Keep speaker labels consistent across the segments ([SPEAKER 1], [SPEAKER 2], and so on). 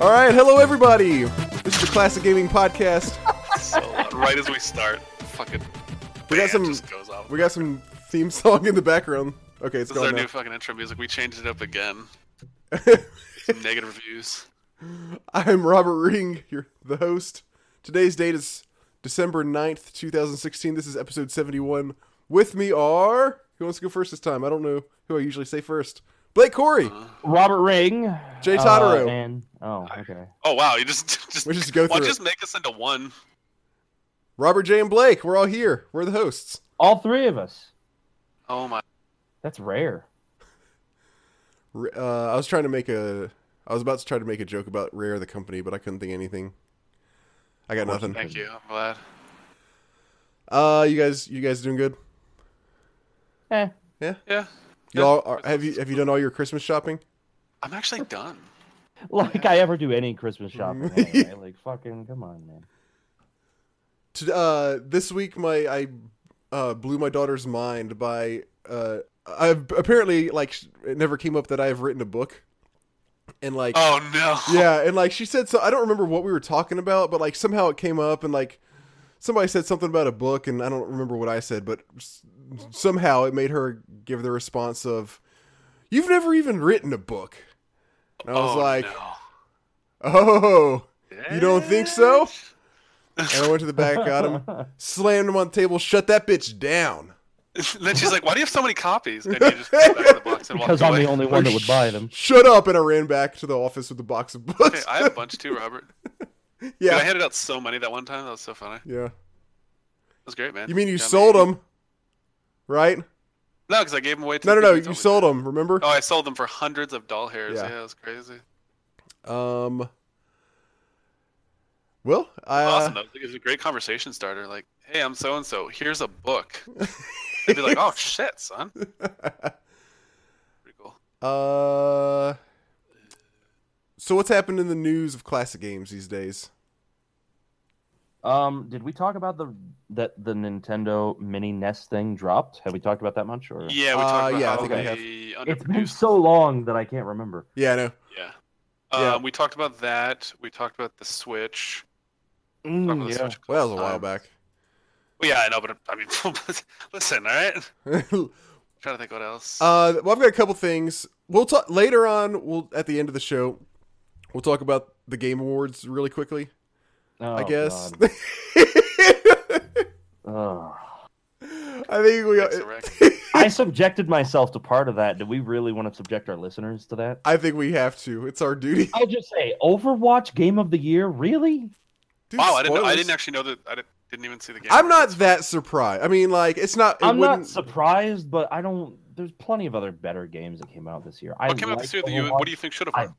[SPEAKER 1] All right, hello everybody. This is the Classic Gaming Podcast.
[SPEAKER 2] So loud. right as we start, fucking
[SPEAKER 1] We got
[SPEAKER 2] bam,
[SPEAKER 1] some-
[SPEAKER 2] just goes off.
[SPEAKER 1] We got some theme song in the background. Okay, it's
[SPEAKER 2] this is our
[SPEAKER 1] gone
[SPEAKER 2] new
[SPEAKER 1] now.
[SPEAKER 2] fucking intro music. We changed it up again. Some negative reviews.
[SPEAKER 1] I'm Robert Ring, your the host. Today's date is December 9th, 2016. This is episode 71. With me are who wants to go first this time? I don't know who I usually say first. Blake Corey.
[SPEAKER 2] Uh,
[SPEAKER 3] Robert Ring.
[SPEAKER 1] Jay Totaro.
[SPEAKER 3] Uh, and, oh, okay.
[SPEAKER 2] Oh wow, you just just
[SPEAKER 1] We just go
[SPEAKER 2] why don't
[SPEAKER 1] through
[SPEAKER 2] you just make us into one?
[SPEAKER 1] Robert J and Blake, we're all here. We're the hosts.
[SPEAKER 3] All three of us.
[SPEAKER 2] Oh my!
[SPEAKER 3] That's rare.
[SPEAKER 1] R- Uh, I was trying to make a I was about to try to make a joke about Rare the company, but I couldn't think of anything. I got nothing.
[SPEAKER 2] Thank you. I'm glad.
[SPEAKER 1] Uh, you guys, you guys doing good?
[SPEAKER 3] Eh.
[SPEAKER 2] Yeah,
[SPEAKER 1] Y'all, are, have you have you done all your Christmas shopping?
[SPEAKER 2] I'm actually done.
[SPEAKER 3] Like I ever do any Christmas shopping. anyway. Like fucking come on, man.
[SPEAKER 1] To, uh, this week, my I uh, blew my daughter's mind by uh, I've apparently like sh- it never came up that I've written a book, and like
[SPEAKER 2] Oh no!
[SPEAKER 1] yeah, and like she said, so I don't remember what we were talking about, but like somehow it came up, and like somebody said something about a book, and I don't remember what I said, but s- somehow it made her give the response of, "You've never even written a book," and I was
[SPEAKER 2] Oh,
[SPEAKER 1] like,
[SPEAKER 2] no.
[SPEAKER 1] "Oh." You don't think so? And I went to the back, got him, slammed him on the table, shut that bitch down.
[SPEAKER 2] then she's like, "Why do you have so many copies?" And you just put it back in the box and
[SPEAKER 3] Because
[SPEAKER 2] walked
[SPEAKER 3] I'm the
[SPEAKER 2] away.
[SPEAKER 3] only one that would buy them.
[SPEAKER 1] Shut up! And I ran back to the office with a box of
[SPEAKER 2] Hey,
[SPEAKER 1] books.
[SPEAKER 2] I have a bunch too, Robert. Dude, I
[SPEAKER 1] yeah,
[SPEAKER 2] handed out so many that one time. That was so funny. That
[SPEAKER 1] yeah.
[SPEAKER 2] was great, man.
[SPEAKER 1] You mean you
[SPEAKER 2] Yeah, I
[SPEAKER 1] sold them, right?
[SPEAKER 2] No, because I gave them away. To
[SPEAKER 1] No, no,
[SPEAKER 2] the
[SPEAKER 1] no.
[SPEAKER 2] people who
[SPEAKER 1] You
[SPEAKER 2] told me.
[SPEAKER 1] sold them. Remember?
[SPEAKER 2] Oh, I sold them for hundreds of doll hairs.
[SPEAKER 1] Yeah.
[SPEAKER 2] Yeah, it was crazy. Oh.
[SPEAKER 1] Um. Well, I. uh,
[SPEAKER 2] awesome. Though. It was a great conversation starter. Like, hey, I'm so and so. Here's a book. They'd be like, oh shit, son. Pretty cool.
[SPEAKER 1] Uh. So what's happened in the news of classic games these days?
[SPEAKER 3] Um, did we talk about the that the Nintendo Mini NES thing dropped? Have we talked about that much? Or
[SPEAKER 2] Yeah, we
[SPEAKER 1] Uh,
[SPEAKER 2] talked about
[SPEAKER 1] yeah, I
[SPEAKER 2] how
[SPEAKER 1] think I
[SPEAKER 2] they
[SPEAKER 1] have.
[SPEAKER 3] it's been
[SPEAKER 2] underproduced.
[SPEAKER 3] so long that I can't remember.
[SPEAKER 1] Yeah, I know.
[SPEAKER 2] yeah.
[SPEAKER 1] Yeah.
[SPEAKER 2] Um, we talked about that. We talked about the Switch. Talked
[SPEAKER 1] Mm,
[SPEAKER 2] about the
[SPEAKER 3] Mm,
[SPEAKER 2] Switch a couple
[SPEAKER 1] Well, that was a while
[SPEAKER 2] times.
[SPEAKER 1] back.
[SPEAKER 2] Well, yeah, I know, but I mean, listen, all right? trying to think what else.
[SPEAKER 1] Uh, well, I've got a couple things. We'll talk later on. We'll at the end of the show, we'll talk about the Game Awards really quickly.
[SPEAKER 3] Oh,
[SPEAKER 1] I guess.
[SPEAKER 3] God.
[SPEAKER 1] I
[SPEAKER 3] Ugh.
[SPEAKER 1] think we.
[SPEAKER 2] Fix the record.
[SPEAKER 3] I subjected myself to part of that. Do we really want to subject our listeners to that?
[SPEAKER 1] I think we have to. It's our duty.
[SPEAKER 2] Oh,
[SPEAKER 3] I'll just say Overwatch Game of the Year, really?
[SPEAKER 1] Dude,
[SPEAKER 2] wow, I didn't. know- I
[SPEAKER 1] spoilers.
[SPEAKER 2] didn't actually know that. I didn't, didn't even see the game.
[SPEAKER 1] I'm not that surprised. I mean, like, it's not. It
[SPEAKER 3] I'm not
[SPEAKER 1] wouldn't-
[SPEAKER 3] surprised, but I don't. There's plenty of other better games that came out this year. I
[SPEAKER 2] What came out this year that
[SPEAKER 3] like
[SPEAKER 2] you?
[SPEAKER 3] Overwatch.
[SPEAKER 2] What do you think should have?
[SPEAKER 3] I-
[SPEAKER 2] won?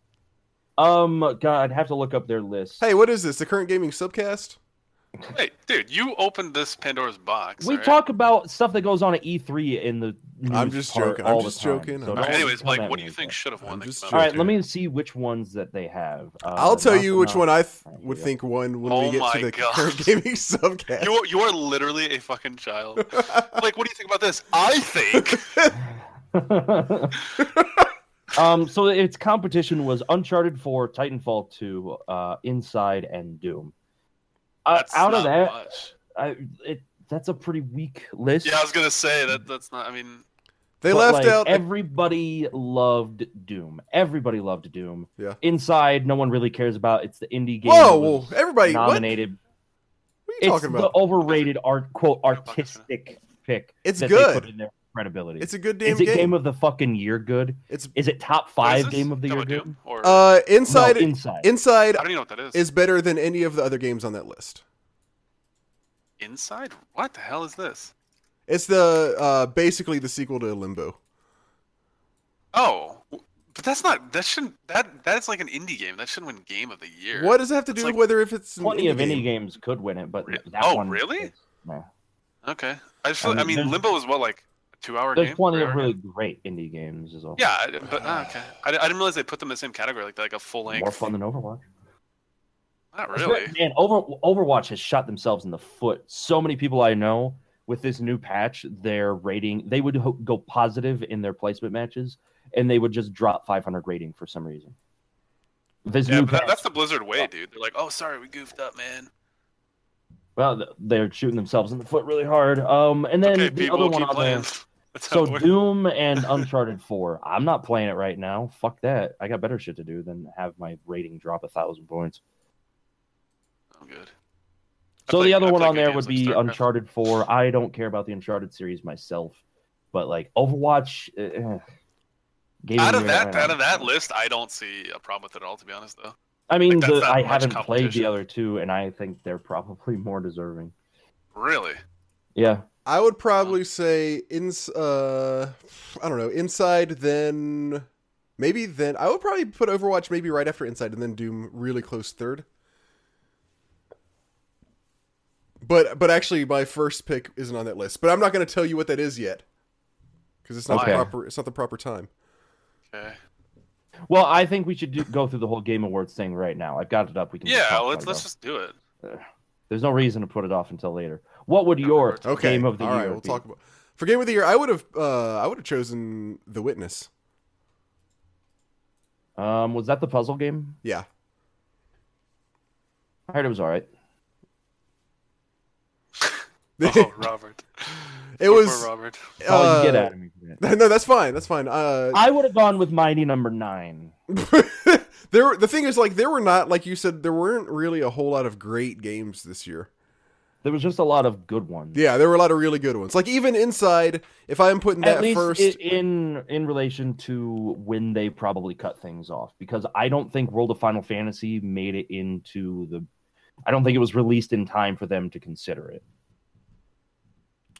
[SPEAKER 3] Um, God, I'd have to look up their list.
[SPEAKER 1] Hey, what is this? The current gaming subcast?
[SPEAKER 2] Hey, dude, you opened this Pandora's box.
[SPEAKER 3] we
[SPEAKER 2] all right?
[SPEAKER 3] talk about stuff that goes on at E3 in the.
[SPEAKER 1] I'm
[SPEAKER 3] news
[SPEAKER 1] just
[SPEAKER 3] part
[SPEAKER 1] joking. I'm
[SPEAKER 3] all the
[SPEAKER 1] just
[SPEAKER 3] time,
[SPEAKER 1] joking.
[SPEAKER 3] so
[SPEAKER 1] I'm
[SPEAKER 3] don't
[SPEAKER 2] All right,
[SPEAKER 1] just-
[SPEAKER 2] anyways,
[SPEAKER 3] come
[SPEAKER 2] Blake,
[SPEAKER 3] at
[SPEAKER 2] what
[SPEAKER 3] me
[SPEAKER 2] do you
[SPEAKER 3] with
[SPEAKER 2] think
[SPEAKER 3] that.
[SPEAKER 2] should have won?
[SPEAKER 1] I'm
[SPEAKER 2] that
[SPEAKER 1] just
[SPEAKER 2] came out?
[SPEAKER 3] All right,
[SPEAKER 1] joking.
[SPEAKER 3] let me see which ones that they have. Uh,
[SPEAKER 1] I'll tell
[SPEAKER 3] not
[SPEAKER 1] you
[SPEAKER 3] the
[SPEAKER 1] which
[SPEAKER 3] non-
[SPEAKER 1] one I th-
[SPEAKER 3] Alright,
[SPEAKER 1] would
[SPEAKER 3] yeah.
[SPEAKER 1] think won when
[SPEAKER 2] Oh
[SPEAKER 1] we get
[SPEAKER 2] my
[SPEAKER 1] to the
[SPEAKER 2] God.
[SPEAKER 1] current gaming subcast.
[SPEAKER 2] You are, you are literally a fucking child. like, what do you think about this? I think
[SPEAKER 3] um, so its competition was Uncharted 4, Titanfall 2, uh, Inside, and Doom. Uh,
[SPEAKER 2] that's
[SPEAKER 3] out
[SPEAKER 2] not
[SPEAKER 3] of that,
[SPEAKER 2] much.
[SPEAKER 3] I, it, that's a pretty weak list.
[SPEAKER 2] Yeah, I was gonna say that. That's not. I mean,
[SPEAKER 1] they
[SPEAKER 3] but,
[SPEAKER 1] left
[SPEAKER 3] like,
[SPEAKER 1] out.
[SPEAKER 3] Everybody loved Doom. Everybody loved Doom.
[SPEAKER 1] Yeah.
[SPEAKER 3] Inside, no one really cares about. It's the indie game.
[SPEAKER 1] whoa,
[SPEAKER 3] that was
[SPEAKER 1] whoa, everybody! What? what are you
[SPEAKER 3] nominated. It's
[SPEAKER 1] talking about?
[SPEAKER 3] the overrated art quote artistic pick.
[SPEAKER 1] It's
[SPEAKER 3] that They
[SPEAKER 1] good.
[SPEAKER 3] put in their credibility.
[SPEAKER 1] It's a good damn
[SPEAKER 3] Is it
[SPEAKER 1] game.
[SPEAKER 3] of the fucking year good?
[SPEAKER 1] it's
[SPEAKER 3] Is it top
[SPEAKER 2] what is
[SPEAKER 3] five
[SPEAKER 2] this?
[SPEAKER 3] game of the year
[SPEAKER 2] Double
[SPEAKER 3] good?
[SPEAKER 2] Doom? Or
[SPEAKER 1] uh
[SPEAKER 3] No,
[SPEAKER 1] inside.
[SPEAKER 3] inside.
[SPEAKER 1] inside
[SPEAKER 2] I don't even know what that is.
[SPEAKER 1] is better than any of the other games on that list.
[SPEAKER 2] Inside? What the hell is this?
[SPEAKER 1] It's the uh basically the sequel to Limbo.
[SPEAKER 2] Oh, but that's not. That shouldn't. That that is like an indie game. That shouldn't win Game of the Year.
[SPEAKER 1] What does it have to
[SPEAKER 2] It's
[SPEAKER 1] do
[SPEAKER 2] like
[SPEAKER 1] with whether if it's an
[SPEAKER 3] Plenty
[SPEAKER 1] indie
[SPEAKER 3] of
[SPEAKER 1] game?
[SPEAKER 3] indie games could win it, but
[SPEAKER 2] Re-
[SPEAKER 3] that
[SPEAKER 2] oh,
[SPEAKER 3] one.
[SPEAKER 2] really?
[SPEAKER 3] is- nah.
[SPEAKER 2] Okay. I feel.
[SPEAKER 3] Um,
[SPEAKER 2] I mean,
[SPEAKER 3] there's-
[SPEAKER 2] Limbo is what like a two-hour
[SPEAKER 3] There's
[SPEAKER 2] game.
[SPEAKER 3] plenty of
[SPEAKER 2] Three-hour
[SPEAKER 3] really
[SPEAKER 2] game?
[SPEAKER 3] great indie games as well.
[SPEAKER 2] Yeah, I- but ah, okay. I, I didn't realize they put them in the same category, like like a full length.
[SPEAKER 3] More fun than Overwatch.
[SPEAKER 2] Not really.
[SPEAKER 3] Man, Over Overwatch has shot themselves in the foot. So many people I know with this new patch, their rating they would ho- go positive in their placement matches, and they would just drop 500 rating for some reason. This
[SPEAKER 2] Yeah,
[SPEAKER 3] new
[SPEAKER 2] but that,
[SPEAKER 3] cast-
[SPEAKER 2] that's the Blizzard way, dude. They're like, oh, sorry, we goofed up, man.
[SPEAKER 3] well, th- they're shooting themselves in the foot really hard. Um, and then
[SPEAKER 2] okay,
[SPEAKER 3] the
[SPEAKER 2] people
[SPEAKER 3] other
[SPEAKER 2] we'll
[SPEAKER 3] one
[SPEAKER 2] keep
[SPEAKER 3] on
[SPEAKER 2] playing.
[SPEAKER 3] there.
[SPEAKER 2] That's how
[SPEAKER 3] So
[SPEAKER 2] it works.
[SPEAKER 3] Doom and Uncharted Four. I'm not playing it right now. Fuck that. I got better shit to do than have my rating drop a thousand points.
[SPEAKER 2] I'm good. I
[SPEAKER 3] So
[SPEAKER 2] play-
[SPEAKER 3] the other
[SPEAKER 2] I
[SPEAKER 3] one
[SPEAKER 2] play
[SPEAKER 3] on
[SPEAKER 2] good
[SPEAKER 3] there
[SPEAKER 2] games
[SPEAKER 3] would
[SPEAKER 2] like
[SPEAKER 3] be
[SPEAKER 2] StarCraft.
[SPEAKER 3] Uncharted Four. I don't care about the Uncharted series myself, but like Overwatch. eh, eh. Game
[SPEAKER 2] Out
[SPEAKER 3] the
[SPEAKER 2] of
[SPEAKER 3] Year,
[SPEAKER 2] that,
[SPEAKER 3] I
[SPEAKER 2] out
[SPEAKER 3] don't-
[SPEAKER 2] of that list, I don't see a problem with it at all. To be honest, though,
[SPEAKER 3] I
[SPEAKER 2] like,
[SPEAKER 3] mean,
[SPEAKER 2] that's
[SPEAKER 3] the,
[SPEAKER 2] not
[SPEAKER 3] I
[SPEAKER 2] much
[SPEAKER 3] haven't played
[SPEAKER 2] competition.
[SPEAKER 3] the other two, and I think they're probably more deserving.
[SPEAKER 2] really,
[SPEAKER 3] Yeah,
[SPEAKER 1] I would probably say in uh I don't know, inside then maybe then I would probably put Overwatch maybe right after Inside and then Doom really close third. But but actually my first pick isn't on that list, but I'm not going to tell you what that is yet. Cuz it's not
[SPEAKER 3] Okay.
[SPEAKER 1] the proper it's not the proper time.
[SPEAKER 2] okay.
[SPEAKER 3] Well, I think we should do, go through the whole Game Awards thing right now. I've got it up. We can. just
[SPEAKER 2] Yeah,
[SPEAKER 3] talk
[SPEAKER 2] let's
[SPEAKER 3] about
[SPEAKER 2] let's
[SPEAKER 3] it.
[SPEAKER 2] just do it.
[SPEAKER 3] There's no reason to put it off until later. What would your
[SPEAKER 1] Okay.
[SPEAKER 3] game of the
[SPEAKER 1] All
[SPEAKER 3] year
[SPEAKER 1] right, we'll
[SPEAKER 3] be?
[SPEAKER 1] talk about For game of the year, I would have uh I would have chosen The Witness.
[SPEAKER 3] Um, was that the puzzle game?
[SPEAKER 1] Yeah.
[SPEAKER 3] I heard it was all right.
[SPEAKER 2] Oh, Robert.
[SPEAKER 1] it
[SPEAKER 2] Poor
[SPEAKER 1] was
[SPEAKER 2] Robert.
[SPEAKER 3] oh, you get
[SPEAKER 1] uh,
[SPEAKER 3] out of me. for that.
[SPEAKER 1] No, that's fine. That's fine. Uh
[SPEAKER 3] I would have gone with Mighty Number Nine.
[SPEAKER 1] there the thing is like there were not like you said there weren't really a whole lot of great games this year
[SPEAKER 3] There was just a lot of good ones.
[SPEAKER 1] yeah there were a lot of really good ones like even inside if i'm putting that
[SPEAKER 3] At least
[SPEAKER 1] first
[SPEAKER 3] i- in in relation to when they probably cut things off, because I don't think World of Final Fantasy made it into the. I don't think it was released in time for them to consider it.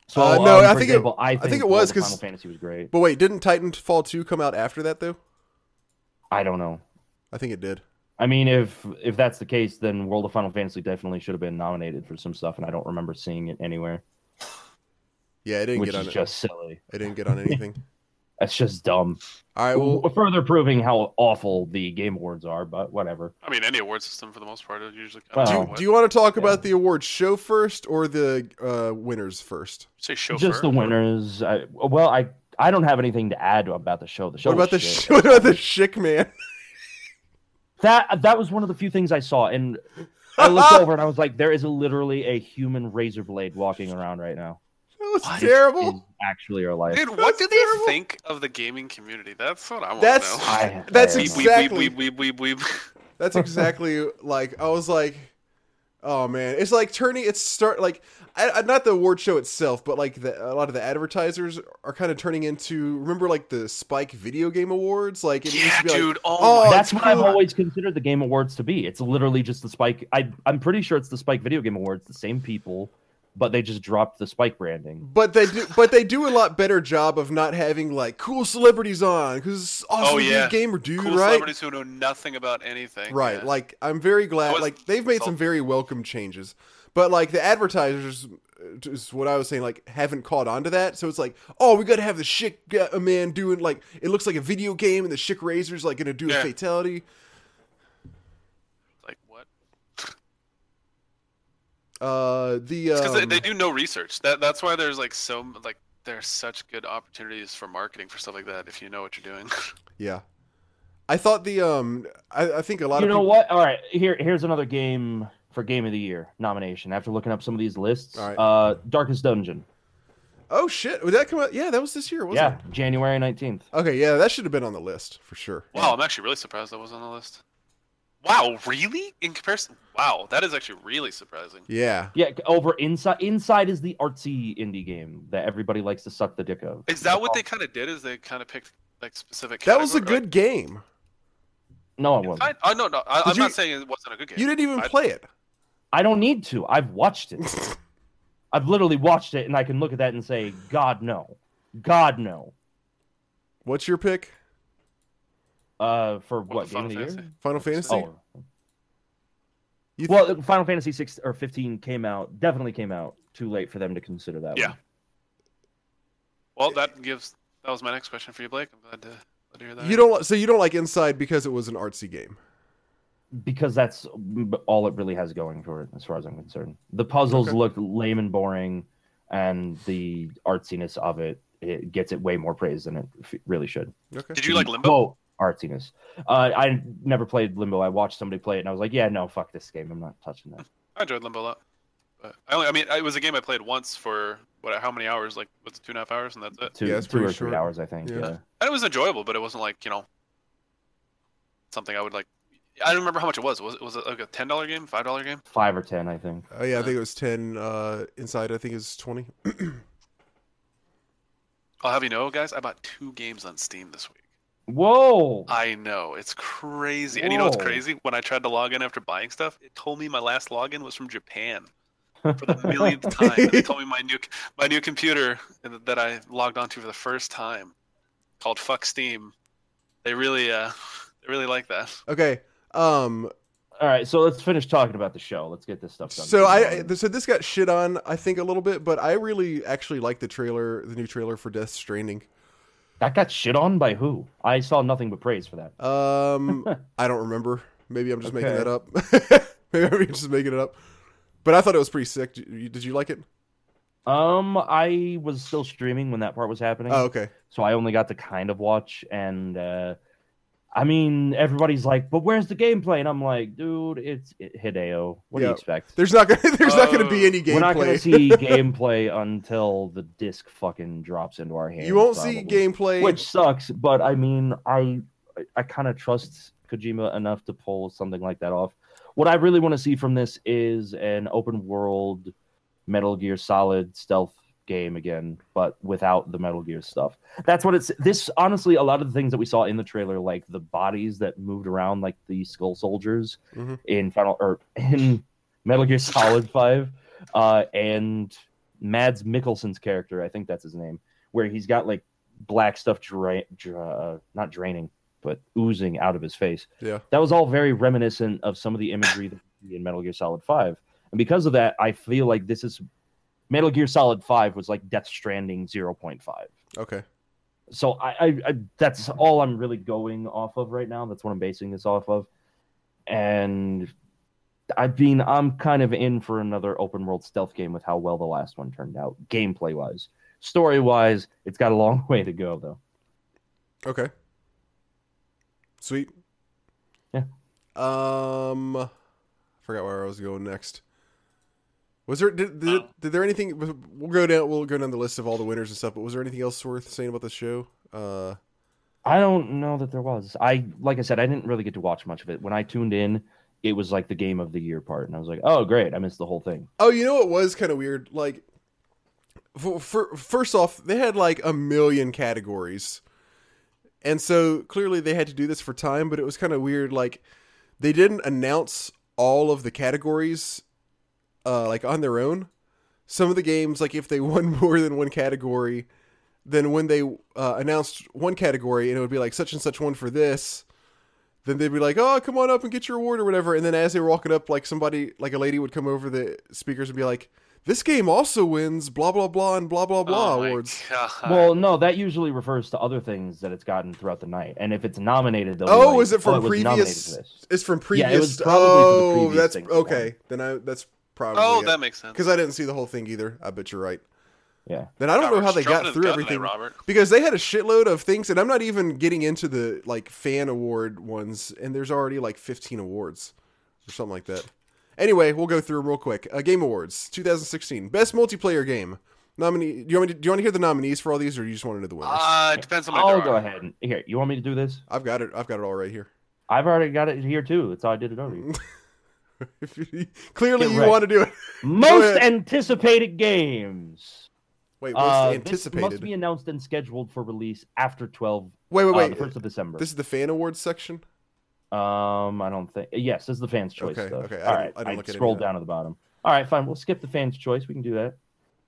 [SPEAKER 3] So
[SPEAKER 1] Uh, no,
[SPEAKER 3] um,
[SPEAKER 1] I
[SPEAKER 3] for
[SPEAKER 1] think it-
[SPEAKER 3] example, I, think
[SPEAKER 1] think it
[SPEAKER 3] World
[SPEAKER 1] was
[SPEAKER 3] of
[SPEAKER 1] 'cause-
[SPEAKER 3] Final Fantasy was great.
[SPEAKER 1] but wait didn't titanfall 2 come out after that though
[SPEAKER 3] I don't know.
[SPEAKER 1] i think it did
[SPEAKER 3] I mean, if if that's the case, then World of Final Fantasy definitely should have been nominated for some stuff, and I don't remember seeing it anywhere,
[SPEAKER 1] yeah it didn't
[SPEAKER 3] which
[SPEAKER 1] get on
[SPEAKER 3] is
[SPEAKER 1] it
[SPEAKER 3] just silly.
[SPEAKER 1] it didn't get on anything
[SPEAKER 3] That's just dumb.
[SPEAKER 1] all right well
[SPEAKER 3] Further proving how awful the Game Awards are, but whatever.
[SPEAKER 2] I mean, any award system for the most part is usually.
[SPEAKER 3] Well,
[SPEAKER 2] I
[SPEAKER 1] do
[SPEAKER 2] don't know
[SPEAKER 1] you,
[SPEAKER 2] what-
[SPEAKER 1] do you want to talk
[SPEAKER 3] Oh, Yeah.
[SPEAKER 1] about the award show first or the uh, winners first
[SPEAKER 2] say chauffeur?
[SPEAKER 3] Just the winners. I, well, I I don't have anything to add about the show. The show.
[SPEAKER 1] what about the
[SPEAKER 3] was shit.
[SPEAKER 1] sh- what about the chick man
[SPEAKER 3] that that was one of the few things I saw, and I looked over and I was like, there is literally a human razor blade walking around right now.
[SPEAKER 1] that was
[SPEAKER 2] What?
[SPEAKER 1] terrible
[SPEAKER 3] In actually, our life.
[SPEAKER 2] Dude, what
[SPEAKER 1] That's
[SPEAKER 2] do they
[SPEAKER 1] terrible.
[SPEAKER 2] think of the gaming community? That's what I want
[SPEAKER 1] That's-
[SPEAKER 2] to know.
[SPEAKER 3] I-
[SPEAKER 1] That's
[SPEAKER 3] I-
[SPEAKER 1] ex-
[SPEAKER 2] Weep,
[SPEAKER 1] exactly-
[SPEAKER 2] Weep, weep, weep, weep, weep.
[SPEAKER 1] That's exactly like I was like, oh man, it's like turning. It's start like I, I- not the award show itself, but like the, a lot of the advertisers are kind of turning into. Remember, like the Spike Video Game Awards, like it used
[SPEAKER 2] Yeah,
[SPEAKER 1] to be like,
[SPEAKER 2] dude. Oh,
[SPEAKER 1] oh,
[SPEAKER 2] my-
[SPEAKER 1] it's
[SPEAKER 3] That's what I've
[SPEAKER 1] cool.
[SPEAKER 3] always considered the Game Awards to be. It's literally just the Spike. I, I'm pretty sure it's the Spike Video Game Awards, the same people, but they just dropped the Spike branding.
[SPEAKER 1] But they do, but they do a lot better job of not having like cool celebrities on because it's awesome
[SPEAKER 2] Oh,
[SPEAKER 1] to be
[SPEAKER 2] yeah.
[SPEAKER 1] a gamer, dude,
[SPEAKER 2] cool
[SPEAKER 1] right?
[SPEAKER 2] celebrities who know nothing about anything.
[SPEAKER 1] Right.
[SPEAKER 2] yeah.
[SPEAKER 1] Like I'm very glad.
[SPEAKER 2] I was-
[SPEAKER 1] like they've made some very welcome changes, but like the advertisers uh, is what I was saying. Like haven't caught on to that, so it's like, oh, we got to have the shit g- a man doing like it looks like a video game, and the chick razor's like gonna do
[SPEAKER 2] Yeah.
[SPEAKER 1] a fatality.
[SPEAKER 2] like what?
[SPEAKER 1] Uh, the
[SPEAKER 2] because
[SPEAKER 1] um,
[SPEAKER 2] they do no research. That that's why there's like so m- like there's such good opportunities for marketing for stuff like that if you know what you're doing.
[SPEAKER 1] yeah, I thought the um, I, I think a lot
[SPEAKER 3] You
[SPEAKER 1] of
[SPEAKER 3] know
[SPEAKER 1] people,
[SPEAKER 3] what? All right, here here's another game for Game of the Year nomination. After looking up some of these lists,
[SPEAKER 1] All right.
[SPEAKER 3] uh, Darkest Dungeon.
[SPEAKER 1] Oh shit, would that come out? Yeah, that was this year, wasn't
[SPEAKER 3] yeah, January 19th.
[SPEAKER 1] it? Okay, yeah, that should have been on the list for sure.
[SPEAKER 2] wow, I'm actually really surprised that was on the list. Wow, really? In comparison, wow, that is actually really surprising.
[SPEAKER 1] Yeah,
[SPEAKER 3] Yeah, over Inside. Inside is the artsy indie game that everybody likes to suck the dick of.
[SPEAKER 2] Is that what they kind of did? Is they kind of picked like specific?
[SPEAKER 1] that was a
[SPEAKER 2] category,
[SPEAKER 1] good game.
[SPEAKER 3] No, it
[SPEAKER 2] Right?
[SPEAKER 3] wasn't.
[SPEAKER 2] I, oh, no, no, I,
[SPEAKER 1] Did
[SPEAKER 2] I'm
[SPEAKER 1] you-
[SPEAKER 2] not saying it wasn't a good game.
[SPEAKER 1] You didn't even
[SPEAKER 2] I-
[SPEAKER 1] play it.
[SPEAKER 3] I don't need to. I've watched it. I've literally watched it, and I can look at that and say, God, no. God, no.
[SPEAKER 1] What's your pick?
[SPEAKER 3] Uh, for
[SPEAKER 2] What,
[SPEAKER 3] what,
[SPEAKER 2] the
[SPEAKER 3] game of the
[SPEAKER 2] Final
[SPEAKER 3] year?
[SPEAKER 2] Fantasy?
[SPEAKER 1] Final Fantasy.
[SPEAKER 3] Oh,
[SPEAKER 1] You th-
[SPEAKER 3] well, Final Fantasy six or fifteen came out. Definitely came out too late for them to consider that.
[SPEAKER 2] Yeah.
[SPEAKER 3] one.
[SPEAKER 2] Well, that gives. That was my next question for you, Blake. I'm glad to, glad to hear that.
[SPEAKER 1] you don't li- so you don't like Inside because it was an artsy game.
[SPEAKER 3] because that's all it really has going for it, as far as I'm concerned. The puzzles
[SPEAKER 1] Okay.
[SPEAKER 3] look lame and boring, and the artsiness of it it gets it way more praise than it f- really should.
[SPEAKER 1] Okay.
[SPEAKER 2] Did you like Limbo?
[SPEAKER 3] Quote, artsiness. Uh, I never played Limbo. I watched somebody play it, and I was like, yeah, no, fuck this game. I'm not touching that.
[SPEAKER 2] I enjoyed Limbo a lot. But I only, I mean, it was a game I played once for what? How many hours? Like, what's it, two and a half hours, and that's it.
[SPEAKER 3] Two,
[SPEAKER 1] Yeah, it's
[SPEAKER 3] two
[SPEAKER 1] pretty
[SPEAKER 3] or three
[SPEAKER 1] short.
[SPEAKER 3] hours, I think.
[SPEAKER 1] Yeah.
[SPEAKER 3] Yeah.
[SPEAKER 2] And it was enjoyable, but it wasn't like you know something I would like. I don't remember how much it was. Was it was it like a ten dollar game, five dollar game?
[SPEAKER 3] five or ten, I think.
[SPEAKER 1] Uh, yeah, I think it was ten. Uh, inside, I think it was twenty.
[SPEAKER 2] I'll have you know, guys, I bought two games on Steam this week.
[SPEAKER 3] Whoa!
[SPEAKER 2] I know it's crazy, and you know what's
[SPEAKER 3] Whoa.
[SPEAKER 2] crazy? When I tried to log in after buying stuff, it told me my last login was from Japan for the millionth time. And it told me my new my new computer that I logged onto for the first time, called Fuck Steam. They really uh, they really like that.
[SPEAKER 1] Okay. Um,
[SPEAKER 3] All right, so let's finish talking about the show. Let's get this stuff done.
[SPEAKER 1] So I so this got shit on I think a little bit, but I really actually like the trailer, the new trailer for Death Stranding.
[SPEAKER 3] that got shit on by who? I saw nothing but praise for that.
[SPEAKER 1] Um, I don't remember. Maybe I'm just making
[SPEAKER 3] Okay.
[SPEAKER 1] that up. Maybe I'm just making it up. But I thought it was pretty sick. Did you, did you like it?
[SPEAKER 3] Um, I was still streaming when that part was happening,
[SPEAKER 1] Oh, okay.
[SPEAKER 3] so I only got to kind of watch. And uh, I mean, everybody's like, "But where's the gameplay?" And I'm like, "Dude, it's Hideo. What do
[SPEAKER 1] Yeah.
[SPEAKER 3] you expect?"
[SPEAKER 1] There's not gonna there's not gonna be
[SPEAKER 2] Oh.
[SPEAKER 1] any
[SPEAKER 3] We're not going to
[SPEAKER 1] gameplay.
[SPEAKER 3] see gameplay until the disc fucking drops into our hands.
[SPEAKER 1] You won't see
[SPEAKER 3] probably.
[SPEAKER 1] gameplay.
[SPEAKER 3] which sucks. But I mean, I I kind of trust Kojima enough to pull something like that off. What I really want to see from this is an open world Metal Gear Solid stealth game again, but without the Metal Gear stuff. That's what it's. This honestly, a lot of the things that we saw in the trailer, like the bodies that moved around, like the Skull Soldiers
[SPEAKER 1] Mhm.
[SPEAKER 3] in Final or in Metal Gear Solid Five, uh, and Mads Mikkelsen's character, I think that's his name, where he's got like black stuff dra- dra- uh, not draining but oozing out of his face
[SPEAKER 1] Yeah.
[SPEAKER 3] that was all very reminiscent of some of the imagery that we see in metal gear solid 5 and because of that i feel like this is metal gear solid 5 was like death stranding 0.5
[SPEAKER 1] Okay.
[SPEAKER 3] so I, I, I that's all i'm really going off of right now that's what i'm basing this off of and i mean i'm kind of in for another open world stealth game with how well the last one turned out gameplay wise story wise it's got a long way to go though
[SPEAKER 1] Okay. Sweet.
[SPEAKER 3] Yeah.
[SPEAKER 1] Um, forgot where I was going next. Was there did, did,
[SPEAKER 2] Um,
[SPEAKER 1] did there anything? We'll go down. We'll go down the list of all the winners and stuff. But was there anything else worth saying about the show? Uh,
[SPEAKER 3] I don't know that there was. I like I said, I didn't really get to watch much of it. When I tuned in, it was like the game of the year part, and I was like, "Oh, great! I missed the whole thing."
[SPEAKER 1] oh, you know what was kind of weird. Like, for, for first off, they had like a million categories, and so clearly they had to do this for time. But it was kind of weird. Like, they didn't announce all of the categories, uh, like on their own. Some of the games, like if they won more than one category, then when they uh, announced one category and it would be like such and such one for this, then they'd be like, "Oh, come on up and get your award or whatever." And then as they were walking up, like somebody, like a lady would come over the speakers and be like, "This game also wins blah blah blah and blah blah blah
[SPEAKER 2] Oh my
[SPEAKER 1] awards."
[SPEAKER 2] God.
[SPEAKER 3] well, no, that usually refers to other things that it's gotten throughout the night, and if it's nominated, they'll be
[SPEAKER 1] Oh,
[SPEAKER 3] like,
[SPEAKER 1] is it from
[SPEAKER 3] was
[SPEAKER 1] previous-
[SPEAKER 3] nominated for this.
[SPEAKER 1] It's from previous.
[SPEAKER 3] Yeah, it was probably for the
[SPEAKER 1] oh,
[SPEAKER 3] previous
[SPEAKER 1] that's
[SPEAKER 3] thing.
[SPEAKER 1] okay. Then I that's probably
[SPEAKER 2] oh,
[SPEAKER 1] it.
[SPEAKER 2] that makes sense.
[SPEAKER 1] because I didn't see the whole thing either. I bet you're right.
[SPEAKER 3] Yeah.
[SPEAKER 1] Then I don't know
[SPEAKER 2] Robert,
[SPEAKER 1] how they
[SPEAKER 2] stroking
[SPEAKER 1] got
[SPEAKER 2] his
[SPEAKER 1] through
[SPEAKER 2] gun
[SPEAKER 1] everything
[SPEAKER 2] There, Robert.
[SPEAKER 1] because they had a shitload of things, and I'm not even getting into the like fan award ones, and there's already like 15 awards or something like that. Anyway, we'll go through them real quick. Uh, game Awards 2016 Best Multiplayer Game nominee. Do you want me to, do you want to hear the nominees for all these, or you just want to know the winners?
[SPEAKER 2] Uh, it depends on my.
[SPEAKER 3] I'll go ahead and here. You want me to do this?
[SPEAKER 1] I've got it. I've got it all right here.
[SPEAKER 3] I've already got it here too. That's how I did it over you.
[SPEAKER 1] If you- Clearly,
[SPEAKER 3] Get
[SPEAKER 1] you
[SPEAKER 3] wrecked.
[SPEAKER 1] want to do it.
[SPEAKER 3] Most
[SPEAKER 1] ahead.
[SPEAKER 3] anticipated games.
[SPEAKER 1] Wait, what's
[SPEAKER 3] Uh,
[SPEAKER 1] anticipated?
[SPEAKER 3] This must be announced and scheduled for release after 12,
[SPEAKER 1] wait, wait,
[SPEAKER 3] uh, the
[SPEAKER 1] wait.
[SPEAKER 3] first of December.
[SPEAKER 1] this is the fan awards section.
[SPEAKER 3] Um, I don't think. Yes, this is the fans' choice
[SPEAKER 1] Okay,
[SPEAKER 3] stuff.
[SPEAKER 1] okay, I
[SPEAKER 3] All
[SPEAKER 1] didn't-
[SPEAKER 3] right,
[SPEAKER 1] I
[SPEAKER 3] I,
[SPEAKER 1] didn't look at any
[SPEAKER 3] scroll
[SPEAKER 1] of that.
[SPEAKER 3] down to the bottom. All right, fine. We'll skip the fans' choice. We can do that.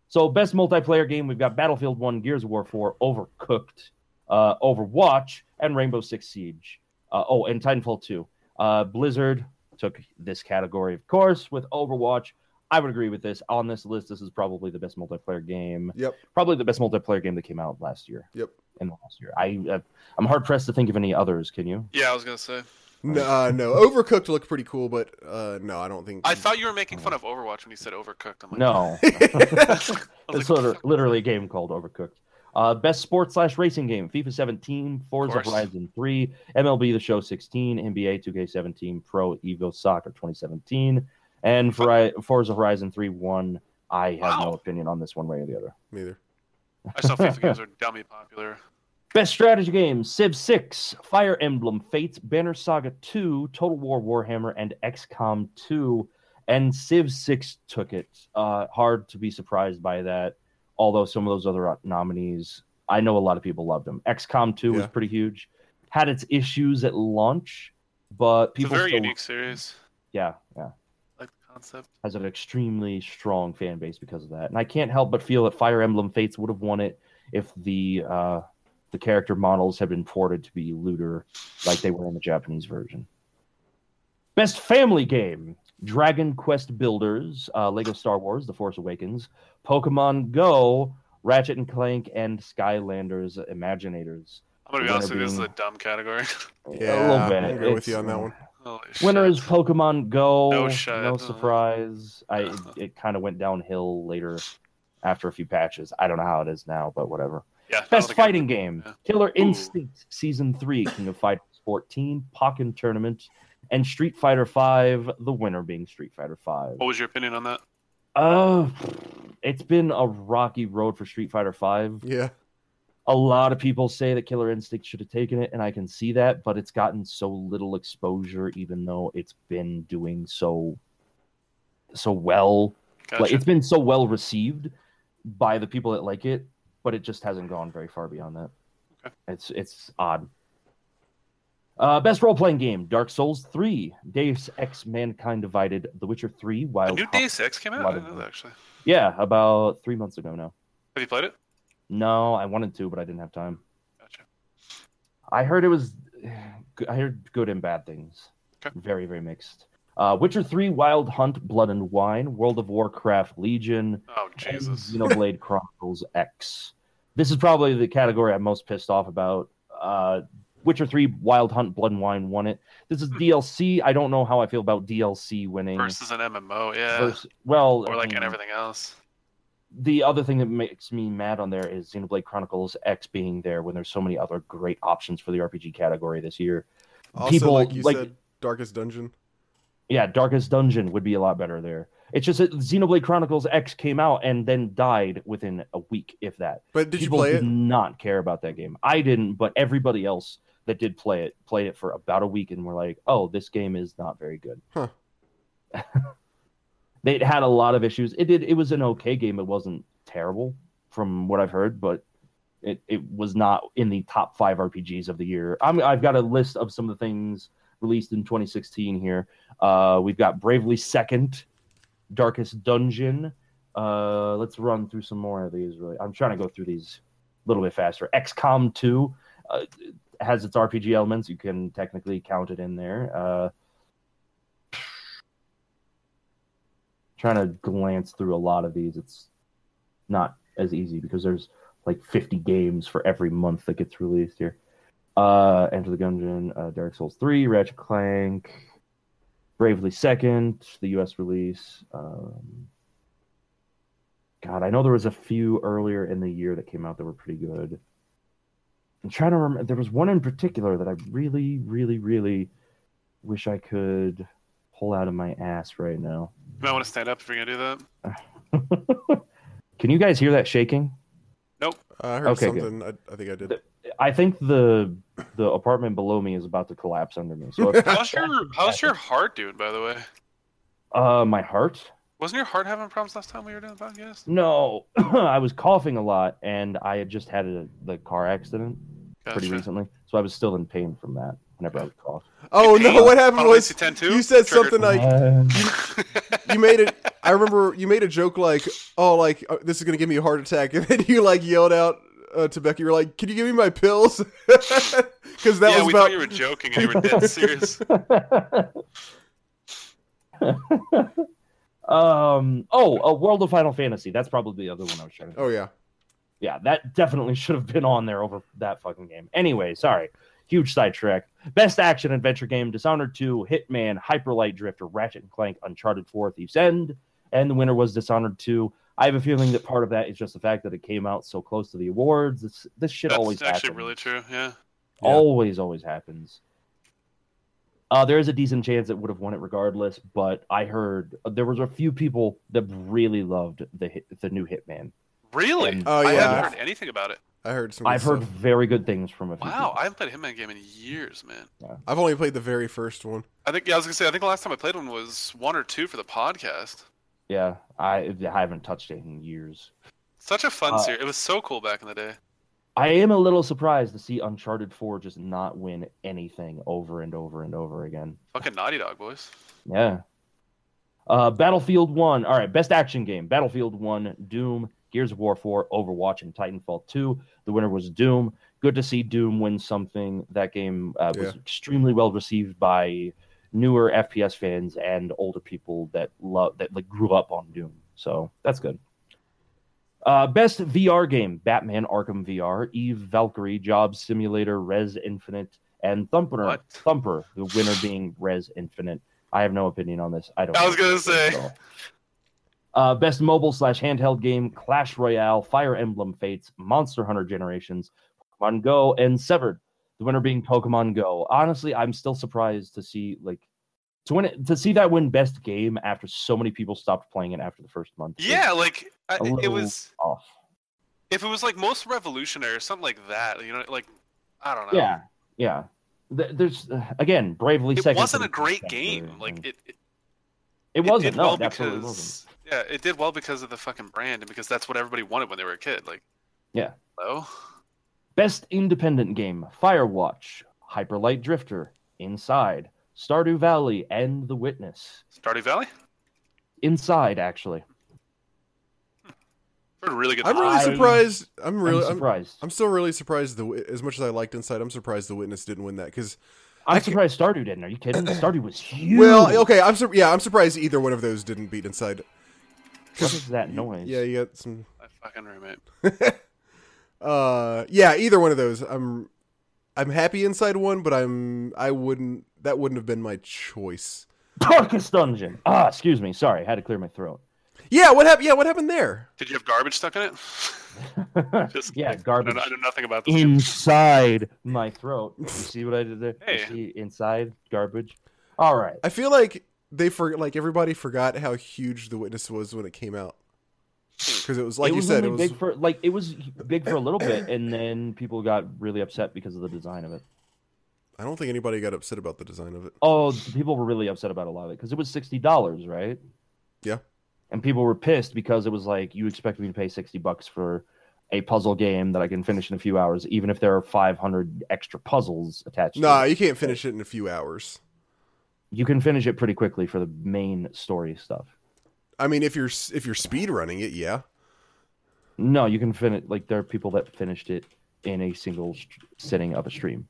[SPEAKER 3] So, best multiplayer game, we've got Battlefield One, Gears of War Four, Overcooked, uh, Overwatch, and Rainbow Six Siege. Uh, oh, and Titanfall Two. Uh, Blizzard took this category, of course, with Overwatch. I would agree with this. On this list, this is probably the best multiplayer game.
[SPEAKER 1] Yep.
[SPEAKER 3] Probably the best multiplayer game that came out last year.
[SPEAKER 1] Yep.
[SPEAKER 3] In the last year, I uh, I'm hard pressed to think of any others. Can you?
[SPEAKER 2] Yeah, I was gonna say.
[SPEAKER 1] No, uh, no. Overcooked looked pretty cool, but uh, no, I don't think.
[SPEAKER 2] I thought you were making fun of Overwatch when you said Overcooked. I'm like,
[SPEAKER 3] No.
[SPEAKER 2] I was like,
[SPEAKER 3] It's liter- literally a game called Overcooked. Uh, best sports slash racing game: FIFA 17, Forza
[SPEAKER 2] course.
[SPEAKER 3] Horizon 3, MLB The Show 16, NBA 2K17, Pro Evo Soccer 2017, and Vari- Forza Horizon 3 won. I have no
[SPEAKER 2] Wow.
[SPEAKER 3] opinion on this one way or the other.
[SPEAKER 1] Neither.
[SPEAKER 2] I saw FIFA games are dummy popular.
[SPEAKER 3] Best strategy game: Civ 6, Fire Emblem Fates, Banner Saga 2, Total War Warhammer, and XCOM 2. And Civ 6 took it. Uh, hard to be surprised by that. Although some of those other nominees, I know a lot of people loved them. XCOM 2 was
[SPEAKER 1] Yeah.
[SPEAKER 3] pretty huge. Had its issues at launch, but
[SPEAKER 2] It's a
[SPEAKER 3] people
[SPEAKER 2] very
[SPEAKER 3] still-
[SPEAKER 2] unique series.
[SPEAKER 3] Yeah, yeah
[SPEAKER 2] I like the concept.
[SPEAKER 3] has an extremely strong fan base because of that. And I can't help but feel that Fire Emblem Fates would have won it if the uh, the character models had been ported to be looter like they were in the Japanese version. Best family game: Dragon Quest Builders, uh, Lego Star Wars: The Force Awakens, Pokemon Go, Ratchet and Clank, and Skylanders Imaginators.
[SPEAKER 2] I'm gonna be
[SPEAKER 3] Winner
[SPEAKER 2] honest with you, this is a
[SPEAKER 3] being-
[SPEAKER 2] dumb category.
[SPEAKER 1] Yeah, I'm gonna go with
[SPEAKER 3] It's-
[SPEAKER 1] you on that one.
[SPEAKER 2] Holy
[SPEAKER 3] Winner
[SPEAKER 2] shit.
[SPEAKER 3] is Pokemon Go.
[SPEAKER 2] No Uh-huh. shot.
[SPEAKER 3] No surprise. I it, kind of went downhill later after a few patches. I don't know how it is now, but whatever.
[SPEAKER 2] Yeah, I don't
[SPEAKER 3] Best
[SPEAKER 2] think I-
[SPEAKER 3] fighting game:
[SPEAKER 2] yeah.
[SPEAKER 3] Killer Instinct Season Three, King of Fighters 14, Pokken Tournament, and Street Fighter Five. The winner being Street Fighter Five.
[SPEAKER 2] What was your opinion on that?
[SPEAKER 3] Uh, it's been a rocky road for Street Fighter Five
[SPEAKER 1] Yeah.
[SPEAKER 3] a lot of people say that Killer Instinct should have taken it, and I can see that, but it's gotten so little exposure, even though it's been doing so so well.
[SPEAKER 2] Gotcha.
[SPEAKER 3] Like it's been so well received by the people that like it, but it just hasn't gone very far beyond that.
[SPEAKER 2] Okay.
[SPEAKER 3] It's it's odd. Uh, best role playing game: Dark Souls Three, Deus Ex: Mankind Divided, The Witcher Three,
[SPEAKER 2] a
[SPEAKER 3] Wild.
[SPEAKER 2] new
[SPEAKER 3] Hunt-
[SPEAKER 2] Day Six came out. I
[SPEAKER 3] Lot
[SPEAKER 2] didn't
[SPEAKER 3] of
[SPEAKER 2] know that actually.
[SPEAKER 3] Yeah, about three months ago now.
[SPEAKER 2] Have you played it?
[SPEAKER 3] No, I wanted to, but I didn't have time.
[SPEAKER 2] Gotcha.
[SPEAKER 3] I heard it was. I heard good and bad things.
[SPEAKER 2] Okay.
[SPEAKER 3] Very very mixed. Uh, Witcher Three, Wild Hunt, Blood and Wine, World of Warcraft, Legion,
[SPEAKER 2] Oh Jesus.
[SPEAKER 3] and Xenoblade Chronicles X. This is probably the category I'm most pissed off about. Uh, Witcher Three, Wild Hunt, Blood and Wine won it. This is DLC. I don't know how I feel about DLC winning.
[SPEAKER 2] Hmm. Versus an MMO, yeah.
[SPEAKER 3] versus- well,
[SPEAKER 2] or
[SPEAKER 3] I
[SPEAKER 2] like and
[SPEAKER 3] mean,
[SPEAKER 2] everything else.
[SPEAKER 3] the other thing that makes me mad on there is Xenoblade Chronicles X being there when there's so many other great options for the RPG category this year.
[SPEAKER 1] Also,
[SPEAKER 3] People,
[SPEAKER 1] like you
[SPEAKER 3] like-
[SPEAKER 1] said, Darkest Dungeon.
[SPEAKER 3] Yeah, Darkest Dungeon would be a lot better there. It's just that Xenoblade Chronicles X came out and then died within a week, if that.
[SPEAKER 1] But did
[SPEAKER 3] People
[SPEAKER 1] you play
[SPEAKER 3] did
[SPEAKER 1] it?
[SPEAKER 3] not care about that game. I didn't, but everybody else that did play it played it for about a week and were like, "Oh, this game is not very good."
[SPEAKER 1] Huh.
[SPEAKER 3] they had a lot of issues. It did. It was an okay game. It wasn't terrible, from what I've heard, but it, it was not in the top five RPGs of the year. I'm, I've got a list of some of the things released in 2016 here. Uh, we've got Bravely Second, Darkest Dungeon. Uh, let's run through some more of these. Really, I'm trying to go through these a little bit faster. XCOM 2 uh, has its RPG elements. You can technically count it in there. Uh, trying to glance through a lot of these, it's not as easy because there's like 50 games for every month that gets released here. Uh, Enter the Gungeon, uh, Dark Souls 3, Ratchet Clank, Bravely Second, the US release. Um, God, I know there was a few earlier in the year that came out that were pretty good. I'm trying to remember. There was one in particular that I really, really, really wish I could pull out of my ass right now.
[SPEAKER 2] You might want to stand up if you're gonna do that.
[SPEAKER 3] Can you guys hear that shaking?
[SPEAKER 1] I heard
[SPEAKER 3] Okay, good.
[SPEAKER 1] something. I, I think I did.
[SPEAKER 3] The- I think the the apartment below me is about to collapse under me. So, if-
[SPEAKER 2] How's your How's your heart doing? By the way,
[SPEAKER 3] uh, my heart.
[SPEAKER 2] wasn't your heart having problems last time we were doing the podcast?
[SPEAKER 3] No, I was coughing a lot, and I had just had a, the car accident pretty
[SPEAKER 2] Gotcha.
[SPEAKER 3] recently, so I was still in pain from that. Whenever I would cough,
[SPEAKER 1] Oh
[SPEAKER 2] Hey,
[SPEAKER 1] no! What happened
[SPEAKER 2] Final
[SPEAKER 1] was
[SPEAKER 2] Fantasy 10 too?
[SPEAKER 1] you said something
[SPEAKER 2] Triggered.
[SPEAKER 1] like
[SPEAKER 3] Uh,
[SPEAKER 1] you made it. I remember you made a joke like, "Oh, like uh, this is gonna give me a heart attack," and then you like yelled out uh, to Becky, "You were like, can you give me my pills?" Because that
[SPEAKER 2] yeah,
[SPEAKER 1] was
[SPEAKER 2] we
[SPEAKER 1] about
[SPEAKER 2] thought you were joking and you were dead serious.
[SPEAKER 3] um. Oh, a World of Final Fantasy. That's probably the other one I was trying to.
[SPEAKER 1] Oh yeah,
[SPEAKER 3] yeah, that definitely should have been on there over that fucking game. Anyway, sorry. Huge sidetrack. Best action adventure game Dishonored 2, Hitman, Hyperlight Drifter, Ratchet and Clank, Uncharted 4, Thieves End. And the winner was Dishonored 2. I have a feeling that part of that is just the fact that it came out so close to the awards. This this shit
[SPEAKER 2] That's
[SPEAKER 3] always
[SPEAKER 2] actually
[SPEAKER 3] happens.
[SPEAKER 2] really true. Yeah.
[SPEAKER 1] Yeah.
[SPEAKER 3] Always, always happens. Uh, there is a decent chance it would have won it regardless, but I heard uh, there was a few people that really loved the hit, the new Hitman.
[SPEAKER 2] Really?
[SPEAKER 3] And
[SPEAKER 1] Oh
[SPEAKER 2] I
[SPEAKER 1] yeah,
[SPEAKER 2] haven't heard anything about it.
[SPEAKER 1] I heard some. good
[SPEAKER 3] I've heard
[SPEAKER 1] stuff.
[SPEAKER 3] very good things from a few.
[SPEAKER 2] Wow,
[SPEAKER 3] people.
[SPEAKER 2] I haven't played a Hitman game in years, man.
[SPEAKER 1] I've only played the very first one.
[SPEAKER 2] I think yeah, I was gonna say I think the last time I played one was one or two for the podcast.
[SPEAKER 3] yeah, I, I haven't touched it in years.
[SPEAKER 2] Such a fun
[SPEAKER 3] Uh,
[SPEAKER 2] series. It was so cool back in the day.
[SPEAKER 3] I am a little surprised to see Uncharted 4 just not win anything over and over and over again.
[SPEAKER 2] Fucking Naughty Dog boys.
[SPEAKER 3] Yeah. Uh, Battlefield 1. All right, best action game. Battlefield 1, Doom, Gears of War 4, Overwatch, and Titanfall 2. The winner was Doom. Good to see Doom win something. That game uh, was extremely well received by newer FPS fans and older people that love that like grew up on Doom. So that's good. Uh, best VR game: Batman Arkham VR, Eve Valkyrie, Job Simulator, Res Infinite, and Thumper.
[SPEAKER 2] What?
[SPEAKER 3] Thumper. The winner being Res Infinite. I have no opinion on this. I don't.
[SPEAKER 2] I
[SPEAKER 3] know
[SPEAKER 2] was gonna
[SPEAKER 3] this at
[SPEAKER 2] say.
[SPEAKER 3] all. Uh, best mobile slash handheld game: Clash Royale, Fire Emblem Fates, Monster Hunter Generations, Pokemon Go, and Severed. The winner being Pokemon Go. Honestly, I'm still surprised to see like to win it, to see that win best game after so many people stopped playing it after the first month. is
[SPEAKER 2] Yeah, like I,
[SPEAKER 3] A
[SPEAKER 2] it
[SPEAKER 3] little-
[SPEAKER 2] was
[SPEAKER 3] off.
[SPEAKER 2] if it was like most revolutionary or something like that. You know, like I don't know.
[SPEAKER 3] Yeah, yeah. Th- There's uh, again, bravely.
[SPEAKER 2] It
[SPEAKER 3] second to
[SPEAKER 2] wasn't
[SPEAKER 3] the
[SPEAKER 2] a great
[SPEAKER 3] Sanctuary,
[SPEAKER 2] game. Like
[SPEAKER 3] and-
[SPEAKER 2] it, it,
[SPEAKER 3] it wasn't.
[SPEAKER 2] did
[SPEAKER 3] no,
[SPEAKER 2] well
[SPEAKER 3] it absolutely
[SPEAKER 2] because
[SPEAKER 3] wasn't.
[SPEAKER 2] yeah, it did well because of the fucking brand and because that's what everybody wanted when they were a kid. Like
[SPEAKER 3] Yeah.
[SPEAKER 2] hello,
[SPEAKER 3] Best independent game: Firewatch, Hyperlight Drifter, Inside, Stardew Valley, and The Witness.
[SPEAKER 2] Stardew Valley.
[SPEAKER 3] Inside, actually.
[SPEAKER 2] Heard really good.
[SPEAKER 1] I'm really
[SPEAKER 3] I-
[SPEAKER 1] surprised. I'm really.
[SPEAKER 3] I'm
[SPEAKER 1] I'm,
[SPEAKER 3] surprised. I'm,
[SPEAKER 1] I'm still really surprised. The Wit- as much as I liked Inside, I'm surprised the Witness didn't win that because I ca-
[SPEAKER 3] surprised Stardew didn't. Are you kidding? Stardew was huge.
[SPEAKER 1] well, okay, I'm sur- yeah, I'm surprised either one of those didn't beat Inside.
[SPEAKER 3] What is that noise?
[SPEAKER 1] Yeah, you got some.
[SPEAKER 2] My fucking roommate.
[SPEAKER 1] Uh, yeah, either one of those. I'm I'm happy Inside one, but I'm I wouldn't that wouldn't have been my choice.
[SPEAKER 3] Darkest Dungeon. Ah, excuse me. Sorry, I had to clear my throat.
[SPEAKER 1] Yeah, what happened? Yeah, what happened there?
[SPEAKER 2] Did you have garbage stuck in it? Just
[SPEAKER 3] yeah,
[SPEAKER 2] like, I
[SPEAKER 3] garbage.
[SPEAKER 2] know, I know nothing about this. game.
[SPEAKER 3] inside my throat. You see what I did there?
[SPEAKER 2] Hey.
[SPEAKER 3] You see inside garbage. All right.
[SPEAKER 1] I feel like they for like everybody forgot how huge The Witness was when it came out because it was like
[SPEAKER 3] it
[SPEAKER 1] you
[SPEAKER 3] was
[SPEAKER 1] said
[SPEAKER 3] only
[SPEAKER 1] it was
[SPEAKER 3] big for like it was big for a little bit, and then people got really upset because of the design of it.
[SPEAKER 1] I don't think anybody got upset about the design of it.
[SPEAKER 3] Oh, people were really upset about a lot of it because it was sixty dollars, right?
[SPEAKER 1] Yeah.
[SPEAKER 3] And people were pissed because it was like you expect me to pay sixty bucks for a puzzle game that I can finish in a few hours, even if there are five hundred extra puzzles attached.
[SPEAKER 1] Nah,
[SPEAKER 3] to it.
[SPEAKER 1] you can't finish it in a few hours.
[SPEAKER 3] you can finish it pretty quickly for the main story stuff.
[SPEAKER 1] I mean, if you're s- if you're speed running it, yeah.
[SPEAKER 3] No, you can finish. Like there are people that finished it in a single sh- sitting of a stream.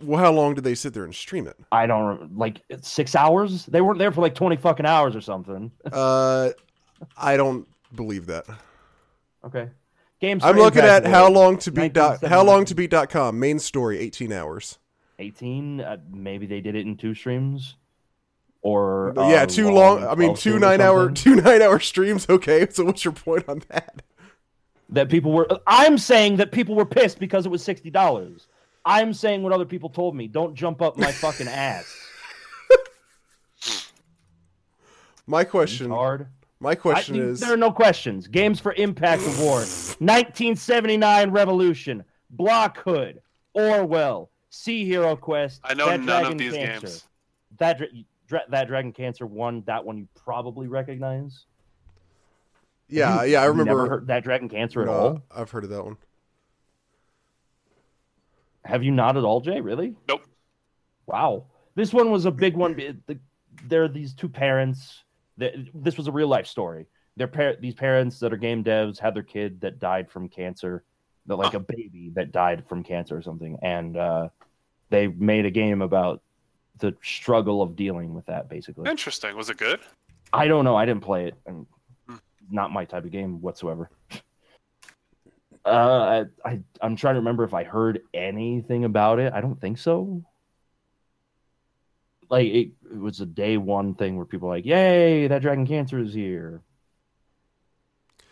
[SPEAKER 1] Well, how long did they sit there and stream it?
[SPEAKER 3] I don't rem- like six hours. They weren't there for like twenty fucking hours or something.
[SPEAKER 1] Uh, I don't believe that.
[SPEAKER 3] Okay. Games.
[SPEAKER 1] I'm looking at how long to beat dot,
[SPEAKER 3] 1970.
[SPEAKER 1] how long to beat dot com main story 18 hours.
[SPEAKER 3] Eighteen. Uh, maybe they did it in two streams, or
[SPEAKER 1] yeah,
[SPEAKER 3] uh,
[SPEAKER 1] too long. I mean,
[SPEAKER 3] 12
[SPEAKER 1] two
[SPEAKER 3] stream or
[SPEAKER 1] nine hour
[SPEAKER 3] something.
[SPEAKER 1] two nine hour streams. Okay, so what's your point on that?
[SPEAKER 3] that people were. I'm saying that people were pissed because it was sixty dollars. I'm saying what other people told me. Don't jump up my fucking ass.
[SPEAKER 1] My question.
[SPEAKER 3] Hard.
[SPEAKER 1] My question
[SPEAKER 3] I-
[SPEAKER 1] is.
[SPEAKER 3] There are no questions. Games for Impact Award, 1979 Revolution, Block Hood, Orwell, Sea Hero Quest.
[SPEAKER 2] I know
[SPEAKER 3] That
[SPEAKER 2] none
[SPEAKER 3] Dragon
[SPEAKER 2] of these
[SPEAKER 3] Cancer.
[SPEAKER 2] games.
[SPEAKER 3] That Dra- Dra- that Dragon Cancer one. That one you probably recognize.
[SPEAKER 1] yeah, yeah, I
[SPEAKER 3] You've never
[SPEAKER 1] remember.
[SPEAKER 3] heard that Dragon Cancer at
[SPEAKER 1] no,
[SPEAKER 3] all.
[SPEAKER 1] I've heard of that one.
[SPEAKER 3] Have you not at all, Jay? Really?
[SPEAKER 2] Nope.
[SPEAKER 3] Wow. This one was a big one. The- There are these two parents. That, this was a real life story. Their par- these parents that are game devs had their kid that died from cancer, that like a baby that died from cancer or something, and uh, they made a game about the struggle of dealing with that. Basically,
[SPEAKER 2] Interesting. Was it good?
[SPEAKER 3] I don't know. I didn't play it, and
[SPEAKER 2] Hmm.
[SPEAKER 3] not my type of game whatsoever. Uh, I, I I'm trying to remember if I heard anything about it. I don't think so. Like it, it was a day one thing where people were like, "Yay, that dragon cancer is here."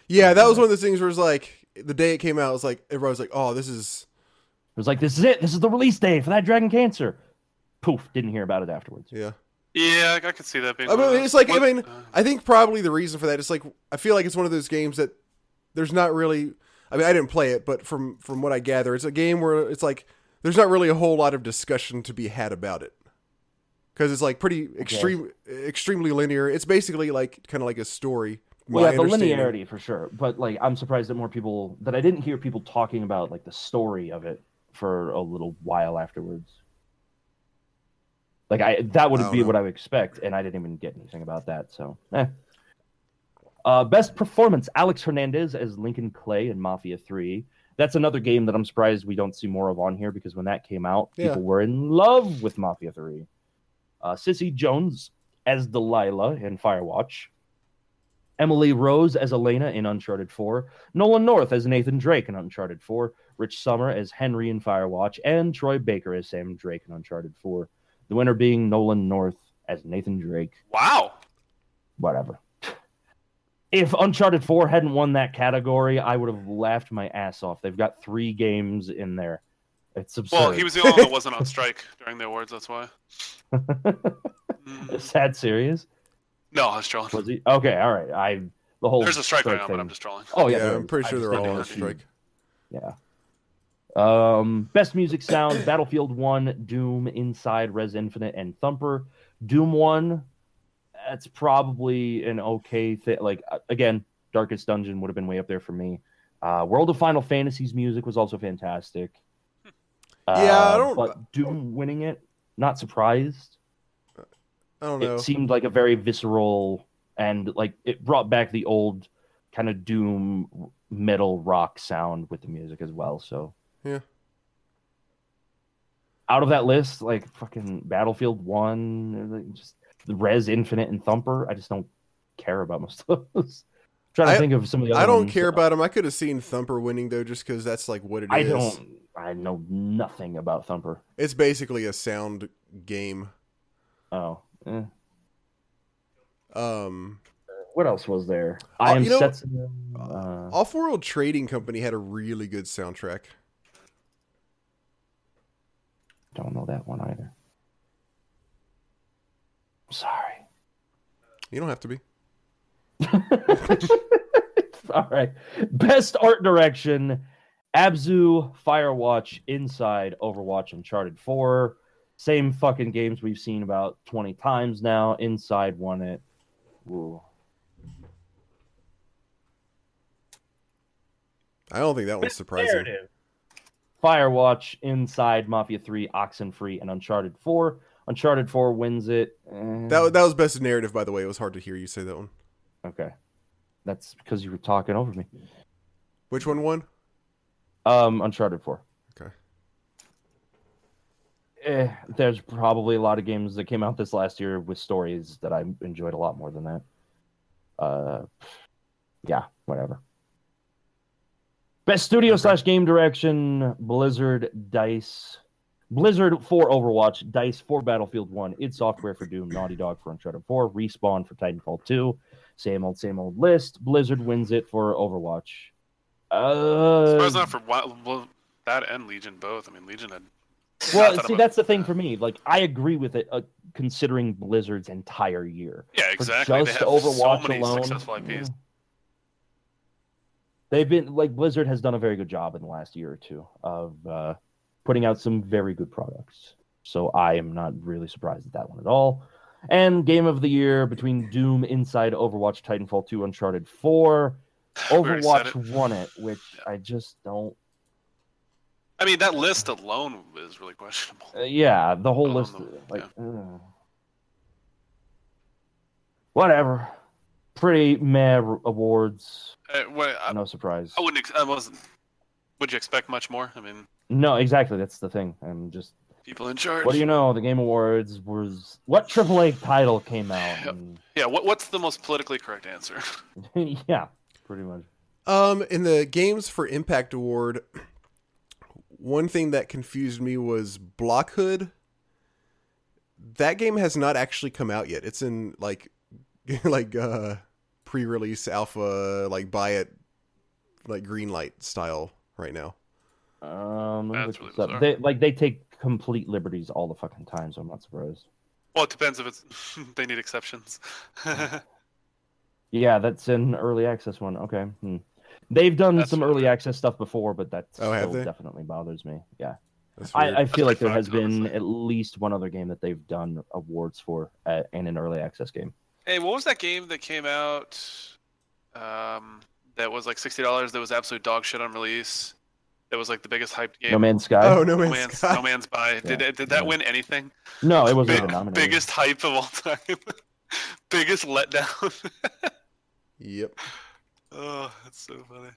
[SPEAKER 1] Yeah, that was one of those things where it's like the day it came out, it was like everybody was like, "Oh, this is
[SPEAKER 3] was like, this is it. This is the release day for that Dragon Cancer. Poof, didn't hear about it afterwards.
[SPEAKER 1] yeah."
[SPEAKER 2] Yeah, I I could see that being.
[SPEAKER 1] I
[SPEAKER 2] one of
[SPEAKER 1] mean,
[SPEAKER 2] those.
[SPEAKER 1] it's like I
[SPEAKER 2] What-
[SPEAKER 1] mean,
[SPEAKER 2] uh,
[SPEAKER 1] I think probably the reason for that is like I feel like it's one of those games that there's not really. I mean, I didn't play it, but from from what I gather, it's a game where it's like there's not really a whole lot of discussion to be had about it because it's like pretty extreme, extremely linear. It's basically like kind of like a story. from
[SPEAKER 3] Well,
[SPEAKER 1] my
[SPEAKER 3] yeah, the
[SPEAKER 1] understanding.
[SPEAKER 3] linearity for sure, but like I'm surprised that more people that I didn't hear people talking about like the story of it for a little while afterwards. Like I that would
[SPEAKER 1] I don't
[SPEAKER 3] be
[SPEAKER 1] know.
[SPEAKER 3] what I would expect, and I didn't even get anything about that. So, eh. uh, best performance: Alex Hernandez as Lincoln Clay in Mafia Three. That's another game that I'm surprised we don't see more of on here because when that came out,
[SPEAKER 1] Yeah.
[SPEAKER 3] people were in love with Mafia Three. Uh, Sissy Jones as Delilah in Firewatch. Emily Rose as Elena in Uncharted 4, Nolan North as Nathan Drake in Uncharted 4, Rich Summer as Henry in Firewatch, and Troy Baker as Sam Drake in Uncharted 4. The winner being Nolan North as Nathan Drake.
[SPEAKER 2] wow.
[SPEAKER 3] Whatever. If Uncharted 4 hadn't won that category, I would have laughed my ass off. They've got three games in there. It's absurd.
[SPEAKER 2] Well, he was the only one that wasn't on strike during the awards. That's why. Mm.
[SPEAKER 3] Is that serious?
[SPEAKER 2] No, I was trolling.
[SPEAKER 3] Was he? Okay, all right. I the whole
[SPEAKER 2] There's a strike right now,
[SPEAKER 3] thing.
[SPEAKER 2] but I'm just trolling.
[SPEAKER 3] Oh yeah,
[SPEAKER 1] Yeah,
[SPEAKER 3] there
[SPEAKER 1] I'm
[SPEAKER 3] is.
[SPEAKER 1] pretty
[SPEAKER 3] I
[SPEAKER 1] sure
[SPEAKER 3] just
[SPEAKER 1] they're
[SPEAKER 3] thought
[SPEAKER 1] all
[SPEAKER 3] they
[SPEAKER 1] on
[SPEAKER 3] were
[SPEAKER 1] strike.
[SPEAKER 3] Yeah. Um, best music sound: Battlefield One, Doom, Inside, Res Infinite, and Thumper. Doom One, that's probably an okay thing. Like uh, again, Darkest Dungeon would have been way up there for me. Uh, World of Final Fantasy's music was also fantastic. Uh,
[SPEAKER 1] Yeah, I don't-
[SPEAKER 3] But Doom winning it, not surprised.
[SPEAKER 1] I don't know.
[SPEAKER 3] It seemed like a very visceral and like it brought back the old kind of doom metal rock sound with the music as well. So
[SPEAKER 1] Yeah.
[SPEAKER 3] Out of that list, like fucking Battlefield One, like, just the Res Infinite and Thumper, I just don't care about most of those. trying to
[SPEAKER 1] I-
[SPEAKER 3] think of some of the. Other
[SPEAKER 1] I don't
[SPEAKER 3] ones.
[SPEAKER 1] care about him. I could have seen Thumper winning though, just because that's like what it is.
[SPEAKER 3] I don't. I know nothing about Thumper.
[SPEAKER 1] It's basically a sound game.
[SPEAKER 3] Oh. eh.
[SPEAKER 1] Um,
[SPEAKER 3] What else was there?
[SPEAKER 1] Uh,
[SPEAKER 3] I am
[SPEAKER 1] you know-
[SPEAKER 3] Setsuna, uh,
[SPEAKER 1] Off World Trading Company had a really good soundtrack.
[SPEAKER 3] Don't know that one either. Sorry.
[SPEAKER 1] You don't have to be.
[SPEAKER 3] All right. Best art direction: Abzu, Firewatch, Inside, Overwatch, Uncharted Four. Same fucking games we've seen about twenty times now. Inside won it. Woo.
[SPEAKER 1] I don't think that one's surprising.
[SPEAKER 3] Firewatch, Inside, Mafia Three, Oxenfree, and Uncharted Four. Uncharted Four wins it. Eh.
[SPEAKER 1] That wa- that was best narrative, by the way. It was hard to hear you say that one.
[SPEAKER 3] okay. That's because you were talking over me.
[SPEAKER 1] Which one won?
[SPEAKER 3] Um, Uncharted Four.
[SPEAKER 1] Okay.
[SPEAKER 3] Eh, there's probably a lot of games that came out this last year with stories that I enjoyed a lot more than that. Uh, yeah, whatever. Best studio
[SPEAKER 1] Okay.
[SPEAKER 3] slash game direction: Blizzard, Dice, Blizzard for Overwatch, Dice for Battlefield One, id Software for Doom, Naughty Dog for Uncharted Four, Respawn for Titanfall Two. Same old, same old list. Blizzard wins it for Overwatch. Uh,
[SPEAKER 2] Surprised not for Wi- well, that and Legion both. I mean, Legion had. not
[SPEAKER 3] Well,
[SPEAKER 2] that
[SPEAKER 3] see,
[SPEAKER 2] much-
[SPEAKER 3] that's the thing for me. Like, I agree with it, uh, considering Blizzard's entire year.
[SPEAKER 2] Yeah,
[SPEAKER 3] For
[SPEAKER 2] exactly. They
[SPEAKER 3] just
[SPEAKER 2] have
[SPEAKER 3] Overwatch
[SPEAKER 2] so many
[SPEAKER 3] alone,
[SPEAKER 2] successful IPs.
[SPEAKER 3] yeah. They've been like Blizzard has done a very good job in the last year or two of uh, putting out some very good products. So I am not really surprised at that one at all. And game of the year between Doom, Inside, Overwatch, Titanfall 2, Uncharted 4.
[SPEAKER 2] We already said
[SPEAKER 3] Overwatch
[SPEAKER 2] it.
[SPEAKER 3] won it, which I just don't
[SPEAKER 2] I mean, that list alone is really questionable.
[SPEAKER 3] Uh, yeah, the whole
[SPEAKER 2] Um,
[SPEAKER 3] list. uh, Like, ugh. whatever. Pretty meh r- awards.
[SPEAKER 2] Uh, what, I,
[SPEAKER 3] no surprise.
[SPEAKER 2] I wouldn't. ex- I wasn't. Would you expect much more? I mean,
[SPEAKER 3] No, exactly. That's the thing. I'm just.
[SPEAKER 2] people in charge.
[SPEAKER 3] What do you know? The Game Awards was what AAA title came out?
[SPEAKER 2] Yep.
[SPEAKER 3] And,
[SPEAKER 2] Yeah. What, what's the most politically correct answer?
[SPEAKER 3] yeah, pretty much.
[SPEAKER 1] Um, in the Games for Impact award, one thing that confused me was Block Hood. That game has not actually come out yet. It's in like like uh pre-release alpha, like buy it like green light style right now.
[SPEAKER 3] Um, let me
[SPEAKER 2] That's
[SPEAKER 3] look
[SPEAKER 2] really
[SPEAKER 3] this up.
[SPEAKER 2] bizarre.
[SPEAKER 3] They, like they take complete liberties all the fucking time, so I'm not surprised.
[SPEAKER 2] Well, it depends if it's they need exceptions.
[SPEAKER 3] Yeah, that's an early access one. Okay. Hmm. They've done
[SPEAKER 2] That's
[SPEAKER 3] some
[SPEAKER 2] what
[SPEAKER 3] early
[SPEAKER 2] I-
[SPEAKER 3] access stuff before, but that
[SPEAKER 1] Oh, have
[SPEAKER 3] still
[SPEAKER 1] they?
[SPEAKER 3] definitely bothers me. Yeah.
[SPEAKER 1] That's weird.
[SPEAKER 3] I, I feel
[SPEAKER 2] my
[SPEAKER 3] like there
[SPEAKER 2] thought,
[SPEAKER 3] has been
[SPEAKER 2] honestly.
[SPEAKER 3] at least one other game that they've done awards for uh, and an early access game.
[SPEAKER 2] hey, what was that game that came out? Um, that was like sixty dollars. That was absolute dog shit on release. That was like the biggest hyped game.
[SPEAKER 3] No Man's Sky?
[SPEAKER 1] oh no
[SPEAKER 2] No
[SPEAKER 1] man's,
[SPEAKER 2] Man's,
[SPEAKER 1] Sky.
[SPEAKER 2] no man's by. Did,
[SPEAKER 3] Yeah,
[SPEAKER 2] did that
[SPEAKER 3] yeah.
[SPEAKER 2] win anything?
[SPEAKER 3] No, it
[SPEAKER 2] Big-
[SPEAKER 3] wasn't even nominated.
[SPEAKER 2] biggest hype of all time. biggest letdown.
[SPEAKER 1] Yep.
[SPEAKER 2] oh, that's so funny.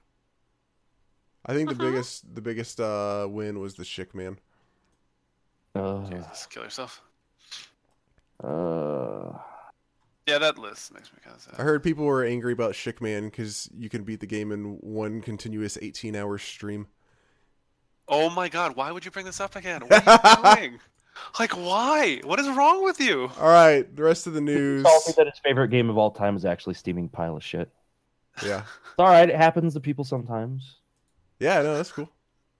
[SPEAKER 1] I think the
[SPEAKER 2] Uh-huh.
[SPEAKER 1] biggest the biggest uh, win was the Shick Man.
[SPEAKER 3] Ugh.
[SPEAKER 2] Jesus, kill yourself.
[SPEAKER 3] Uh,
[SPEAKER 2] Yeah, that list makes me kind of sad.
[SPEAKER 1] I heard people were angry about Shick Man because you can beat the game in one continuous 18 hour stream.
[SPEAKER 2] Oh my god, why would you bring this up again? What are you doing? Like, why? What is wrong with you?
[SPEAKER 1] All right, the rest of the news.
[SPEAKER 3] told me that his favorite game of all time is actually steaming pile of shit.
[SPEAKER 1] Yeah,
[SPEAKER 3] It's all right. It happens to people sometimes.
[SPEAKER 1] yeah, no, that's cool.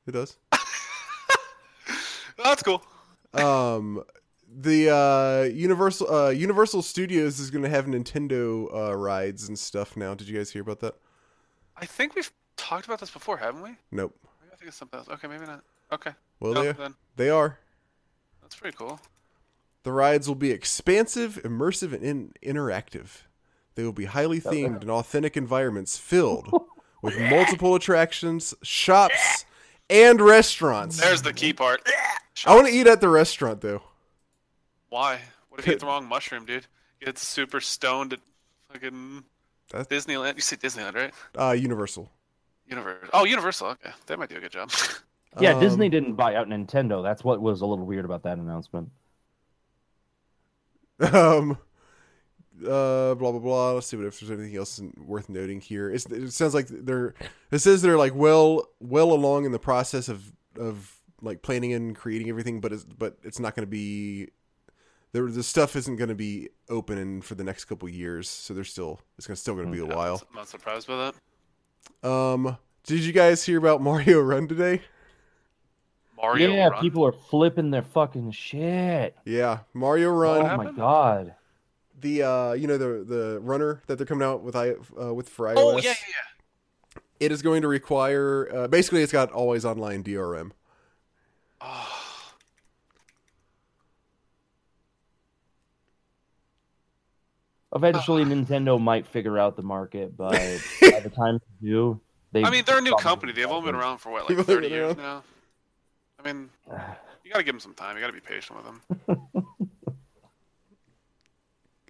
[SPEAKER 1] It does.
[SPEAKER 2] Oh, That's cool.
[SPEAKER 1] Um, the uh, Universal uh, Universal Studios is going to have Nintendo uh, rides and stuff now. Did you guys hear about that?
[SPEAKER 2] I think we've talked about this before, haven't we?
[SPEAKER 1] Nope.
[SPEAKER 2] Maybe I think it's something else. Okay, maybe not. Okay.
[SPEAKER 1] Well,
[SPEAKER 2] no,
[SPEAKER 1] they
[SPEAKER 2] then.
[SPEAKER 1] they are.
[SPEAKER 2] That's pretty cool.
[SPEAKER 1] The rides will be expansive, immersive, and in- interactive. They will be highly themed and authentic environments filled with multiple attractions, shops, and restaurants.
[SPEAKER 2] There's the key part.
[SPEAKER 1] I want to eat at the restaurant though.
[SPEAKER 2] Why? What if you get the wrong mushroom, dude? Get super stoned at fucking
[SPEAKER 1] That's-
[SPEAKER 2] Disneyland. You say Disneyland, right?
[SPEAKER 1] Uh, Universal.
[SPEAKER 2] Universal. Oh, Universal. Okay. They might do a good job.
[SPEAKER 3] Yeah,
[SPEAKER 1] Um,
[SPEAKER 3] Disney didn't buy out Nintendo. That's what was a little weird about that announcement.
[SPEAKER 1] Um, uh, blah blah blah. Let's see what if there's anything else worth noting here. It's, it sounds like they're. It says they're like well well along in the process of of like planning and creating everything, but it's but it's not going to be. There, the stuff isn't going to be open in, for the next couple years, so they're still it's gonna, still going to
[SPEAKER 2] Mm,
[SPEAKER 1] be a while.
[SPEAKER 2] I'm not surprised by that.
[SPEAKER 1] Um, did you guys hear about Mario Run today?
[SPEAKER 2] Mario
[SPEAKER 3] yeah,
[SPEAKER 2] Run.
[SPEAKER 3] people are flipping their fucking shit.
[SPEAKER 1] Yeah, Mario
[SPEAKER 3] Oh
[SPEAKER 1] Run,
[SPEAKER 3] my
[SPEAKER 2] happened?
[SPEAKER 3] god.
[SPEAKER 1] the uh, you know the the runner that they're coming out with i uh, with for iOS.
[SPEAKER 2] Oh, yeah, yeah, yeah.
[SPEAKER 1] it is going to require uh, basically it's got always online drm
[SPEAKER 2] Oh.
[SPEAKER 3] Eventually, Nintendo might figure out the market, but by the time they do, they.
[SPEAKER 2] I mean, they're a new
[SPEAKER 3] probably-
[SPEAKER 2] company. They've only been around for what,
[SPEAKER 1] They've
[SPEAKER 2] like
[SPEAKER 1] only
[SPEAKER 2] thirty
[SPEAKER 1] been
[SPEAKER 2] years
[SPEAKER 1] around-
[SPEAKER 2] now. I mean, you gotta give them some time. You gotta be patient with them.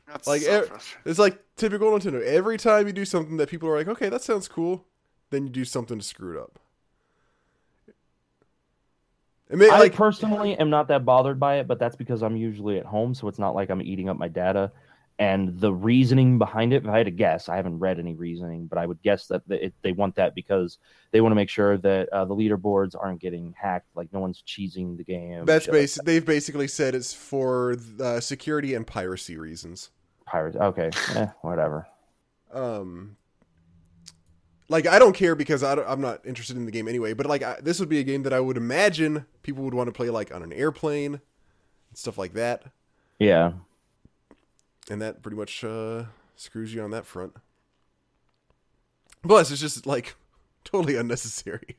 [SPEAKER 2] That's
[SPEAKER 1] Like, eh,
[SPEAKER 2] so
[SPEAKER 1] ev-
[SPEAKER 2] frustrating.
[SPEAKER 1] it's like typical nintendo every time you do something that people are like okay that sounds cool then you do something to screw it up I mean,
[SPEAKER 3] I
[SPEAKER 1] like
[SPEAKER 3] personally am not that bothered by it, but that's because I'm usually at home, so it's not like I'm eating up my data. And the reasoning behind it, if I had to guess, I haven't read any reasoning, but I would guess that the- it, they want that because they want to make sure that uh, the leaderboards aren't getting hacked, like no one's cheesing the game.
[SPEAKER 1] that's
[SPEAKER 3] shit like
[SPEAKER 1] basi- they've basically said it's for uh, security and piracy reasons
[SPEAKER 3] pirates. Okay, eh, whatever.
[SPEAKER 1] um like i don't care because I am not interested in the game anyway but like I, this would be a game that i would imagine people would want to play like on an airplane and stuff like that
[SPEAKER 3] Yeah.
[SPEAKER 1] and that pretty much uh, screws you on that front. Plus, it's just like totally unnecessary.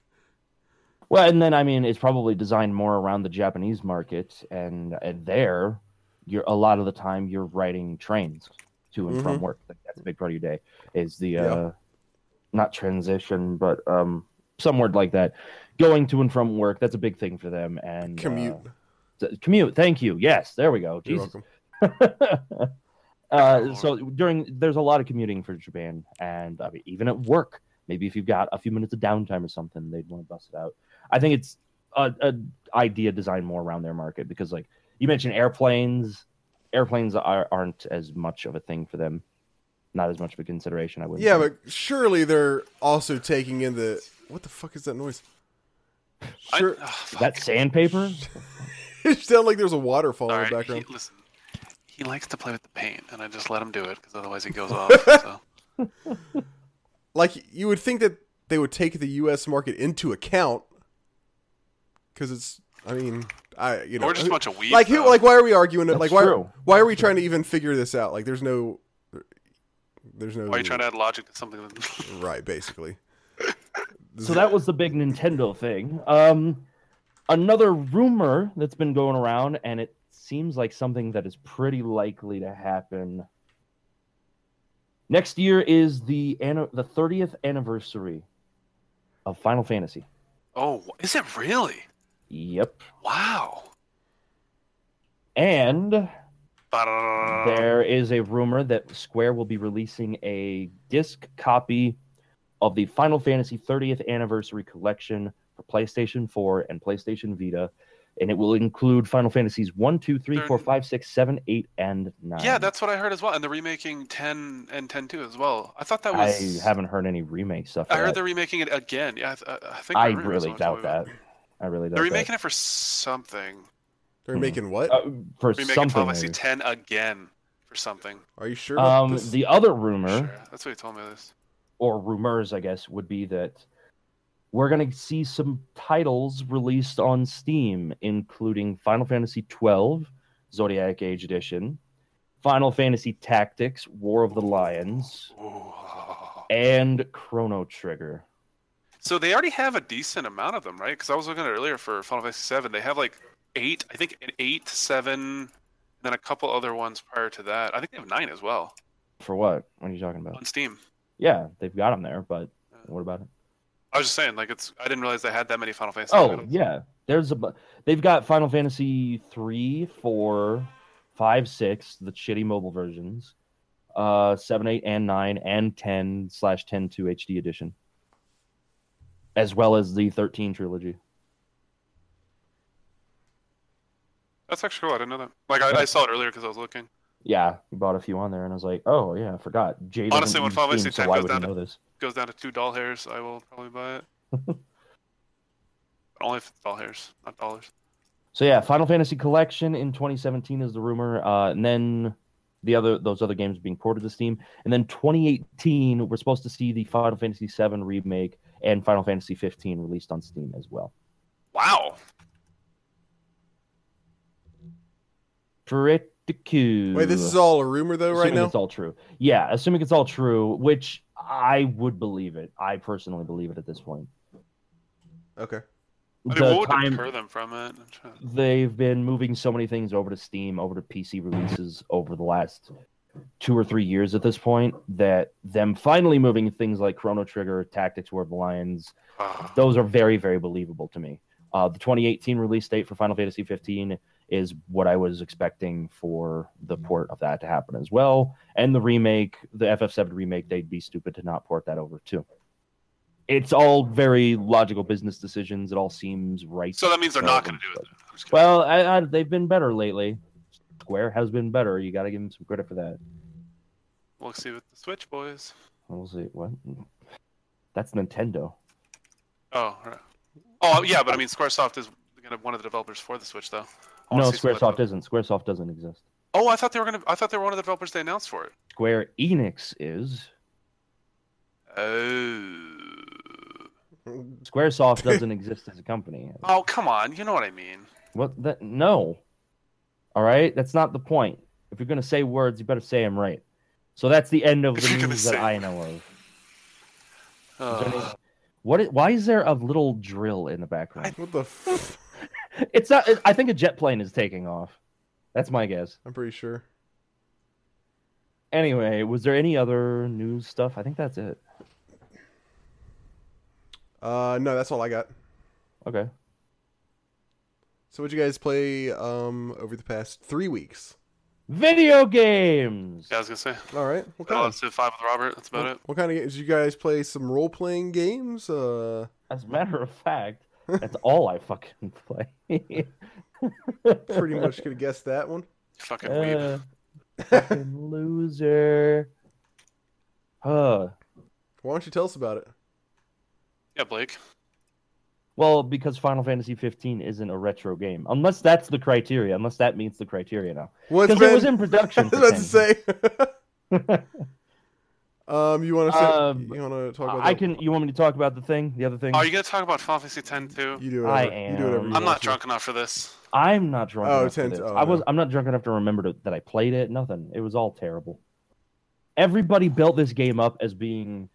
[SPEAKER 3] Well, and then I mean, it's probably designed more around the Japanese market, and, and there, you're a lot of the time you're riding trains to and from work. Like, that's a big part of your day. Is the uh,
[SPEAKER 1] Mm-hmm. Yeah.
[SPEAKER 3] not transition, but um, some word like that, going to and from work. That's a big thing for them. And uh,
[SPEAKER 1] Commute.
[SPEAKER 3] th- commute. Thank you. Yes, there we go.
[SPEAKER 1] You're
[SPEAKER 3] Jesus.
[SPEAKER 1] welcome.
[SPEAKER 3] uh, so during there's a lot of commuting for Japan, and I mean, even at work, maybe if you've got a few minutes of downtime or something, they'd want to bust it out. I think it's a, a idea designed more around their market because, like you mentioned, airplanes, airplanes are, aren't as much of a thing for them, not as much of a consideration. I would.
[SPEAKER 1] Yeah, but surely they're also taking in the what the fuck is that noise?
[SPEAKER 2] I-
[SPEAKER 1] Sure,
[SPEAKER 2] oh, fuck.
[SPEAKER 3] that sandpaper.
[SPEAKER 1] it sounded like there's a waterfall
[SPEAKER 2] All
[SPEAKER 1] in the
[SPEAKER 2] right,
[SPEAKER 1] background.
[SPEAKER 2] He, listen, he likes to play with the paint, and I just let him do it because otherwise he goes off. So.
[SPEAKER 1] Like you would think that they would take the U.S. market into account because it's. I mean, I you know,
[SPEAKER 2] We're just a bunch of weeds.
[SPEAKER 1] like who, like why are we arguing?
[SPEAKER 3] That's
[SPEAKER 1] like why
[SPEAKER 3] true.
[SPEAKER 1] why are we trying to even figure this out? Like there's no there's no
[SPEAKER 2] why are you trying to add logic to something? that-
[SPEAKER 1] right basically.
[SPEAKER 3] So that was the big Nintendo thing. Um, another rumor that's been going around, and it seems like something that is pretty likely to happen. Next year is the an- the 30th anniversary of Final Fantasy.
[SPEAKER 2] oh, wh- is it really?
[SPEAKER 3] Yep.
[SPEAKER 2] Wow.
[SPEAKER 3] And
[SPEAKER 2] Ba-da-da-da-da.
[SPEAKER 3] there is a rumor that Square will be releasing a disc copy of the Final Fantasy 30th Anniversary Collection for PlayStation 4 and PlayStation Vita, and it will include Final Fantasies 1, 2, 3, 4, 5, 6, 7, 8, and 9.
[SPEAKER 2] Yeah, that's what I heard as well. And they're remaking 10 and 10 2 as well. I thought that
[SPEAKER 3] I
[SPEAKER 2] was.
[SPEAKER 3] haven't heard any remake stuff.
[SPEAKER 2] I
[SPEAKER 3] for
[SPEAKER 2] heard
[SPEAKER 3] that.
[SPEAKER 2] they're remaking it again. Yeah, I, th- I I think
[SPEAKER 3] I
[SPEAKER 2] remember
[SPEAKER 3] really
[SPEAKER 2] someone told
[SPEAKER 3] doubt
[SPEAKER 2] me
[SPEAKER 3] that.
[SPEAKER 2] about-
[SPEAKER 3] I really doubt
[SPEAKER 2] They're remaking it for something.
[SPEAKER 1] They're
[SPEAKER 3] Hmm.
[SPEAKER 1] making what?
[SPEAKER 3] that. Uh, for
[SPEAKER 2] Remaking
[SPEAKER 3] something.
[SPEAKER 2] Final Fantasy
[SPEAKER 3] maybe.
[SPEAKER 2] 10 again for something.
[SPEAKER 1] Are you sure? about
[SPEAKER 3] Um,
[SPEAKER 1] this?
[SPEAKER 3] the other
[SPEAKER 2] for
[SPEAKER 3] rumor.
[SPEAKER 2] Sure. That's what he told me this.
[SPEAKER 3] or rumors, I guess, would be that we're going to see some titles released on Steam, including Final Fantasy XII, Zodiac Age Edition, Final Fantasy Tactics, War of the Lions,
[SPEAKER 2] Ooh.
[SPEAKER 3] and Chrono Trigger.
[SPEAKER 2] So they already have a decent amount of them, right? Because I was looking at it earlier for Final Fantasy Seven, they have like eight, I think, an eight, seven, and then a couple other ones prior to that. I think they have nine as well
[SPEAKER 3] For what? What are you talking about?
[SPEAKER 2] on Steam.
[SPEAKER 3] Yeah, they've got them there, but what about it?
[SPEAKER 2] I was just saying, like it's, I didn't realize they had that many Final Fantasy.
[SPEAKER 3] Oh
[SPEAKER 2] titles.
[SPEAKER 3] yeah, there's a. bu- They've got Final Fantasy three, four, five, six, the shitty mobile versions, uh, seven, eight, and nine, and ten slash ten two HD edition, as well as the thirteen trilogy.
[SPEAKER 2] that's actually cool. I didn't know that. Like I, I saw it earlier because I was looking.
[SPEAKER 3] Yeah, you bought a few on there, and I was like, oh yeah, I forgot. Jade doesn't
[SPEAKER 2] Honestly, when
[SPEAKER 3] use
[SPEAKER 2] Final Fantasy
[SPEAKER 3] Steam, so
[SPEAKER 2] 10
[SPEAKER 3] why
[SPEAKER 2] goes
[SPEAKER 3] would you
[SPEAKER 2] down to-
[SPEAKER 3] know this?
[SPEAKER 2] goes down to two doll hairs. I will probably buy it. but only if it's doll hairs, not dollars.
[SPEAKER 3] So yeah, Final Fantasy Collection in 2017 is the rumor, uh, and then the other those other games being ported to Steam, and then 2018 we're supposed to see the Final Fantasy VII remake and Final Fantasy 15 released on Steam as well.
[SPEAKER 2] Wow.
[SPEAKER 3] Pretty cool.
[SPEAKER 1] Wait, this is all a rumor though, right
[SPEAKER 3] assuming
[SPEAKER 1] now.
[SPEAKER 3] it's all true. Yeah, assuming it's all true, which I would believe it. I personally believe it at this point.
[SPEAKER 1] okay.
[SPEAKER 2] I mean,
[SPEAKER 3] The
[SPEAKER 2] what would
[SPEAKER 3] time-
[SPEAKER 2] deter them from it? I'm trying to-
[SPEAKER 3] they've been moving so many things over to Steam, over to PC releases over the last two or three years at this point that them finally moving things like Chrono Trigger, Tactics, War of the Lions,
[SPEAKER 2] Ah.
[SPEAKER 3] those are very, very believable to me. Uh, the 2018 release date for Final Fantasy 15 is what I was expecting for the port of that to happen as well. And the remake, the FF7 remake, they'd be stupid to not port that over too. It's all very logical business decisions. It all seems right.
[SPEAKER 2] So that means they're
[SPEAKER 3] to
[SPEAKER 2] not
[SPEAKER 3] them,
[SPEAKER 2] going to do it.
[SPEAKER 3] but-
[SPEAKER 2] then. I'm just kidding.
[SPEAKER 3] well, I, I, they've been better lately. Square has been better. You got to give them some credit for that.
[SPEAKER 2] We'll see with the Switch boys.
[SPEAKER 3] We'll see. What? That's Nintendo.
[SPEAKER 2] Oh, right. oh yeah, but I mean, SquareSoft is gonna one of the developers for the Switch, though. I wanna
[SPEAKER 3] No,
[SPEAKER 2] see some of
[SPEAKER 3] SquareSoft
[SPEAKER 2] the-
[SPEAKER 3] isn't. SquareSoft doesn't exist.
[SPEAKER 2] Oh, I thought they were gonna. I thought they were one of the developers they announced for it.
[SPEAKER 3] Square Enix is.
[SPEAKER 2] Oh.
[SPEAKER 3] SquareSoft doesn't exist as a company.
[SPEAKER 2] Oh, come on. You know what I mean.
[SPEAKER 3] What? That, no. All right, that's not the point. If you're gonna say words, you better say them right. So that's the end of
[SPEAKER 2] If
[SPEAKER 3] the
[SPEAKER 2] you're gonna
[SPEAKER 3] news that
[SPEAKER 2] say-
[SPEAKER 3] I know of. Is there any-
[SPEAKER 2] Ugh.
[SPEAKER 3] What? Is, why is there a little drill in the background?
[SPEAKER 1] What the? F-
[SPEAKER 3] It's not. I think a jet plane is taking off. That's my guess.
[SPEAKER 1] I'm pretty sure.
[SPEAKER 3] Anyway, was there any other news stuff? I think that's it.
[SPEAKER 1] Uh, no, that's all I got.
[SPEAKER 3] Okay.
[SPEAKER 1] So, what'd you guys play um over the past three weeks?
[SPEAKER 3] Video games.
[SPEAKER 2] yeah, I was gonna say.
[SPEAKER 1] All right. What
[SPEAKER 2] Oh,
[SPEAKER 1] kind?
[SPEAKER 2] let's do five with Robert. That's about
[SPEAKER 1] what,
[SPEAKER 2] it.
[SPEAKER 1] what kind of games? Did you guys play some role playing games? Uh,
[SPEAKER 3] As a matter of fact, that's all I fucking play.
[SPEAKER 1] pretty much could have guessed that one.
[SPEAKER 2] You fucking weeb.
[SPEAKER 3] Uh, fucking loser. Huh.
[SPEAKER 1] Why don't you tell us about it?
[SPEAKER 2] Yeah, Blake.
[SPEAKER 3] Well, because Final Fantasy 15 isn't a retro game, unless that's the criteria. Unless that meets the criteria now,
[SPEAKER 1] Well, it's
[SPEAKER 3] because
[SPEAKER 1] been.
[SPEAKER 3] it was in production.
[SPEAKER 1] I was
[SPEAKER 3] for
[SPEAKER 1] about to
[SPEAKER 3] 10
[SPEAKER 1] say. uh, Um, you want to say?
[SPEAKER 3] Um,
[SPEAKER 1] you want to talk about?
[SPEAKER 3] I
[SPEAKER 1] that?
[SPEAKER 3] can. You want me to talk about the thing? The other thing?
[SPEAKER 2] Are Oh, you gonna talk about Final Fantasy X too?
[SPEAKER 1] You do whatever. You
[SPEAKER 3] I
[SPEAKER 1] do whatever.
[SPEAKER 3] am.
[SPEAKER 1] You
[SPEAKER 3] You
[SPEAKER 2] I'm
[SPEAKER 1] want
[SPEAKER 2] not
[SPEAKER 1] to.
[SPEAKER 2] drunk enough for this.
[SPEAKER 3] I'm not drunk.
[SPEAKER 1] Oh,
[SPEAKER 3] enough for
[SPEAKER 1] tense.
[SPEAKER 3] this.
[SPEAKER 1] Oh,
[SPEAKER 3] I was.
[SPEAKER 1] yeah.
[SPEAKER 3] I'm not drunk enough to remember to, that I played it. Nothing. It was all terrible. Everybody built this game up as being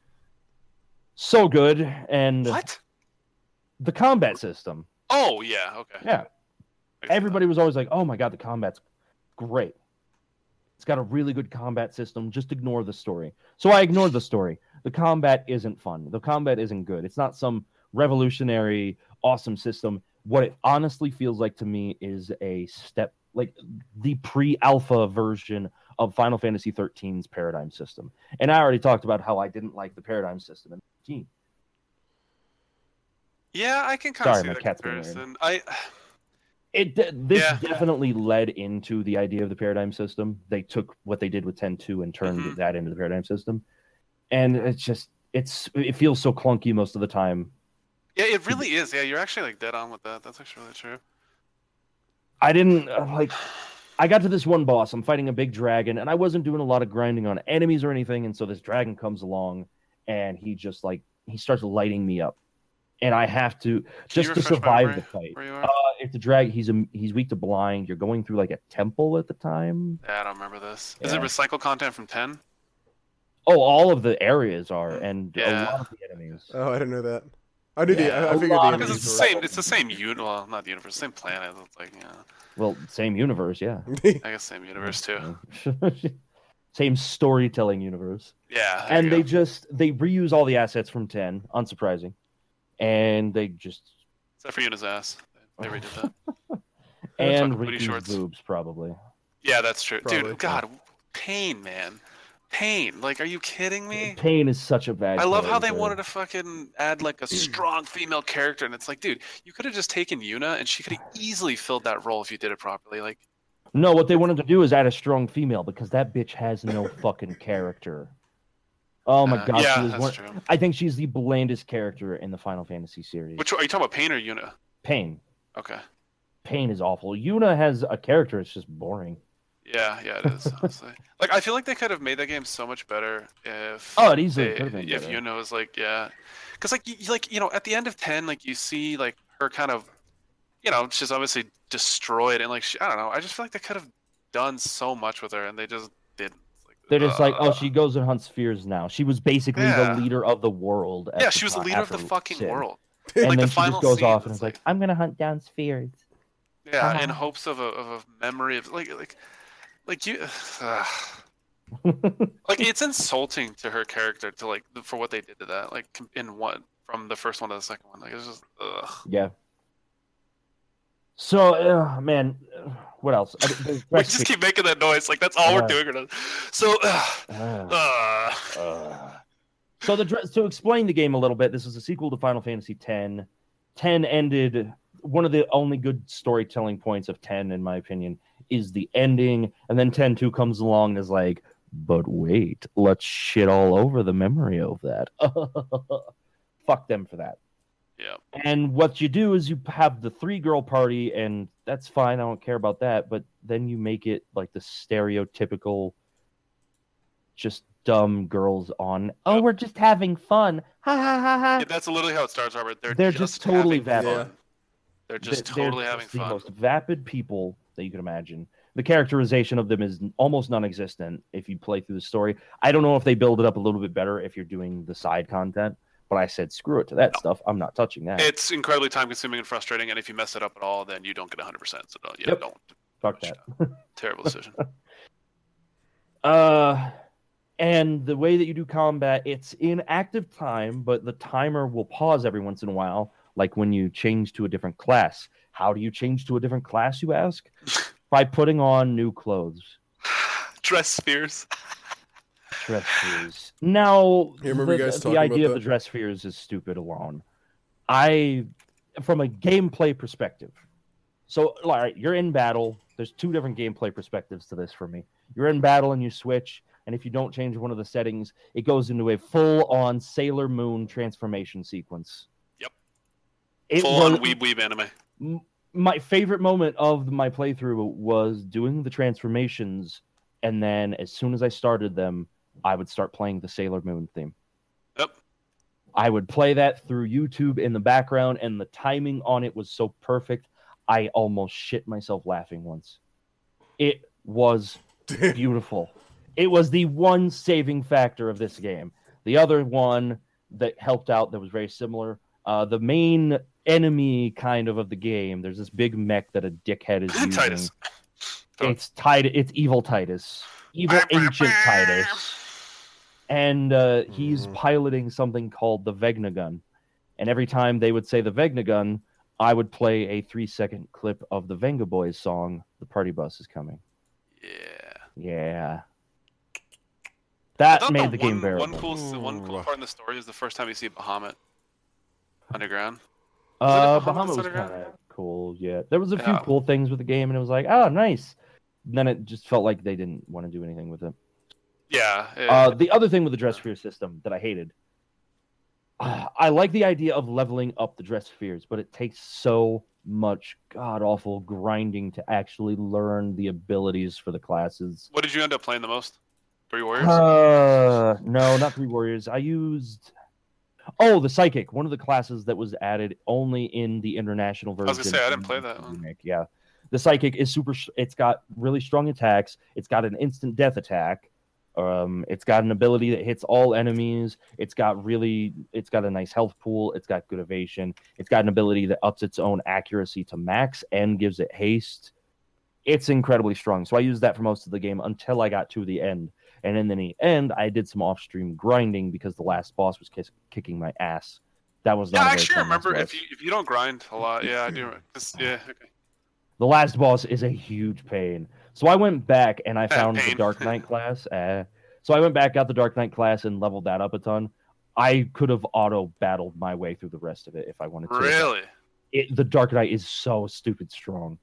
[SPEAKER 3] so good, and
[SPEAKER 2] What?
[SPEAKER 3] the combat system.
[SPEAKER 2] Oh yeah, okay.
[SPEAKER 3] Yeah. everybody was always like, "Oh my god, the combat's great. It's got a really good combat system. Just ignore the story." So I ignored the story. The combat isn't fun. The combat isn't good. It's not some revolutionary awesome system. What it honestly feels like to me is a step like the pre-alpha version of Final Fantasy 13's paradigm system. And I already talked about how I didn't like the paradigm system in 13.
[SPEAKER 2] Yeah, I can kind of
[SPEAKER 3] Sorry,
[SPEAKER 2] see
[SPEAKER 3] my
[SPEAKER 2] that
[SPEAKER 3] cat's being weird.
[SPEAKER 2] comparison. I
[SPEAKER 3] it de- this
[SPEAKER 2] Yeah.
[SPEAKER 3] definitely led into the idea of the paradigm system they took what they did with 10-2 and turned
[SPEAKER 2] Mhm.
[SPEAKER 3] that into the paradigm system and it's just it's it feels so clunky most of the time
[SPEAKER 2] yeah, it really is. Yeah, you're actually like dead on with that. That's actually really true.
[SPEAKER 3] i didn't uh, like i got to this one boss i'm fighting a big dragon and i wasn't doing a lot of grinding on enemies or anything and so this dragon comes along and he just like he starts lighting me up and i have to just to
[SPEAKER 2] refresh my
[SPEAKER 3] survive
[SPEAKER 2] memory?
[SPEAKER 3] the fight
[SPEAKER 2] Where you are?
[SPEAKER 3] uh, if the drag he's a, he's weak to blind you're going through like a temple at the time
[SPEAKER 2] yeah, I don't remember this. Is it
[SPEAKER 3] yeah.
[SPEAKER 2] recycle content from ten?
[SPEAKER 3] Oh, all of the areas are, and
[SPEAKER 2] Mm. Yeah.
[SPEAKER 3] a lot of the enemies.
[SPEAKER 1] Oh, I didn't know that. I knew the.
[SPEAKER 3] Yeah,
[SPEAKER 1] I- I
[SPEAKER 3] a
[SPEAKER 1] figured the.
[SPEAKER 3] lot of
[SPEAKER 2] Because
[SPEAKER 1] enemies
[SPEAKER 2] it's the
[SPEAKER 1] were-
[SPEAKER 2] same. It's the same unit. Well, not the universe. Same planet. It's like yeah,
[SPEAKER 3] Well, same universe, yeah.
[SPEAKER 2] I guess same universe too.
[SPEAKER 3] same storytelling universe.
[SPEAKER 2] Uh, Yeah. there you
[SPEAKER 3] And
[SPEAKER 2] go.
[SPEAKER 3] they just they reuse all the assets from ten, unsurprising, and they just
[SPEAKER 2] except for Yuna's ass. They redid that. Fucking
[SPEAKER 3] and
[SPEAKER 2] booty
[SPEAKER 3] Ricky's
[SPEAKER 2] shorts.
[SPEAKER 3] boobs probably.
[SPEAKER 2] Yeah, that's true,
[SPEAKER 1] Probably.
[SPEAKER 2] dude. God, pain, man, pain. Like, are you kidding me?
[SPEAKER 3] Pain is such a bad. Mm.
[SPEAKER 2] I love how they
[SPEAKER 3] character.
[SPEAKER 2] wanted to fucking add like a strong female character, and it's like, dude, you could have just taken Yuna, and she could have easily filled that role if you did it properly. Like,
[SPEAKER 3] No, what they wanted to do is add a strong female because that bitch has no fucking character. Oh my
[SPEAKER 2] uh,
[SPEAKER 3] god,
[SPEAKER 2] yeah,
[SPEAKER 3] she is
[SPEAKER 2] that's
[SPEAKER 3] one-
[SPEAKER 2] true.
[SPEAKER 3] I think she's the blandest character in the Final Fantasy series.
[SPEAKER 2] Which are you talking about, Pain or Yuna?
[SPEAKER 3] Pain.
[SPEAKER 2] Okay,
[SPEAKER 3] Pain is awful. Yuna has a character. It's just boring.
[SPEAKER 2] yeah, yeah, it is. Honestly, like, I feel like they could have made that game so much better if
[SPEAKER 3] Oh, it easily
[SPEAKER 2] they-
[SPEAKER 3] could have been
[SPEAKER 2] if
[SPEAKER 3] better.
[SPEAKER 2] Yuna was like, yeah, because like, you, like you know, at the end of ten, like you see like her kind of, you know, she's obviously destroyed, and like she, I don't know, I just feel like they could have done so much with her, and they just didn't. It's Like, uh,
[SPEAKER 3] They're just like, oh,
[SPEAKER 2] ugh.
[SPEAKER 3] she goes and hunts spheres now. She was basically
[SPEAKER 2] Yeah.
[SPEAKER 3] the leader of the world. at
[SPEAKER 2] Yeah,
[SPEAKER 3] the
[SPEAKER 2] she was the
[SPEAKER 3] time-
[SPEAKER 2] leader of the
[SPEAKER 3] after
[SPEAKER 2] fucking
[SPEAKER 3] Sin.
[SPEAKER 2] world.
[SPEAKER 3] And
[SPEAKER 2] Like, the
[SPEAKER 3] then she
[SPEAKER 2] final
[SPEAKER 3] just goes
[SPEAKER 2] scene
[SPEAKER 3] off and
[SPEAKER 2] is
[SPEAKER 3] is like,
[SPEAKER 2] like-
[SPEAKER 3] I'm gonna hunt down spheres.
[SPEAKER 2] Yeah,
[SPEAKER 3] Uh-huh.
[SPEAKER 2] in hopes of a of a memory of like like like you. like it's insulting to her character to like for what they did to that like com- in one from the first one to the second one like it's just ugh.
[SPEAKER 3] Yeah. So, uh, man, uh, what else? I mean, there's
[SPEAKER 2] we just keep making that noise like that's all we're
[SPEAKER 3] Yeah.
[SPEAKER 2] doing right now. so uh, ugh,
[SPEAKER 3] Ah,
[SPEAKER 2] ugh.
[SPEAKER 3] ah. so the dr- to explain the game a little bit, this is a sequel to Final Fantasy X. Ten ended one of the only good storytelling points of ten, in my opinion, is the ending, and then 10-2 comes along and is like, but wait, let's shit all over the memory of that. Fuck them for that.
[SPEAKER 2] yeah
[SPEAKER 3] And what you do is you have the three girl party, and that's fine. I don't care about that. But then you make it like the stereotypical, just dumb girls on. Oh,
[SPEAKER 2] Yep.
[SPEAKER 3] we're just having fun. Ha ha ha ha.
[SPEAKER 2] Yeah, that's literally how it starts Robert they're,
[SPEAKER 3] They're just totally
[SPEAKER 2] having
[SPEAKER 1] vapid.
[SPEAKER 2] fun. they're just
[SPEAKER 3] They're- they're
[SPEAKER 2] totally having
[SPEAKER 3] just the
[SPEAKER 2] fun
[SPEAKER 3] most vapid people that you could imagine. The characterization of them is almost non-existent if you play through the story. I don't know if they build it up a little bit better if you're doing the side content, but I said screw it to that stuff. I'm not touching that.
[SPEAKER 2] it's incredibly time consuming and frustrating and if you mess it up at all then you don't get 100% so don't, yeah,
[SPEAKER 3] Yep.
[SPEAKER 2] don't
[SPEAKER 3] Fuck that.
[SPEAKER 2] terrible decision
[SPEAKER 3] Uh, and the way that you do combat, it's in active time, but the timer will pause every once in a while, like when you change to a different class. How do you change to a different class, you ask? By putting on new clothes.
[SPEAKER 2] dress spheres
[SPEAKER 3] Dress spheres. Now,
[SPEAKER 1] Yeah, I remember you
[SPEAKER 3] the,
[SPEAKER 1] guys
[SPEAKER 3] the
[SPEAKER 1] talking about
[SPEAKER 3] idea of the
[SPEAKER 1] that.
[SPEAKER 3] dress spheres is stupid alone. I, from a gameplay perspective, so all right, you're in battle. There's two different gameplay perspectives to this for me. You're in battle and you switch, and if you don't change one of the settings, it goes into a full-on Sailor Moon transformation sequence.
[SPEAKER 2] Yep.
[SPEAKER 3] It
[SPEAKER 2] full on
[SPEAKER 3] was-
[SPEAKER 2] weeb weeb anime
[SPEAKER 3] my favorite moment of my playthrough was doing the transformations and then as soon as i started them I would start playing the Sailor Moon theme.
[SPEAKER 2] Yep.
[SPEAKER 3] I would play that through YouTube in the background, and the timing on it was so perfect. I almost shit myself laughing once. It was beautiful. It was the one saving factor of this game. The other one that helped out that was very similar. Uh, the main enemy kind of of the game. There's this big mech that a dickhead is using.
[SPEAKER 2] Titus.
[SPEAKER 3] It's Titus. It's evil Titus. Evil ancient Titus. And uh, he's
[SPEAKER 1] Mhm.
[SPEAKER 3] piloting something called the Vegna gun. And every time they would say the Vegna gun, I would play a three second clip of the Venga Boys song, The Party Bus is Coming.
[SPEAKER 2] Yeah.
[SPEAKER 3] Yeah.
[SPEAKER 2] I
[SPEAKER 3] That
[SPEAKER 2] thought
[SPEAKER 3] made the, game
[SPEAKER 2] one,
[SPEAKER 3] bearable.
[SPEAKER 2] One cool, the one cool
[SPEAKER 1] Ooh.
[SPEAKER 2] part in the story is the first time you see Bahamut underground.
[SPEAKER 3] uh,
[SPEAKER 2] Was it a Bahamut
[SPEAKER 3] Bahamut was
[SPEAKER 2] Saga?
[SPEAKER 3] kind of cool. Yeah, there was a few
[SPEAKER 2] Yeah.
[SPEAKER 3] cool things with the game, and it was like, oh, nice. And then it just felt like they didn't want to do anything with it.
[SPEAKER 2] Yeah. it-
[SPEAKER 3] Uh, the other thing with the dress sphere system that I hated, Ah, I like the idea of leveling up the dress spheres, but it takes so much god awful grinding to actually learn the abilities for the classes.
[SPEAKER 2] what did you end up playing the most? Three Warriors.
[SPEAKER 3] Uh, no, not three warriors. I used oh the psychic, one of the classes that was added only in the international
[SPEAKER 2] was
[SPEAKER 3] version.
[SPEAKER 2] gonna say, I didn't play that one.
[SPEAKER 3] Remake, Yeah, the psychic is super. s- It's got really strong attacks. It's got an instant death attack. Um, it's got an ability that hits all enemies. It's got really. It's got a nice health pool. It's got good evasion. It's got an ability that ups its own accuracy to max and gives it haste. It's incredibly strong. So I used that for most of the game until I got to the end. And in the end, I did some off stream grinding because the last boss was kiss- kicking my ass. That was
[SPEAKER 2] yeah,
[SPEAKER 3] not a
[SPEAKER 2] I
[SPEAKER 3] very
[SPEAKER 2] actually
[SPEAKER 3] fun last
[SPEAKER 2] remember if
[SPEAKER 3] boss.
[SPEAKER 2] you if you don't grind a lot. Yeah, I do. re- 'cause- Yeah. Okay.
[SPEAKER 3] the last boss is a huge pain. So I went back and I found the
[SPEAKER 2] pain.
[SPEAKER 3] Dark Knight class. eh. so I went back, got the Dark Knight class, and leveled that up a ton. I could have auto battled my way through the rest of it if I wanted to.
[SPEAKER 2] Really?
[SPEAKER 3] It, the Dark Knight is so stupid strong.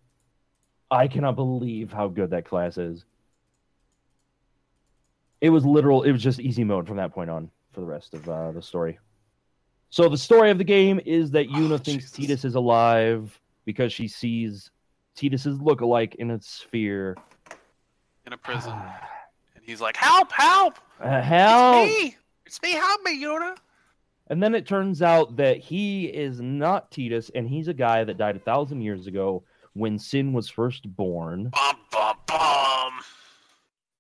[SPEAKER 3] I cannot believe how good that class is. It was literal. It was just easy mode from that point on for the rest of uh, the story. So the story of the game is that Yuna
[SPEAKER 2] Oh,
[SPEAKER 3] thinks
[SPEAKER 2] Jesus.
[SPEAKER 3] Titus is alive because she sees Titus's lookalike in a sphere.
[SPEAKER 2] In a prison, and he's like, "Help! Help!
[SPEAKER 3] Uh, help!
[SPEAKER 2] It's me! It's me! Help me, Yoda!"
[SPEAKER 3] And then it turns out that he is not Titus, and he's a guy that died a thousand years ago when Sin was first born.
[SPEAKER 2] Bum bum bum.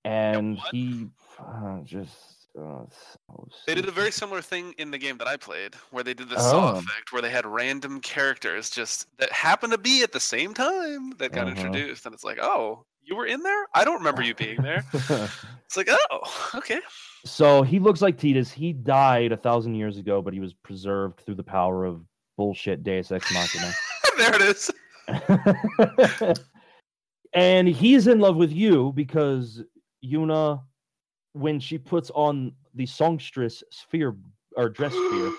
[SPEAKER 3] and
[SPEAKER 2] what?
[SPEAKER 3] he uh, just uh, so
[SPEAKER 2] They did a
[SPEAKER 3] stupid.
[SPEAKER 2] very similar thing in the game that I played, where they did the
[SPEAKER 3] Oh.
[SPEAKER 2] saw effect, where they had random characters just that happened to be at the same time that got
[SPEAKER 3] Uh-huh.
[SPEAKER 2] introduced, and it's like, oh, you were in there? I don't remember you being there. It's like, oh, okay.
[SPEAKER 3] so he looks like Titus. He died a thousand years ago, but he was preserved through the power of bullshit Deus Ex Machina.
[SPEAKER 2] there it is.
[SPEAKER 3] and he's in love with you because Yuna, when she puts on the songstress sphere or dress sphere,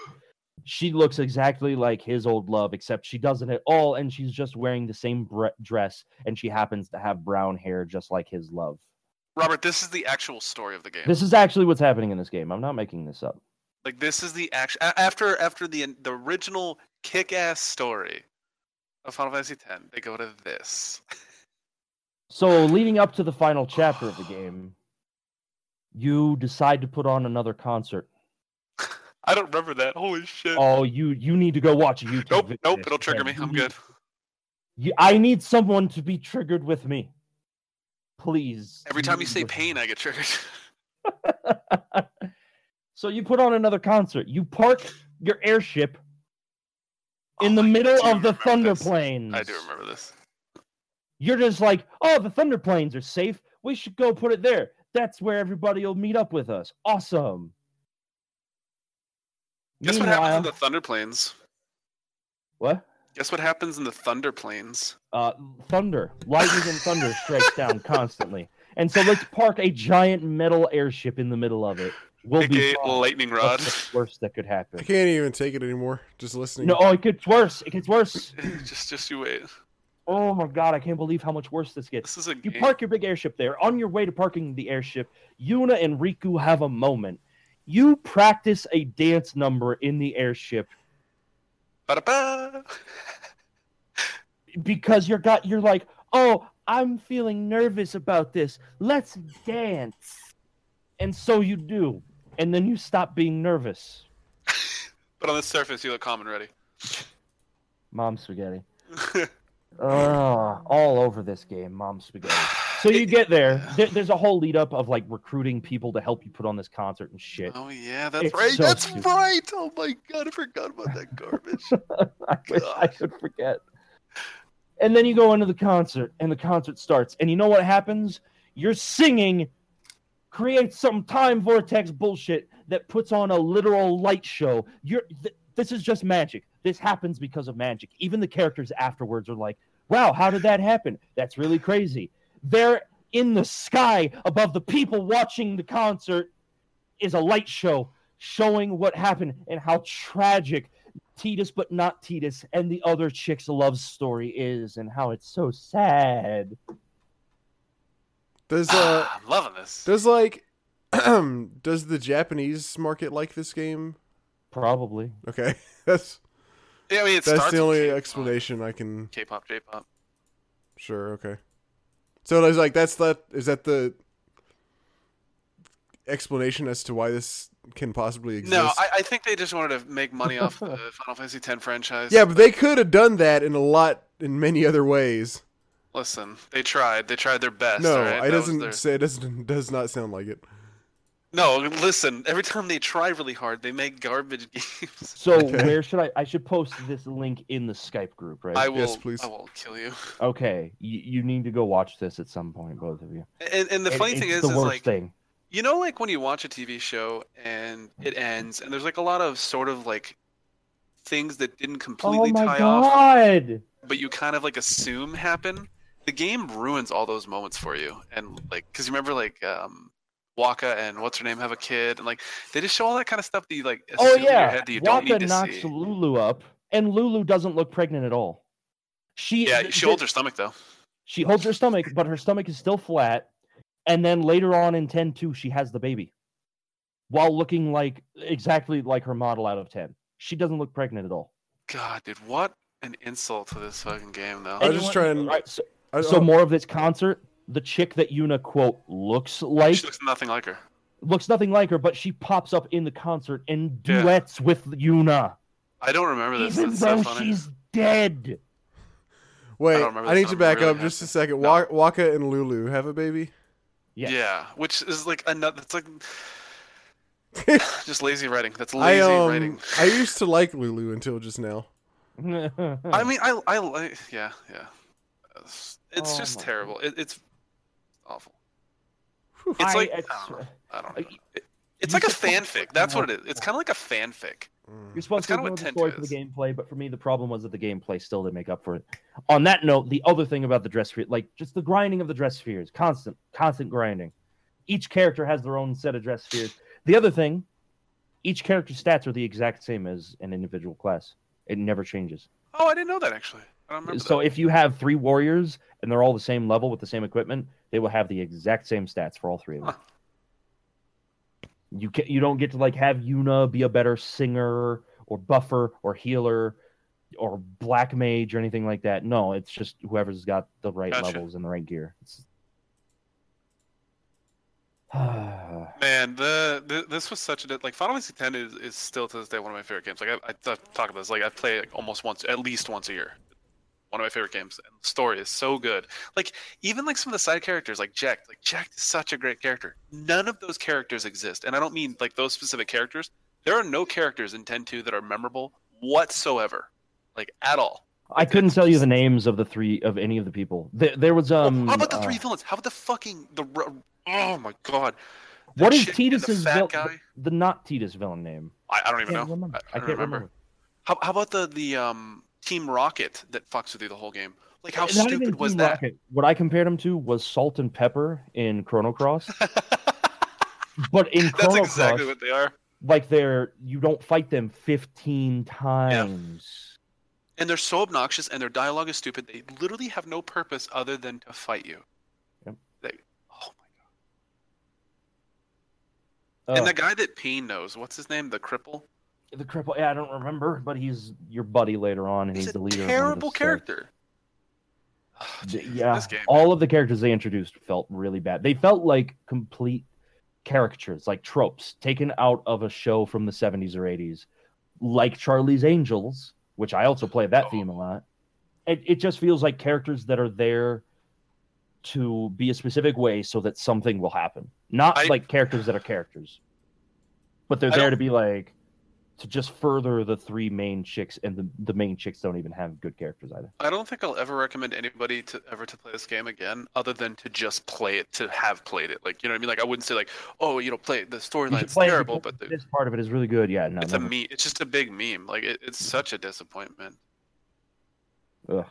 [SPEAKER 3] she looks exactly like his old love, except she doesn't at all, and she's just wearing the same bre- dress, and she happens to have brown hair just like his love.
[SPEAKER 2] Robert, this is the actual story of the game.
[SPEAKER 3] This is actually what's happening in this game. I'm not making this up.
[SPEAKER 2] like this is the action after after the the original kick-ass story of Final Fantasy X. They go to this.
[SPEAKER 3] So, leading up to the final chapter of the game, you decide to put on another concert.
[SPEAKER 2] I don't remember that. Holy shit.
[SPEAKER 3] Oh, you you need to go watch a YouTube.
[SPEAKER 2] nope,
[SPEAKER 3] video
[SPEAKER 2] nope.
[SPEAKER 3] of
[SPEAKER 2] It'll
[SPEAKER 3] this.
[SPEAKER 2] trigger me.
[SPEAKER 3] Yeah, you
[SPEAKER 2] I'm
[SPEAKER 3] need-
[SPEAKER 2] good.
[SPEAKER 3] you- I need someone to be triggered with me. Please.
[SPEAKER 2] Every time you
[SPEAKER 3] need
[SPEAKER 2] say
[SPEAKER 3] with me.
[SPEAKER 2] pain, I get triggered.
[SPEAKER 3] so you put on another concert. You park your airship in
[SPEAKER 2] Oh
[SPEAKER 3] the
[SPEAKER 2] my-
[SPEAKER 3] middle
[SPEAKER 2] do you
[SPEAKER 3] of the
[SPEAKER 2] remember
[SPEAKER 3] thunder
[SPEAKER 2] this?
[SPEAKER 3] planes.
[SPEAKER 2] I do remember this.
[SPEAKER 3] You're just like, oh, the thunder planes are safe. We should go put it there. That's where everybody will meet up with us. Awesome.
[SPEAKER 2] Guess what happens in the
[SPEAKER 3] Meanwhile-
[SPEAKER 2] Thunder Planes?
[SPEAKER 3] what?
[SPEAKER 2] Guess what happens in the Thunder Planes?
[SPEAKER 3] uh, thunder, lightning and thunder strikes down constantly. And so let's park a giant metal airship in the middle of it. We'll be
[SPEAKER 2] AKA
[SPEAKER 3] fine.
[SPEAKER 2] Lightning Rod.
[SPEAKER 3] What's the worst that could
[SPEAKER 1] I
[SPEAKER 3] happen.
[SPEAKER 1] can't even take it anymore. Just listening.
[SPEAKER 3] No, oh, it gets worse. It gets worse.
[SPEAKER 2] just just you wait.
[SPEAKER 3] Oh my god, I can't believe how much worse this gets.
[SPEAKER 2] This is a
[SPEAKER 3] You
[SPEAKER 2] game.
[SPEAKER 3] park your big airship there. On your way to parking the airship, Yuna and Riku have a moment. You practice a dance number in the airship
[SPEAKER 2] Ba-da-ba.
[SPEAKER 3] because you're got you're like, "Oh, I'm feeling nervous about this. Let's dance." And so you do. And then you stop being nervous.
[SPEAKER 2] But on the surface, you look calm and ready.
[SPEAKER 3] Mom spaghetti. Ugh, all over this game, mom spaghetti. So you get there. there. There's a whole lead up of like recruiting people to help you put on this concert and shit.
[SPEAKER 2] oh yeah, that's
[SPEAKER 3] It's
[SPEAKER 2] right.
[SPEAKER 3] so
[SPEAKER 2] that's
[SPEAKER 3] stupid.
[SPEAKER 2] right. Oh my god, I forgot about that garbage.
[SPEAKER 3] I wish I could forget. And then you go into the concert, and the concert starts, and you know what happens? Your singing creates some time vortex bullshit that puts on a literal light show. You're th- this is just magic. This happens because of magic. Even the characters afterwards are like, "Wow, how did that happen? That's really crazy." They're in the sky above the people watching the concert is a light show showing what happened and how tragic Titus but not Titus and the other chick's love story is and how it's so sad.
[SPEAKER 1] Does uh
[SPEAKER 2] Ah, I'm loving this.
[SPEAKER 1] does like does the Japanese market like this game?
[SPEAKER 3] Probably.
[SPEAKER 1] Okay. That's
[SPEAKER 2] Yeah, I mean, it
[SPEAKER 1] that's
[SPEAKER 2] starts
[SPEAKER 1] the
[SPEAKER 2] with
[SPEAKER 1] only
[SPEAKER 2] K-pop.
[SPEAKER 1] explanation I can
[SPEAKER 2] K-pop, J-pop.
[SPEAKER 1] sure, okay. So I was like that's that is that the explanation as to why this can possibly exist?
[SPEAKER 2] No, I, I think they just wanted to make money off the Final Fantasy X franchise.
[SPEAKER 1] yeah, but they could have done that in a lot in many other ways.
[SPEAKER 2] Listen, they tried. They tried their best.
[SPEAKER 1] no,
[SPEAKER 2] all right?
[SPEAKER 1] I
[SPEAKER 2] That was
[SPEAKER 1] doesn't
[SPEAKER 2] their-
[SPEAKER 1] say it doesn't does not sound like it.
[SPEAKER 2] No, listen. Every time they try really hard, they make garbage games.
[SPEAKER 3] So
[SPEAKER 1] Okay.
[SPEAKER 3] where should I I should post this link in the Skype group, right?
[SPEAKER 2] I will.
[SPEAKER 1] Yes, please.
[SPEAKER 2] I will kill you.
[SPEAKER 3] Okay. You, you need to go watch this at some point, both of you.
[SPEAKER 2] And, and the
[SPEAKER 3] And
[SPEAKER 2] funny
[SPEAKER 3] it's
[SPEAKER 2] thing is,
[SPEAKER 3] the
[SPEAKER 2] is
[SPEAKER 3] worst
[SPEAKER 2] like
[SPEAKER 3] thing.
[SPEAKER 2] you know, like when you watch a TV show and it ends, and there's like a lot of sort of like things that didn't
[SPEAKER 3] Oh
[SPEAKER 2] completely
[SPEAKER 3] my
[SPEAKER 2] tie off,
[SPEAKER 3] god.
[SPEAKER 2] but you kind of like assume happen. The game ruins all those moments for you, and like because you remember like um, Waka and what's her name have a kid, and like they just show all that kind of stuff that you like assume
[SPEAKER 3] Oh
[SPEAKER 2] in your
[SPEAKER 3] yeah.
[SPEAKER 2] head that you don't
[SPEAKER 3] Waka
[SPEAKER 2] need to
[SPEAKER 3] knocks
[SPEAKER 2] see.
[SPEAKER 3] Lulu up and Lulu doesn't look pregnant at all. She
[SPEAKER 2] Yeah,
[SPEAKER 3] th-
[SPEAKER 2] she
[SPEAKER 3] th-
[SPEAKER 2] holds her stomach though.
[SPEAKER 3] she holds her stomach, but her stomach is still flat. And then later on in 10 2, she has the baby while looking like exactly like her model out of 10. She doesn't look pregnant at all.
[SPEAKER 2] God, dude, what an insult to this fucking game though.
[SPEAKER 1] I was just
[SPEAKER 3] Anyone-
[SPEAKER 1] trying-
[SPEAKER 3] All right, so,
[SPEAKER 1] I, uh,
[SPEAKER 3] so
[SPEAKER 1] I-
[SPEAKER 3] more of this concert. The chick that Yuna quote looks like
[SPEAKER 2] She looks nothing like her.
[SPEAKER 3] looks nothing like her, but she pops up in the concert and
[SPEAKER 2] Yeah.
[SPEAKER 3] duets with Yuna,
[SPEAKER 2] I don't remember this.
[SPEAKER 3] even
[SPEAKER 2] That's
[SPEAKER 3] though
[SPEAKER 2] so funny.
[SPEAKER 3] she's dead.
[SPEAKER 1] Wait,
[SPEAKER 2] don't
[SPEAKER 1] I,
[SPEAKER 2] remember
[SPEAKER 1] need
[SPEAKER 2] this
[SPEAKER 1] to
[SPEAKER 2] one
[SPEAKER 1] back
[SPEAKER 2] really
[SPEAKER 1] up just a
[SPEAKER 2] happening.
[SPEAKER 1] second.
[SPEAKER 2] No.
[SPEAKER 1] Wa Waka and Lulu have a baby.
[SPEAKER 3] Yes.
[SPEAKER 2] Yeah, which is like another. It's like just lazy writing. That's
[SPEAKER 1] I
[SPEAKER 2] lazy
[SPEAKER 1] um,
[SPEAKER 2] writing.
[SPEAKER 1] I used to like Lulu until just now.
[SPEAKER 3] hmm.
[SPEAKER 2] I mean, I, I like. Yeah, yeah. It's, it's
[SPEAKER 3] Oh
[SPEAKER 2] just
[SPEAKER 3] my
[SPEAKER 2] terrible. It, it's awful.
[SPEAKER 1] Whew.
[SPEAKER 2] It's
[SPEAKER 3] I-
[SPEAKER 2] like I,
[SPEAKER 3] it's-
[SPEAKER 2] don't know. I don't
[SPEAKER 3] I-
[SPEAKER 2] know. It- it's
[SPEAKER 3] you
[SPEAKER 2] like a
[SPEAKER 3] just don't
[SPEAKER 2] fanfic.
[SPEAKER 3] fucking
[SPEAKER 2] That's what
[SPEAKER 3] know.
[SPEAKER 2] it is. It's kind of like a fanfic.
[SPEAKER 3] You're
[SPEAKER 1] Mm.
[SPEAKER 2] That's
[SPEAKER 3] supposed to
[SPEAKER 2] kinda
[SPEAKER 3] ignore
[SPEAKER 2] what
[SPEAKER 3] the
[SPEAKER 2] Tento
[SPEAKER 3] story for the
[SPEAKER 2] is.
[SPEAKER 3] gameplay, but for me, the problem was that the gameplay still didn't make up for it. On that note, the other thing about the dress sphere, like just the grinding of the dress spheres, constant, constant grinding. Each character has their own set of dress spheres. The other thing, each character's stats are the exact same as an individual class. It never changes.
[SPEAKER 2] Oh, I didn't know that actually. I don't remember.
[SPEAKER 3] So
[SPEAKER 2] that.
[SPEAKER 3] if you have three warriors and they're all the same level with the same equipment, they will have the exact same stats for all three of them. You can, you don't get to like have Yuna be a better singer or buffer or healer or black mage or anything like that. No, it's just whoever's got the right
[SPEAKER 2] Gotcha.
[SPEAKER 3] levels and the right gear. It's... I
[SPEAKER 2] Man, the, the this was such a like Final Fantasy X is, is still to this day one of my favorite games. Like I, I t- talk about this, like I play it almost once, at least once a year. One of my favorite games, and the story is so good. Like even like some of the side characters, like Jack, like Jack is such a great character. None of those characters exist, and I don't mean like those specific characters. There are no characters in Ten Two that are memorable whatsoever, like at all.
[SPEAKER 3] couldn't tell you the names of the three of any of the people. There, there was
[SPEAKER 2] Oh,
[SPEAKER 3] um.
[SPEAKER 2] How about the three
[SPEAKER 3] uh,
[SPEAKER 2] villains? How about the fucking the? ro- Oh my god! The
[SPEAKER 3] what is
[SPEAKER 2] chick and
[SPEAKER 3] Titus's
[SPEAKER 2] the fat
[SPEAKER 3] vil-
[SPEAKER 2] guy?
[SPEAKER 3] the not Titus villain name?
[SPEAKER 2] I, I don't even know.
[SPEAKER 3] Can't remember.
[SPEAKER 2] I, I don't remember. How, how about the the um, Team Rocket that fucks with you the whole game? Like how
[SPEAKER 3] Not
[SPEAKER 2] stupid
[SPEAKER 3] even
[SPEAKER 2] was
[SPEAKER 3] Team
[SPEAKER 2] that?
[SPEAKER 3] Rocket. What I compared him to was Salt and Pepper in Chrono Cross, but in
[SPEAKER 2] That's
[SPEAKER 3] Chrono
[SPEAKER 2] exactly
[SPEAKER 3] Cross,
[SPEAKER 2] what they are,
[SPEAKER 3] like they're you don't fight them fifteen times.
[SPEAKER 2] and they're so obnoxious, and their dialogue is stupid. They literally have no purpose other than to fight you.
[SPEAKER 3] Yep.
[SPEAKER 2] They, oh my!
[SPEAKER 3] Oh,
[SPEAKER 2] And the guy that Pain knows, what's his name? The cripple.
[SPEAKER 3] the cripple. Yeah, I don't remember, but he's your buddy later on, and he's,
[SPEAKER 2] He's
[SPEAKER 3] the
[SPEAKER 2] a
[SPEAKER 3] leader. of one of the
[SPEAKER 2] terrible
[SPEAKER 3] sect.
[SPEAKER 2] character. Oh,
[SPEAKER 3] Th-
[SPEAKER 2] geez,
[SPEAKER 3] yeah,
[SPEAKER 2] This game.
[SPEAKER 3] all of the characters they introduced felt really bad. They felt like complete caricatures, like tropes taken out of a show from the 70s or 80s, like Charlie's Angels, which I also play that
[SPEAKER 2] Oh.
[SPEAKER 3] theme a lot. It, it just feels like characters that are there to be a specific way so that something will happen. Not
[SPEAKER 2] I-
[SPEAKER 3] like characters that are characters, but they're
[SPEAKER 2] I
[SPEAKER 3] there
[SPEAKER 2] don't-
[SPEAKER 3] to be like to just further the three main chicks, and the, the main chicks don't even have good characters either.
[SPEAKER 2] I don't think I'll ever recommend anybody to ever to play this game again, other than to just play it to have played it. Like you know what I mean? Like I wouldn't say like, oh, you know, play it. the
[SPEAKER 3] You should
[SPEAKER 2] storyline's
[SPEAKER 3] play it
[SPEAKER 2] terrible,
[SPEAKER 3] because
[SPEAKER 2] but the,
[SPEAKER 3] this part of it is really good. Yeah, no,
[SPEAKER 2] it's
[SPEAKER 3] no,
[SPEAKER 2] a
[SPEAKER 3] no.
[SPEAKER 2] meme. It's just a big meme. Like it, it's such a disappointment.
[SPEAKER 3] Ugh.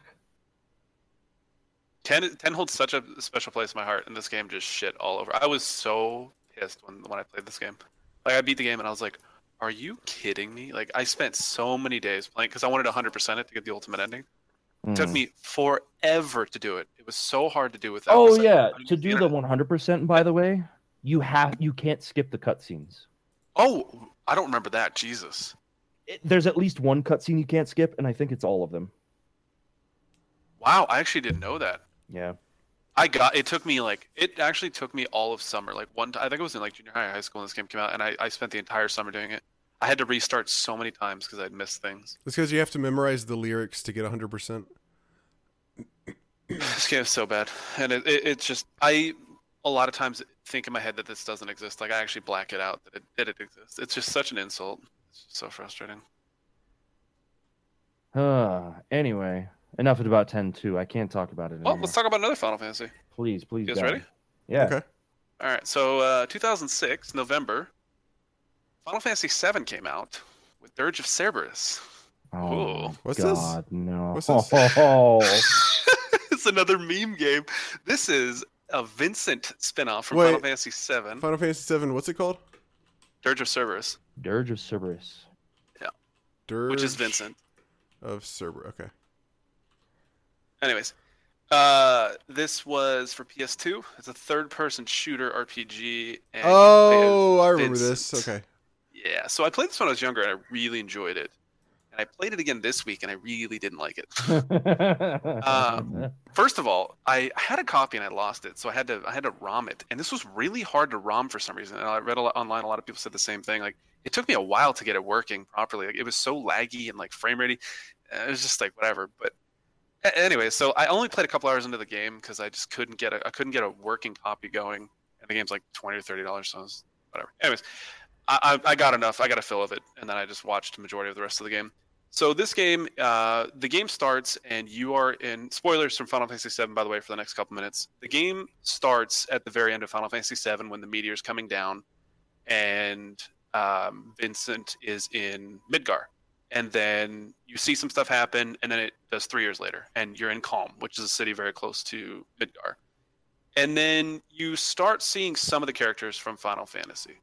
[SPEAKER 2] Ten, 10 holds such a special place in my heart, and this game just shit all over. I was so pissed when when I played this game. Like I beat the game, and I was like, "Are you kidding me?" Like I spent so many days playing because I wanted 100% it to get the ultimate ending. It took
[SPEAKER 3] Mm.
[SPEAKER 2] me forever to do it. It was so hard to do without.
[SPEAKER 3] Oh
[SPEAKER 2] the-
[SPEAKER 3] yeah,
[SPEAKER 2] I mean,
[SPEAKER 3] to do the
[SPEAKER 2] internet-
[SPEAKER 3] 100%. By the way, you have you can't skip the cutscenes.
[SPEAKER 2] Oh, I don't remember that. Jesus.
[SPEAKER 3] It- There's at least one cutscene you can't skip, and I think it's all of them.
[SPEAKER 2] Wow, I actually didn't know that.
[SPEAKER 3] Yeah.
[SPEAKER 2] I got it took me like it actually took me all of summer. Like one time, I think it was in like junior high, or high school when this game came out, and I, I spent the entire summer doing it. I had to restart so many times because I'd missed things.
[SPEAKER 1] It's because you have to memorize the lyrics to get 100%.
[SPEAKER 2] this game is so bad, and it, it it's just I a lot of times think in my head that this doesn't exist. Like I actually black it out that it, that it exists. It's just such an insult. It's just so frustrating.
[SPEAKER 3] Uh, anyway, enough about 10 2. I can't talk about it
[SPEAKER 2] Well,
[SPEAKER 3] anymore.
[SPEAKER 2] let's talk about another Final Fantasy.
[SPEAKER 3] please, please.
[SPEAKER 2] Oh, You guys
[SPEAKER 3] God.
[SPEAKER 2] ready?
[SPEAKER 3] Yeah.
[SPEAKER 1] Okay.
[SPEAKER 2] All right, so uh, 2006, November, Final Fantasy VII came out with Dirge of Cerberus.
[SPEAKER 3] Oh,
[SPEAKER 2] Ooh.
[SPEAKER 1] What's this?
[SPEAKER 3] God, no.
[SPEAKER 1] What's this?
[SPEAKER 3] Oh,
[SPEAKER 2] it's another meme game. This is a Vincent spinoff from
[SPEAKER 1] Wait.
[SPEAKER 2] Final Fantasy VII,
[SPEAKER 1] Final Fantasy VII, what's it called?
[SPEAKER 2] Dirge of Cerberus,
[SPEAKER 3] Dirge of Cerberus.
[SPEAKER 1] Dirge
[SPEAKER 2] which is Vincent.
[SPEAKER 1] Of Cerber. Okay.
[SPEAKER 2] Anyways, uh, this was for PS2. It's a third-person shooter RPG. And
[SPEAKER 1] oh, I remember this.
[SPEAKER 2] Vincent.
[SPEAKER 1] Okay.
[SPEAKER 2] yeah. So I played this when I was younger, and I really enjoyed it. And I played it again this week, and I really didn't like it. Um, First of all, I had a copy and I lost it, so I had to I had to ROM it, and this was really hard to ROM for some reason. And I read a lot online; a lot of people said the same thing. Like it took me a while to get it working properly. Like it was so laggy and like frame ready. Uh, It was just like whatever. But a- anyway, so I only played a couple hours into the game because I just couldn't get a I couldn't get a working copy going, and the game's like twenty or thirty dollars, so it's whatever. Anyways, I, I I got enough. I got a fill of it, and then I just watched the majority of the rest of the game. So this game, uh, the game starts, and you are in spoilers from Final Fantasy VII. By the way, for the next couple minutes, the game starts at the very end of Final Fantasy VII when the meteor's coming down, and um, Vincent is in Midgar, and then you see some stuff happen, and then it does three years later, and you're in Calm, which is a city very close to Midgar, and then you start seeing some of the characters from Final Fantasy.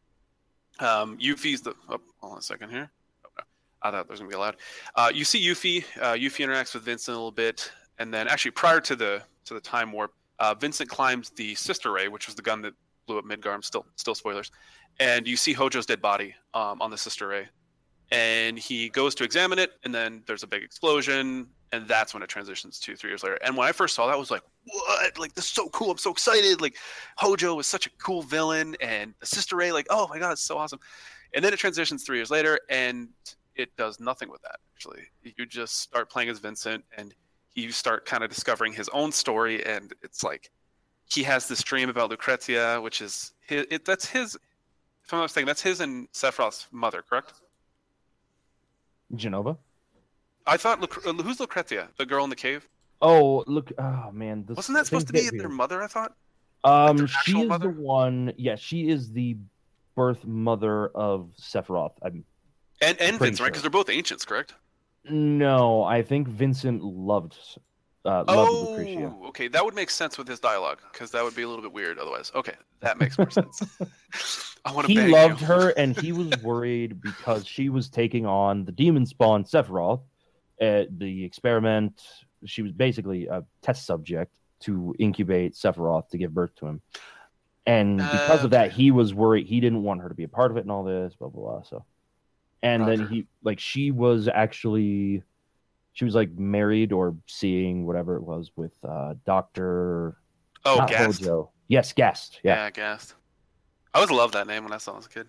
[SPEAKER 2] Um, Yuffie's the. Oh, hold on a second here. Oh, no. I thought there was gonna be a loud. Uh, you see Yuffie. Uh, Yuffie interacts with Vincent a little bit, and then actually prior to the to the time warp, uh, Vincent climbs the Sister Ray, which was the gun that blew up Midgar. I'm still still spoilers, and you see Hojo's dead body um, on the Sister Ray, and he goes to examine it, and then there's a big explosion, and that's when it transitions to three years later. And when I first saw that, I was like, "What? Like this is so cool! I'm so excited! Like Hojo was such a cool villain, and the Sister Ray, like oh my god, it's so awesome." And then it transitions three years later, and it does nothing with that actually you just start playing as vincent and you start kind of discovering his own story and it's like he has this dream about lucrezia which is his, it, that's his if i'm not mistaken that's his and sephiroth's mother correct
[SPEAKER 3] Genova?
[SPEAKER 2] i thought Luc- uh, who's lucrezia the girl in the cave
[SPEAKER 3] Oh, look. Oh, man. This
[SPEAKER 2] wasn't that supposed to
[SPEAKER 3] things
[SPEAKER 2] be
[SPEAKER 3] get
[SPEAKER 2] their
[SPEAKER 3] weird.
[SPEAKER 2] mother i thought
[SPEAKER 3] Um,
[SPEAKER 2] their
[SPEAKER 3] she
[SPEAKER 2] actual
[SPEAKER 3] is
[SPEAKER 2] mother?
[SPEAKER 3] the one. Yeah, she is the birth mother of Sephiroth. I'm,
[SPEAKER 2] and and
[SPEAKER 3] Pretty
[SPEAKER 2] vincent right
[SPEAKER 3] sure.
[SPEAKER 2] because they're both ancients correct
[SPEAKER 3] no, I think Vincent loved. Uh, loved Lucretia.
[SPEAKER 2] oh okay that would make sense with his dialogue because that would be a little bit weird otherwise okay that makes more sense i want to
[SPEAKER 3] He loved her, and he was worried because she was taking on the demon spawn Sephiroth at the experiment. She was basically a test subject to incubate Sephiroth to give birth to him, and because of that,
[SPEAKER 2] Okay.
[SPEAKER 3] he was worried. He didn't want her to be a part of it, and all this, blah blah blah. So, and then
[SPEAKER 2] Roger.
[SPEAKER 3] he like she was actually she was like married or seeing whatever it was with uh Doctor
[SPEAKER 2] oh
[SPEAKER 3] not
[SPEAKER 2] Gast.
[SPEAKER 3] Hojo. Yes, Gast. Yeah.
[SPEAKER 2] Yeah, gassed. I always loved that name when I saw it as a kid.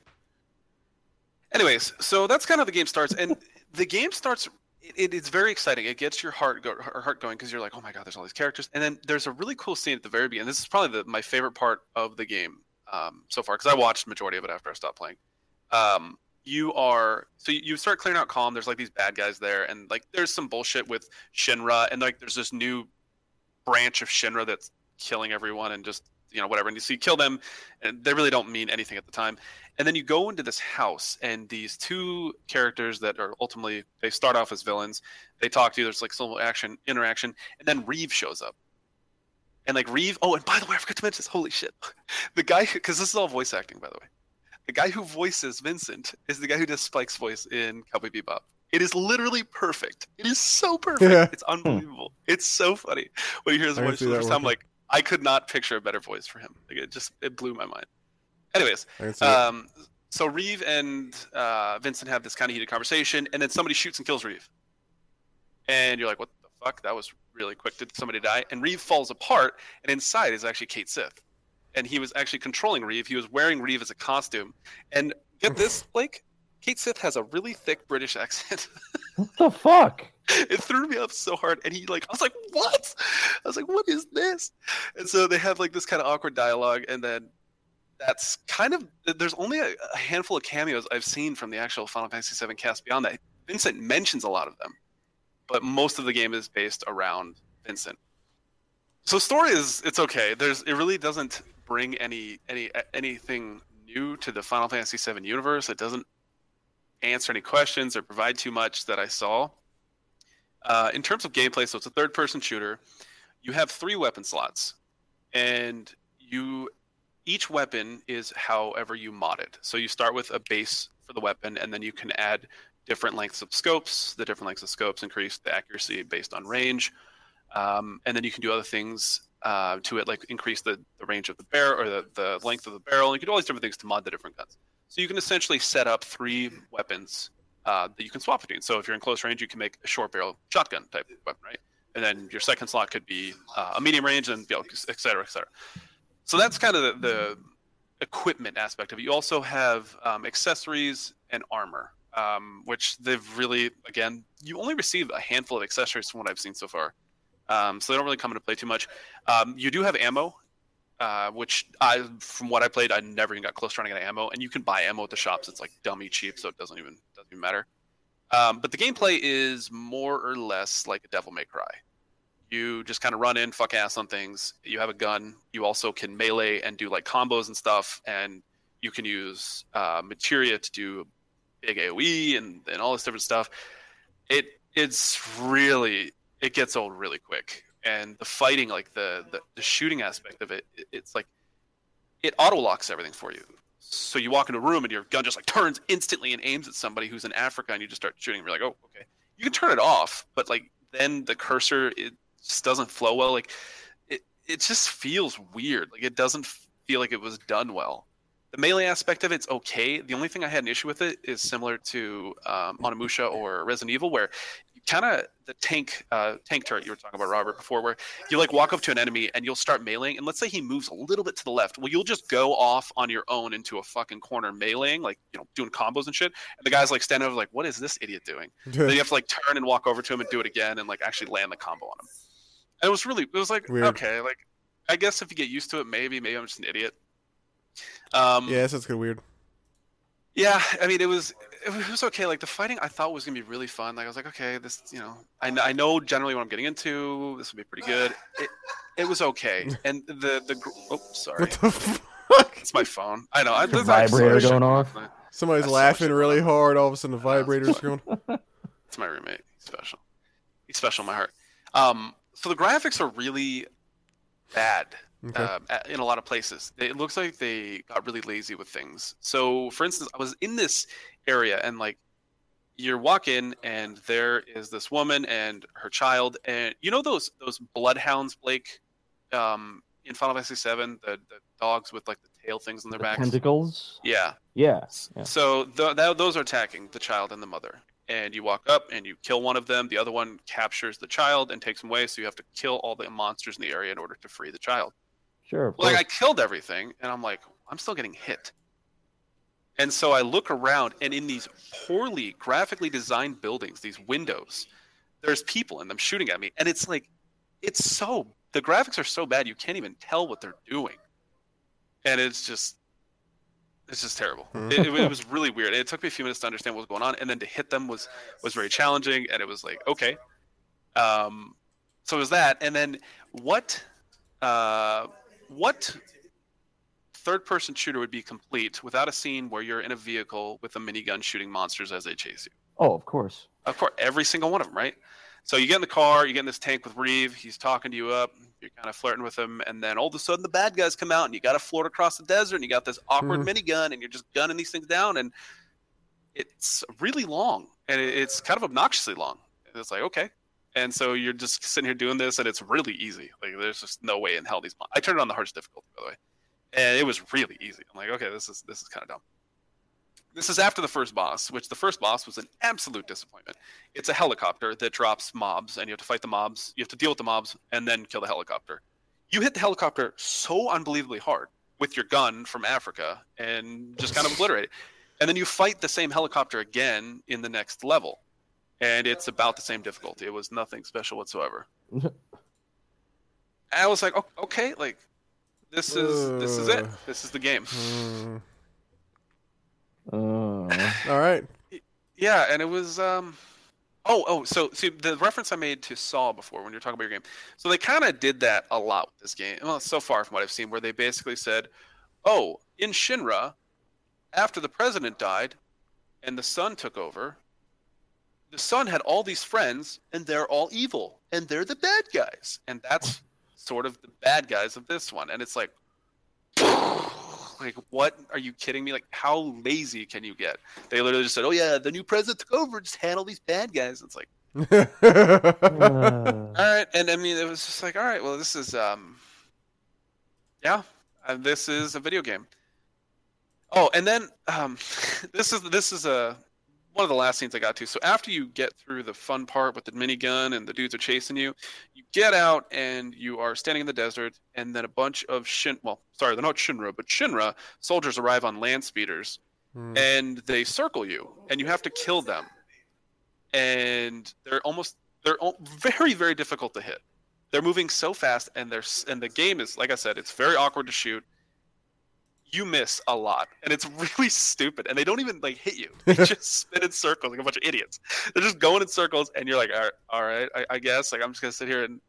[SPEAKER 2] Anyways, so that's kind of how the game starts, and the game starts. It, it's very exciting. It gets your heart go, her- heart going because you're like, oh my god, there's all these characters, and then there's a really cool scene at the very beginning. This is probably the, my favorite part of the game um, so far because I watched the majority of it after I stopped playing. Um, you are so you- you start clearing out calm. There's like these bad guys there, and like there's some bullshit with Shinra, and like there's this new branch of Shinra that's killing everyone and just you know whatever. And you see, kill them, and they really don't mean anything at the time. And then you go into this house, and these two characters that are ultimately they start off as villains. They talk to you. There's like some little action interaction, and then Reeve shows up. And like Reeve, oh, and by the way, I forgot to mention this. Holy shit, the guy because this is all voice acting, by the way. The guy who voices Vincent is the guy who does Spike's voice in Cowboy Bebop. It is literally perfect. It is so perfect.
[SPEAKER 1] Yeah.
[SPEAKER 2] It's unbelievable. It's so funny when you hear his
[SPEAKER 1] I can
[SPEAKER 2] voice
[SPEAKER 1] see
[SPEAKER 2] for the
[SPEAKER 1] that
[SPEAKER 2] first time.
[SPEAKER 1] working.
[SPEAKER 2] Like I could not picture a better voice for him. Like it just it blew my mind. Anyways,
[SPEAKER 1] I can see it.
[SPEAKER 2] um, so Reeve and uh, Vincent have this kind of heated conversation, and then somebody shoots and kills Reeve. And you're like, what the fuck? That was really quick. Did somebody die? And Reeve falls apart, and inside is actually Kate Sith. And he was actually controlling Reeve. He was wearing Reeve as a costume. And get this, Blake, Kate Sith has a really thick British accent.
[SPEAKER 3] What the fuck?
[SPEAKER 2] it threw me up so hard and he like i was like what i was like what is this and so they have like this kind of awkward dialogue and then that's kind of there's only a, a handful of cameos i've seen from the actual final fantasy VII cast beyond that vincent mentions a lot of them but most of the game is based around vincent so story is it's okay there's it really doesn't bring any any anything new to the final fantasy VII universe it doesn't answer any questions or provide too much that i saw uh, in terms of gameplay, so it's a third-person shooter. You have three weapon slots, and you each weapon is however you mod it. So you start with a base for the weapon, and then you can add different lengths of scopes. The different lengths of scopes increase the accuracy based on range, um, and then you can do other things uh, to it, like increase the, the range of the barrel or the, the length of the barrel. You can do all these different things to mod the different guns. So you can essentially set up three weapons uh, that you can swap between. So if you're in close range, you can make a short barrel shotgun type weapon, right? And then your second slot could be uh, a medium range, and you know, et cetera, et cetera. So that's kind of the, the equipment aspect of it. You also have um, accessories and armor, um, which they've really, again, you only receive a handful of accessories from what I've seen so far. Um, so they don't really come into play too much. Um, you do have ammo, uh, which I, from what I played, I never even got close to running out of ammo. And you can buy ammo at the shops; it's like dummy cheap, so it doesn't even doesn't even matter. Um, but the gameplay is more or less like a Devil May Cry. You just kind of run in, fuck ass on things. You have a gun. You also can melee and do like combos and stuff, and you can use uh, materia to do big AOE and, and all this different stuff. It it's really it gets old really quick and the fighting like the the, the shooting aspect of it, it- it's like it auto locks everything for you so you walk into a room and your gun just like turns instantly and aims at somebody who's in africa and you just start shooting you're like oh okay you can turn it off but like then the cursor it just doesn't flow well like it, it just feels weird like it doesn't feel like it was done well the melee aspect of it's okay the only thing i had an issue with it is similar to um, onimusha or resident evil where you kind of the tank uh, tank turret you were talking about robert before where you like walk up to an enemy and you'll start meleeing and let's say he moves a little bit to the left well you'll just go off on your own into a fucking corner meleeing like you know doing combos and shit and the guy's like standing over like what is this idiot doing then you have to like turn and walk over to him and do it again and like actually land the combo on him and it was really it was like
[SPEAKER 1] Weird.
[SPEAKER 2] okay like i guess if you get used to it maybe maybe i'm just an idiot um
[SPEAKER 1] yeah, that sounds kind of weird.
[SPEAKER 2] yeah, I mean, it was it was okay. Like the fighting, I thought was gonna be really fun. Like I was like, okay, this, you know, I, kn- I know generally what I'm getting into. This will be pretty good. It, it was okay. And the the gr- oh, sorry,
[SPEAKER 1] What the fuck?
[SPEAKER 2] it's my phone. I know. I,
[SPEAKER 3] The
[SPEAKER 2] there's actually
[SPEAKER 3] vibrator
[SPEAKER 2] some
[SPEAKER 3] going
[SPEAKER 2] other shit.
[SPEAKER 1] Somebody's
[SPEAKER 2] That's so
[SPEAKER 1] laughing
[SPEAKER 2] much-
[SPEAKER 1] really hard. All of a sudden, the
[SPEAKER 2] I know,
[SPEAKER 1] vibrator's
[SPEAKER 2] it's
[SPEAKER 1] going.
[SPEAKER 2] It's my roommate. He's special. He's special in my heart. Um, so the graphics are really bad.
[SPEAKER 1] Okay.
[SPEAKER 2] um, a- in a lot of places. It looks like they got really lazy with things. So, for instance, I was in this area and like you're walking, and there is this woman and her child, and you know those those bloodhounds, Blake, um, in Final Fantasy VII, the, the dogs with like the tail things on their backs.
[SPEAKER 3] Tentacles?
[SPEAKER 2] Yeah.
[SPEAKER 3] Yeah. yeah.
[SPEAKER 2] So th- th- those are attacking the child and the mother. And you walk up and you kill one of them. The other one captures the child and takes him away. So you have to kill all the monsters in the area in order to free the child
[SPEAKER 3] Sure. of
[SPEAKER 2] like
[SPEAKER 3] course.
[SPEAKER 2] I killed everything, and I'm like, I'm still getting hit. And so I look around, and in these poorly graphically designed buildings, these windows, there's people in them shooting at me. And it's like, it's so, the graphics are so bad, you can't even tell what they're doing. And it's just, it's just terrible.
[SPEAKER 3] Hmm.
[SPEAKER 2] It, it, it was really weird. It took me a few minutes to understand what was going on, and then to hit them was was very challenging. And it was like, okay, um, so it was that. And then what uh, what third person shooter would be complete without a scene where you're in a vehicle with a minigun shooting monsters as they chase you?
[SPEAKER 3] Oh, of course.
[SPEAKER 2] Of course, every single one of them, right? So you get in the car, you get in this tank with Reeve. He's talking to you up. You're kind of flirting with him, and then all of a sudden the bad guys come out, and you got to float across the desert, and you got this awkward
[SPEAKER 1] Mhm.
[SPEAKER 2] minigun, and you're just gunning these things down, and it's really long, and it- it's kind of obnoxiously long. And It's like okay, and so you're just sitting here doing this, and it's really easy. Like there's just no way in hell these. mon- I turned it on the hardest difficulty, by the way, and it was really easy. I'm like, okay, this is this is kind of dumb. This is after the first boss, which the first boss was an absolute disappointment. It's a helicopter that drops mobs, and you have to fight the mobs. You have to deal with the mobs, and then kill the helicopter. You hit the helicopter so unbelievably hard with your gun from Africa, and just kind of obliterate it. And then you fight the same helicopter again in the next level, and it's about the same difficulty. It was nothing special whatsoever. I was like, "O- okay, like this is this is it.
[SPEAKER 1] Ugh.
[SPEAKER 2] This is the game.
[SPEAKER 1] Hmm.
[SPEAKER 3] Uh,
[SPEAKER 1] All right.
[SPEAKER 2] Yeah, and it was um oh oh so see the reference I made to Saw before when you're talking about your game. So they kind of did that a lot with this game. Well, so far from what I've seen, where they basically said, "Oh, in Shinra, after the president died, and the son took over, the son had all these friends, and they're all evil, and they're the bad guys, and that's sort of the bad guys of this one." And it's like, like, what are you kidding me? Like, how lazy can you get? They literally just said, "Oh yeah, the new president took over, just had all these bad guys." It's like,
[SPEAKER 3] uh,
[SPEAKER 2] all right, and I mean, it was just like, all right, well, this is, um, yeah, uh, this is a video game. Oh, and then um, this is this is a one of the last scenes I got to. So after you get through the fun part with the minigun and the dudes are chasing you, you get out and you are standing in the desert, and then a bunch of Shin, well, sorry, they're not Shinra, but Shinra soldiers arrive on land speeders
[SPEAKER 1] Hmm.
[SPEAKER 2] and they circle you and you have to kill them and they're almost they're al- very very difficult to hit they're moving so fast and they're s- and the game is like i said it's very awkward to shoot you miss a lot and it's really stupid and they don't even like hit you they just spin in circles like a bunch of idiots they're just going in circles and you're like all right, all right I, I guess like i'm just gonna sit here and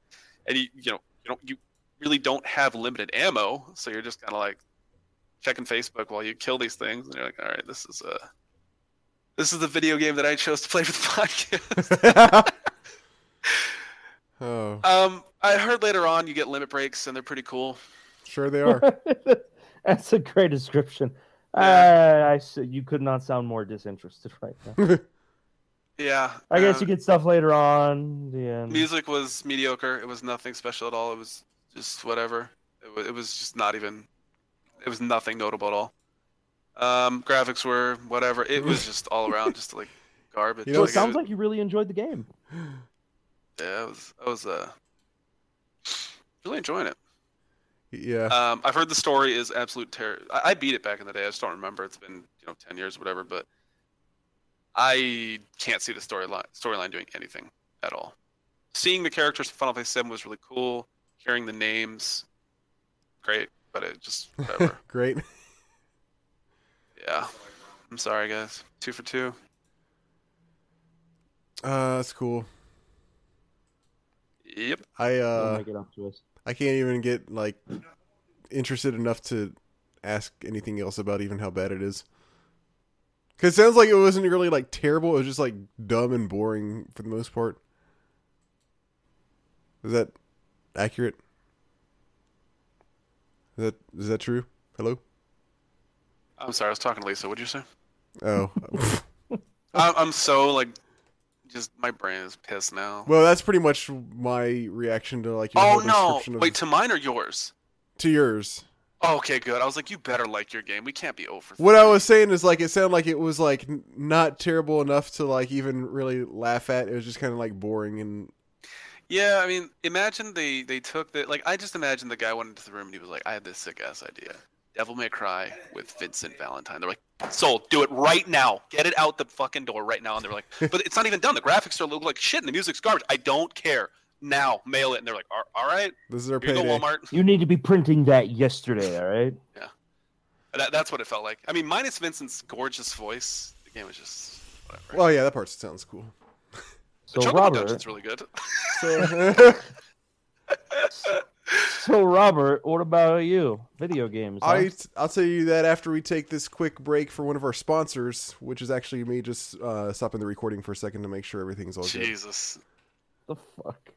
[SPEAKER 2] and you you know you don't you really don't have limited ammo so you're just kind of like checking facebook while you kill these things and you're like all right this is uh this is the video game that i chose to play for the podcast
[SPEAKER 1] oh,
[SPEAKER 2] um i heard later on you get limit breaks and they're pretty cool
[SPEAKER 1] sure they are.
[SPEAKER 3] that's a great description. Uh, I s- you could not sound more disinterested right now.
[SPEAKER 2] yeah
[SPEAKER 3] I guess
[SPEAKER 2] uh,
[SPEAKER 3] you get stuff later on. The end.
[SPEAKER 2] music was mediocre it was nothing special at all it was just whatever it was, it was just not even it was nothing notable at all um graphics were whatever it was just all around just like garbage
[SPEAKER 1] You know,
[SPEAKER 3] So
[SPEAKER 1] Yeah,
[SPEAKER 3] it sounds
[SPEAKER 2] was-
[SPEAKER 3] like you really enjoyed the game.
[SPEAKER 2] yeah it was i was uh really enjoying it
[SPEAKER 1] Yeah.
[SPEAKER 2] um i've heard the story is absolute terror I, I beat it back in the day i just don't remember it's been you know 10 years or whatever but i can't see the storyline storyline doing anything at all seeing the characters from final fantasy 7 was really cool hearing the names great but it just whatever
[SPEAKER 1] Great.
[SPEAKER 2] yeah i'm sorry guys two for two
[SPEAKER 1] Uh, that's cool.
[SPEAKER 2] yep
[SPEAKER 1] I
[SPEAKER 3] Don't
[SPEAKER 1] uh,
[SPEAKER 3] make it up to us.
[SPEAKER 1] I can't even get like interested enough to ask anything else about even how bad it is. Cause it sounds like it wasn't really like terrible. It was just like dumb and boring for the most part. Is that accurate? Is that is that true? Hello.
[SPEAKER 2] i'm sorry i was talking to lisa what'd you say
[SPEAKER 1] Oh.
[SPEAKER 2] I'm, I'm so like just my brain is pissed now
[SPEAKER 1] well, that's pretty much my reaction to like your
[SPEAKER 2] oh
[SPEAKER 1] whole
[SPEAKER 2] no
[SPEAKER 1] description of
[SPEAKER 2] wait to mine or yours
[SPEAKER 1] to yours.
[SPEAKER 2] Oh, okay, good. I was like, you better like your game. We can't be over.
[SPEAKER 1] What I was saying is like it sounded like it was like n- not terrible enough to like even really laugh at. It was just kind of like boring and
[SPEAKER 2] Yeah, I mean, imagine they they took the like. I just imagine the guy went into the room and he was like, I had this sick ass idea. Devil May Cry with Vincent Valentine. They're like, sold, do it right now. Get it out the fucking door right now. And they're like, but it's not even done. The graphics are look like shit and the music's garbage. I don't care. Now, mail it. And they're like, all all right,
[SPEAKER 1] This is our
[SPEAKER 2] here you go,
[SPEAKER 1] payday.
[SPEAKER 2] Walmart.
[SPEAKER 3] You need to be printing that yesterday, all right?
[SPEAKER 2] That, that's what it felt like. I mean, minus Vincent's gorgeous voice, the game was just whatever.
[SPEAKER 1] Well, Oh, yeah, that part sounds cool.
[SPEAKER 2] the
[SPEAKER 3] So
[SPEAKER 2] Chocobo
[SPEAKER 3] Robert,
[SPEAKER 2] Dungeon's really good.
[SPEAKER 1] So
[SPEAKER 3] so Robert, what about you? Video games. huh?
[SPEAKER 1] I I'll tell you that after we take this quick break for one of our sponsors, which is actually me just uh, stopping the recording for a second to make sure everything's all good.
[SPEAKER 2] Jesus.
[SPEAKER 3] the fuck.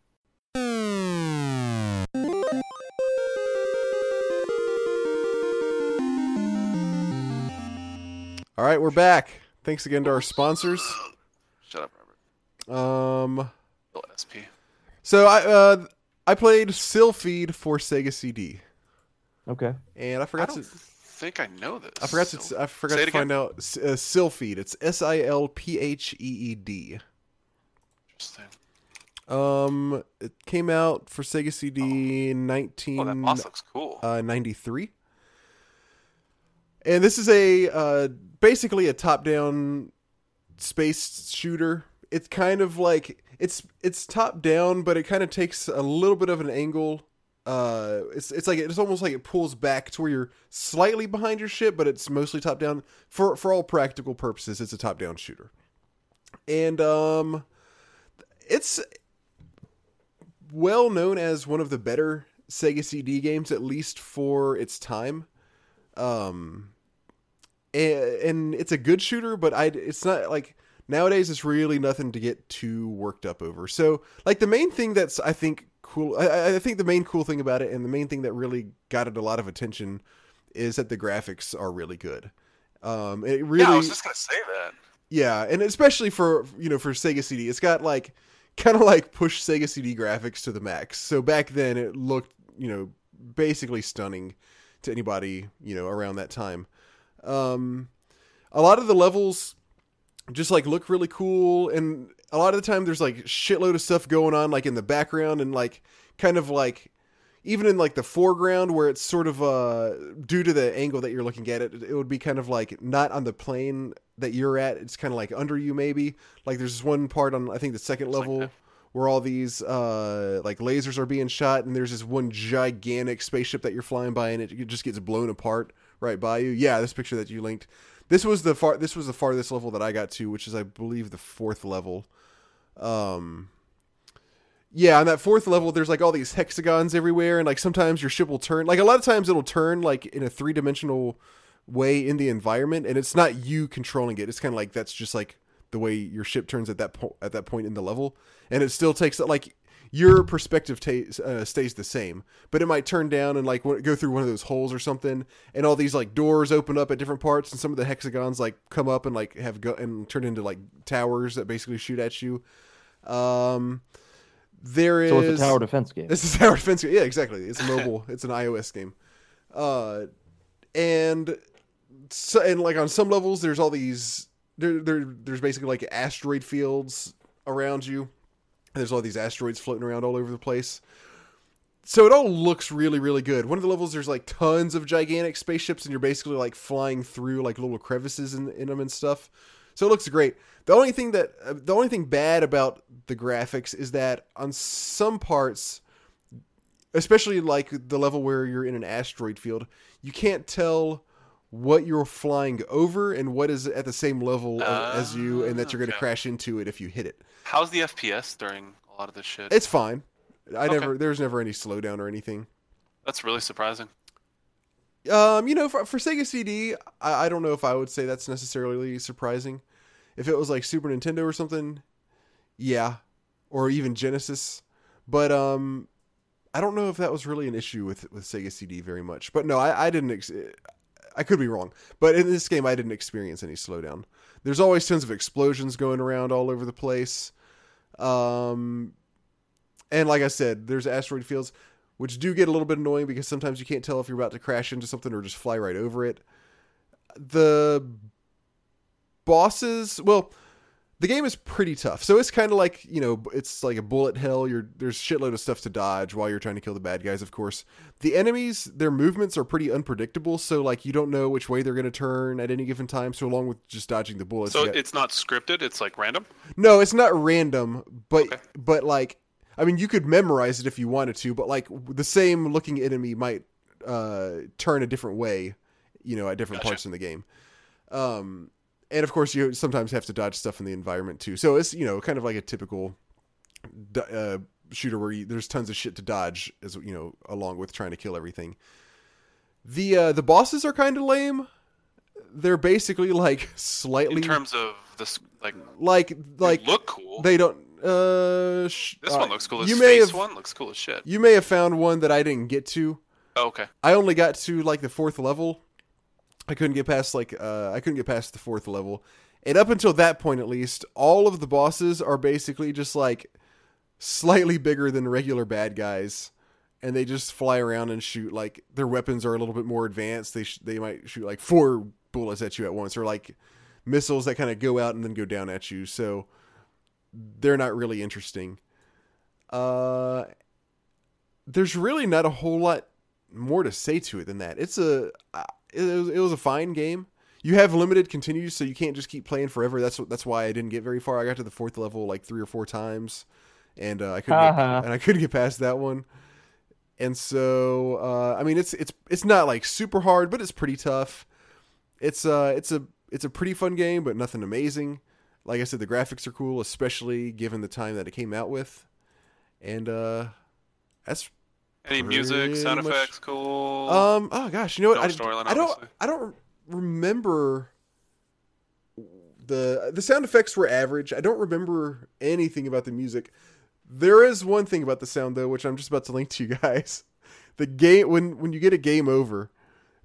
[SPEAKER 1] All right, we're back. Thanks again to our sponsors.
[SPEAKER 2] Shut up, Robert.
[SPEAKER 1] Um,
[SPEAKER 2] Little SP.
[SPEAKER 1] so I uh, I played Silphied for Sega CD,
[SPEAKER 3] Okay.
[SPEAKER 1] and I
[SPEAKER 2] I
[SPEAKER 1] forgot
[SPEAKER 2] don't
[SPEAKER 1] to
[SPEAKER 2] think I know this.
[SPEAKER 1] I forgot
[SPEAKER 2] so-
[SPEAKER 1] to uh, I forgot
[SPEAKER 2] Say
[SPEAKER 1] to
[SPEAKER 2] it again.
[SPEAKER 1] find out S- uh, Silphied. It's S I L P H E E D.
[SPEAKER 2] Interesting.
[SPEAKER 1] Um, it came out for Sega CD in nineteen
[SPEAKER 2] Oh, that boss looks cool.
[SPEAKER 1] uh, 93. And this is a uh, basically a top-down space shooter. It's kind of like it's it's top down, but it kind of takes a little bit of an angle. Uh, it's it's like it's almost like it pulls back to where you're slightly behind your ship, but it's mostly top down. For for all practical purposes, it's a top down shooter, and um, it's well known as one of the better Sega CD games, at least for its time. Um, a- and it's a good shooter, but I it's not like nowadays it's really nothing to get too worked up over. So like the main thing that's I think cool, I- I, I think the main cool thing about it, and the main thing that really got it a lot of attention, is that the graphics are really good. Um, it really
[SPEAKER 2] Yeah, I was just gonna say that.
[SPEAKER 1] yeah, and especially for you know for Sega CD, it's got like kind of like push Sega CD graphics to the max. So back then it looked you know basically stunning to anybody you know around that time. Um, a lot of the levels just like look really cool, and a lot of the time there's like shitload of stuff going on like in the background and like kind of like even in like the foreground where it's sort of uh due to the angle that you're looking at it it would be kind of like not on the plane that you're at it's kind of like under you maybe like there's this one part on i think the second
[SPEAKER 2] It's like
[SPEAKER 1] level
[SPEAKER 2] that.
[SPEAKER 1] where all these uh like lasers are being shot and there's this one gigantic spaceship that you're flying by and it, it just gets blown apart right by you yeah this picture that you linked this was the far this was the farthest level that i got to which is i believe the fourth level um yeah, on that fourth level, there's like all these hexagons everywhere, and like sometimes your ship will turn. Like a lot of times, it'll turn like in a three dimensional way in the environment, and it's not you controlling it. It's kind of like that's just like the way your ship turns at that point at that point in the level, and it still takes like your perspective ta- uh, stays the same, but it might turn down and like w- go through one of those holes or something, and all these like doors open up at different parts, and some of the hexagons like come up and like have go and turn into like towers that basically shoot at you. Um, there is
[SPEAKER 3] So it's a tower defense game.
[SPEAKER 1] this is tower defense game. Yeah, exactly. It's a mobile. it's an iOS game. Uh, and so, and like on some levels, there's all these there, there there's basically like asteroid fields around you. And there's all these asteroids floating around all over the place. So it all looks really really good. One of the levels there's like tons of gigantic spaceships and you're basically like flying through like little crevices in, in them and stuff. So it looks great. The only thing that uh, the only thing bad about the graphics is that on some parts especially like the level where you're in an asteroid field, you can't tell what you're flying over and what is at the same level
[SPEAKER 2] Ah,
[SPEAKER 1] as you and that you're going to
[SPEAKER 2] okay.
[SPEAKER 1] crash into it if you hit it.
[SPEAKER 2] How's the FPS during a lot of this shit?
[SPEAKER 1] It's fine. I
[SPEAKER 2] Okay.
[SPEAKER 1] never there's never any slowdown or anything.
[SPEAKER 2] That's really surprising.
[SPEAKER 1] Um, you know, for, for Sega CD, I, I don't know if I would say that's necessarily surprising. If it was like Super Nintendo or something, yeah, or even Genesis, but um, I don't know if that was really an issue with with Sega CD very much. But no, I, I didn't. Ex- I could be wrong, but in this game, I didn't experience any slowdown. There's always tons of explosions going around all over the place. Um, and like I said, there's asteroid fields, which do get a little bit annoying because sometimes you can't tell if you're about to crash into something or just fly right over it. The bosses, well, the game is pretty tough. So it's kind of like you know, it's like a bullet hell. You're there's shitload of stuff to dodge while you're trying to kill the bad guys. Of course, the enemies their movements are pretty unpredictable. So like you don't know which way they're going to turn at any given time. So along with just dodging the bullets,
[SPEAKER 2] So
[SPEAKER 1] you got-
[SPEAKER 2] it's not scripted. It's like random.
[SPEAKER 1] no, it's not random, but
[SPEAKER 2] Okay.
[SPEAKER 1] but like I mean, you could memorize it if you wanted to, but like w- the same looking enemy might uh, turn a different way, you know, at different
[SPEAKER 2] Gotcha.
[SPEAKER 1] parts in the game. Um, and of course, you sometimes have to dodge stuff in the environment too. So it's you know kind of like a typical d- uh, shooter where you, there's tons of shit to dodge, as you know, along with trying to kill everything. The uh, the bosses are kind of lame. They're basically like
[SPEAKER 2] In
[SPEAKER 1] slightly
[SPEAKER 2] terms of this, like,
[SPEAKER 1] like like
[SPEAKER 2] like look cool.
[SPEAKER 1] they don't. Uh, sh-
[SPEAKER 2] this
[SPEAKER 1] all
[SPEAKER 2] one
[SPEAKER 1] right.
[SPEAKER 2] looks cool. This
[SPEAKER 1] You may
[SPEAKER 2] face
[SPEAKER 1] have
[SPEAKER 2] one looks cool as shit.
[SPEAKER 1] you may have found one that I didn't get to.
[SPEAKER 2] Oh, okay.
[SPEAKER 1] I only got to like the fourth level. I couldn't get past like uh, I couldn't get past the fourth level, and up until that point, at least, all of the bosses are basically just like slightly bigger than regular bad guys, and they just fly around and shoot. Like their weapons are a little bit more advanced. They sh- they might shoot like four bullets at you at once, or like missiles that kind of go out and then go down at you. So they're not really interesting. Uh, there's really not a whole lot more to say to it than that. It's a uh, it was, it was a fine game. You have limited continues, so you can't just keep playing forever. That's that's why I didn't get very far. I got to the fourth level like three or four times, and uh, I couldn't get,
[SPEAKER 3] Haha.
[SPEAKER 1] and I couldn't get past that one. And so uh, I mean, it's it's it's not like super hard, but it's pretty tough. It's uh it's a it's a pretty fun game, but nothing amazing. Like I said, the graphics are cool, especially given the time that it came out with. And uh, that's
[SPEAKER 2] Any music,
[SPEAKER 1] Pretty
[SPEAKER 2] sound
[SPEAKER 1] much-
[SPEAKER 2] effects, cool.
[SPEAKER 1] um. Oh gosh, you know what?
[SPEAKER 2] No
[SPEAKER 1] I,
[SPEAKER 2] storyline,
[SPEAKER 1] I don't.
[SPEAKER 2] obviously.
[SPEAKER 1] I don't remember the the sound effects were average. I don't remember anything about the music. There is one thing about the sound though, which I'm just about to link to you guys. The game when when you get a game over,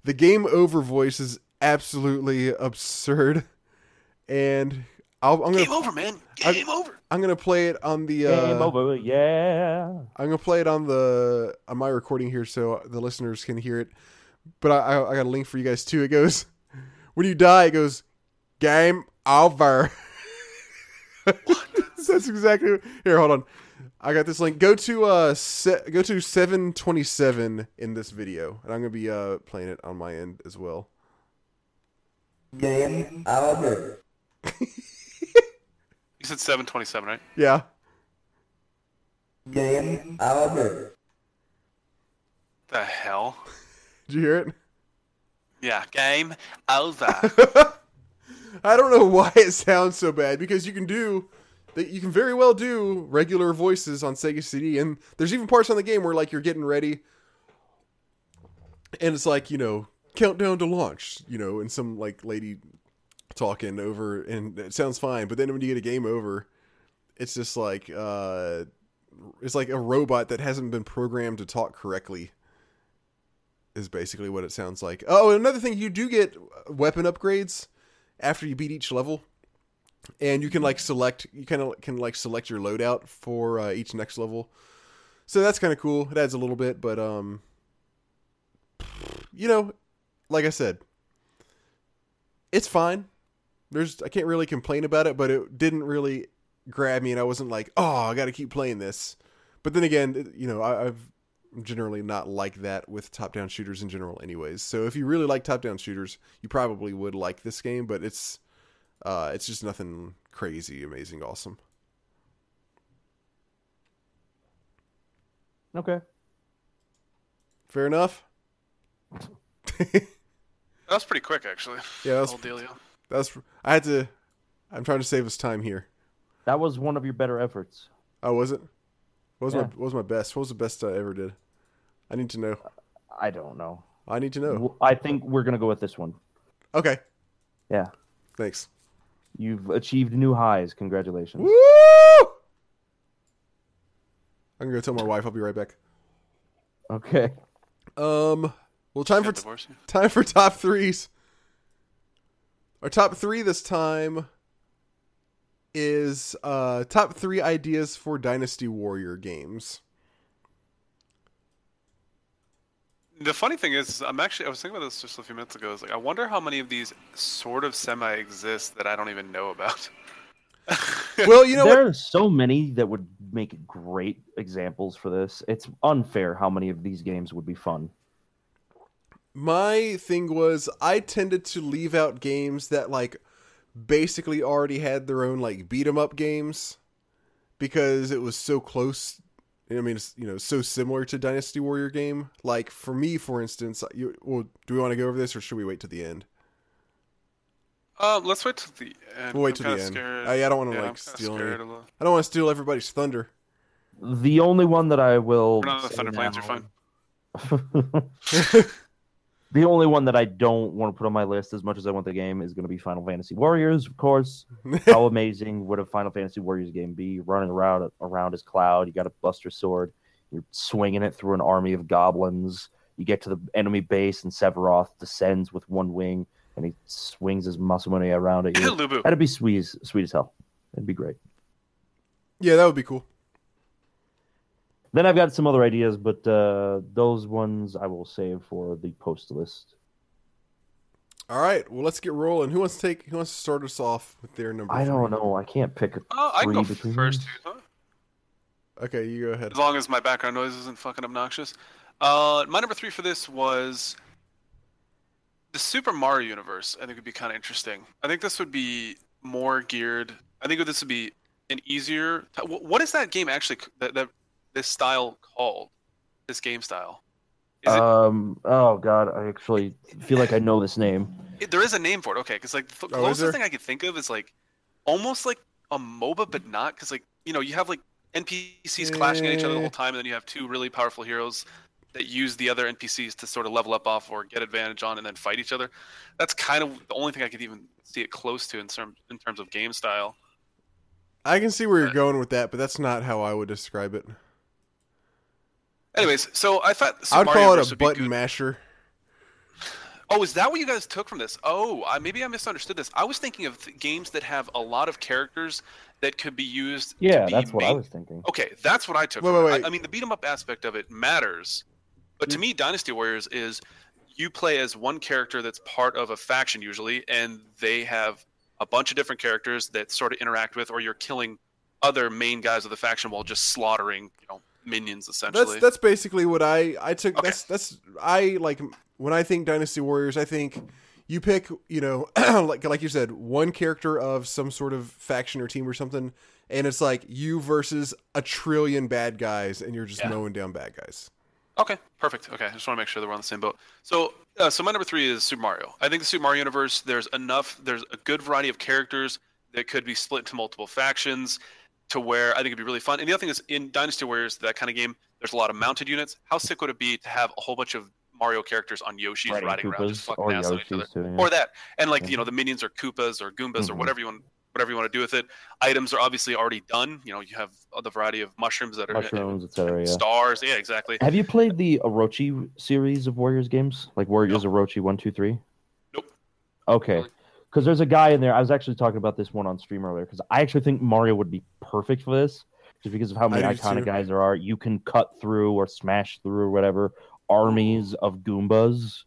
[SPEAKER 1] the game over voice is absolutely absurd, and I'll, I'm gonna
[SPEAKER 2] Game over, man.
[SPEAKER 1] I-
[SPEAKER 2] Game over.
[SPEAKER 1] I'm gonna play it on the uh,
[SPEAKER 3] Game over, yeah.
[SPEAKER 1] I'm gonna play it on the on my recording here so the listeners can hear it. But I, I, I got a link for you guys too. It goes when you die, it goes game over. That's exactly here. Hold on, I got this link. Go to uh se- go to seven twenty seven in this video, and I'm gonna be uh playing it on my end as well.
[SPEAKER 4] Game over.
[SPEAKER 2] You said 727, right?
[SPEAKER 1] Yeah,
[SPEAKER 4] Game over.
[SPEAKER 2] The hell?
[SPEAKER 1] did you hear it?
[SPEAKER 2] Yeah. Game over.
[SPEAKER 1] I don't know why it sounds so bad because you can do that you can very well do regular voices on Sega CD and there's even parts on the game where like you're getting ready and it's like, you know, countdown to launch, you know, and some like lady talking over and it sounds fine, but then when you get a game over, it's just like uh it's like a robot that hasn't been programmed to talk correctly is basically what it sounds like. Oh, and another thing you do get weapon upgrades after you beat each level and you can like select you kind of can like select your loadout for uh, each next level so that's kind of cool it adds a little bit but um you know like i said it's fine there's i can't really complain about it but it didn't really grab me and i wasn't like oh i gotta keep playing this but then again it- you know I, i've I'm generally not like that with top-down shooters in general anyways so if you really like top-down shooters you probably would like this game but it's uh it's just nothing crazy amazing awesome
[SPEAKER 3] Okay.
[SPEAKER 1] fair enough
[SPEAKER 2] That was pretty quick, actually.
[SPEAKER 1] yeah that's
[SPEAKER 2] Old dealio.
[SPEAKER 1] that's i had to i'm trying to save us time here
[SPEAKER 3] That was one of your better efforts.
[SPEAKER 1] i wasn't what was my
[SPEAKER 3] Yeah.
[SPEAKER 1] what was my best what was the best i ever did i need to know
[SPEAKER 3] I don't know.
[SPEAKER 1] i need to know
[SPEAKER 3] W- I think we're gonna go with this one.
[SPEAKER 1] okay
[SPEAKER 3] Yeah.
[SPEAKER 1] thanks
[SPEAKER 3] You've achieved new highs. Congratulations.
[SPEAKER 1] Woo! i'm gonna go tell my wife i'll be right back
[SPEAKER 3] Okay.
[SPEAKER 1] um well time for
[SPEAKER 2] Got divorced.
[SPEAKER 1] Time for top threes. Our top three this time is uh, top three ideas for Dynasty Warrior games.
[SPEAKER 2] The funny thing is, I'm actually I was thinking about this just a few minutes ago. Is like I wonder how many of these sort of semi exist that I don't even know about.
[SPEAKER 1] Well, you know
[SPEAKER 3] there
[SPEAKER 1] what?
[SPEAKER 3] are so many that would make great examples for this. It's unfair how many of these games would be fun.
[SPEAKER 1] My thing was I tended to leave out games that like basically already had their own like beat 'em up games because it was so close. I mean, it's, you know, so similar to Dynasty Warrior game. Like for me, for instance, you, well, do we want to go over this or should we wait to the end?
[SPEAKER 2] Um, let's wait till the end.
[SPEAKER 1] We'll wait
[SPEAKER 2] I'm
[SPEAKER 1] till the
[SPEAKER 2] kinda
[SPEAKER 1] end.
[SPEAKER 2] Scared.
[SPEAKER 1] I, I don't want to
[SPEAKER 2] yeah, I'm
[SPEAKER 1] like
[SPEAKER 2] kinda
[SPEAKER 1] steal. Any,
[SPEAKER 2] scared
[SPEAKER 1] I
[SPEAKER 2] a little.
[SPEAKER 1] don't want to steal everybody's thunder.
[SPEAKER 3] The only one that I will
[SPEAKER 2] We're not on the
[SPEAKER 3] say
[SPEAKER 2] Thunder Plains, you're
[SPEAKER 3] now- the only one that I don't want to put on my list as much as I want the game is going to be Final Fantasy Warriors, of course. How amazing would a Final Fantasy Warriors game be? Running around around as Cloud, you got a Buster Sword, you're swinging it through an army of goblins. You get to the enemy base, and Sephiroth descends with one wing, and he swings his Masamune around at you.
[SPEAKER 2] Lubu.
[SPEAKER 3] That'd be sweet, as- sweet as hell. That'd be great.
[SPEAKER 1] Yeah, that would be cool.
[SPEAKER 3] Then I've got some other ideas, but uh, those ones I will save for the post list.
[SPEAKER 1] All right, well, let's get rolling. Who wants to take? Who wants to start us off with their number?
[SPEAKER 3] I don't
[SPEAKER 1] three?
[SPEAKER 3] know. I can't pick. a-
[SPEAKER 2] Oh, I can go
[SPEAKER 3] Three between
[SPEAKER 2] first,
[SPEAKER 3] them.
[SPEAKER 2] dude. Huh?
[SPEAKER 1] Okay, you go ahead.
[SPEAKER 2] As long as my background noise isn't fucking obnoxious. Uh, my number three for this was the Super Mario universe. I think would be kind of interesting. I think this would be more geared. I think this would be an easier. wh- What is that game actually? c- That, that this style called? This game style. Is it,
[SPEAKER 3] Um. Oh God, I actually feel like I know this name.
[SPEAKER 2] it- there is a name for it. Okay, because like
[SPEAKER 1] Oh,
[SPEAKER 2] the
[SPEAKER 1] is
[SPEAKER 2] closest
[SPEAKER 1] there?
[SPEAKER 2] thing I could think of is like almost like a MOBA, but not because like you know you have like NPCs clashing at each other the
[SPEAKER 1] Yeah.
[SPEAKER 2] whole time, and then you have two really powerful heroes that use the other NPCs to sort of level up off or get advantage on, and then fight each other. That's kind of the only thing I could even see it close to in terms in terms of game style.
[SPEAKER 1] I can see where
[SPEAKER 2] Uh,
[SPEAKER 1] you're going with that, but that's not how I would describe it.
[SPEAKER 2] Anyways, so I thought
[SPEAKER 1] I
[SPEAKER 2] Super
[SPEAKER 1] would
[SPEAKER 2] Mario
[SPEAKER 1] call
[SPEAKER 2] Bros.
[SPEAKER 1] it a
[SPEAKER 2] would be
[SPEAKER 1] button
[SPEAKER 2] good.
[SPEAKER 1] masher.
[SPEAKER 2] Oh, is that what you guys took from this? Oh, I, maybe I misunderstood this. I was thinking of th- games that have a lot of characters that could be used.
[SPEAKER 3] Yeah,
[SPEAKER 2] to be
[SPEAKER 3] that's what I
[SPEAKER 2] main
[SPEAKER 3] was thinking.
[SPEAKER 2] Okay, that's what I took.
[SPEAKER 1] Wait,
[SPEAKER 2] from
[SPEAKER 1] wait,
[SPEAKER 2] it.
[SPEAKER 1] wait. Mm.
[SPEAKER 2] I, I mean, the beat 'em up aspect of it matters, but to me, Dynasty Warriors is you play as one character that's part of a faction usually, and they have a bunch of different characters that sort of interact with, or you're killing other main guys of the faction while just slaughtering, you know, minions essentially.
[SPEAKER 1] That's that's basically what I I took.
[SPEAKER 2] Okay.
[SPEAKER 1] That's that's I like when I think Dynasty Warriors, I think you pick you know like like you said one character of some sort of faction or team or something, and it's like you versus a trillion bad guys, and you're just
[SPEAKER 2] Yeah.
[SPEAKER 1] mowing down bad guys.
[SPEAKER 2] Okay, perfect. Okay, I just want to make sure that we're on the same boat. So, uh, so my number three is Super Mario. I think the Super Mario universe, there's enough, there's a good variety of characters that could be split into multiple factions, to where I think it'd be really fun. And the other thing is, in Dynasty Warriors, that kind of game, there's a lot of mounted units. How sick would it be to have a whole bunch of Mario characters on Yoshi's riding, around, just fucking
[SPEAKER 3] or
[SPEAKER 2] ass on each other?
[SPEAKER 3] Yoshis too. yeah.
[SPEAKER 2] or that and like
[SPEAKER 3] Yeah.
[SPEAKER 2] you know the minions are koopas or goombas or
[SPEAKER 3] Mhm.
[SPEAKER 2] whatever you want whatever you want to do with it items are obviously already done you know you have the variety of mushrooms that are
[SPEAKER 3] Mushrooms, etc. Yeah.
[SPEAKER 2] stars yeah exactly
[SPEAKER 3] Have you played the Orochi series of Warriors games, like Warriors Orochi one, two, three?
[SPEAKER 2] Nope.
[SPEAKER 3] Okay, because there's a guy in there. I was actually talking about this one on stream earlier because I actually think Mario would be perfect for this, just because of how many
[SPEAKER 1] I do too.
[SPEAKER 3] iconic guys there are. You can cut through or smash through or whatever armies of Goombas,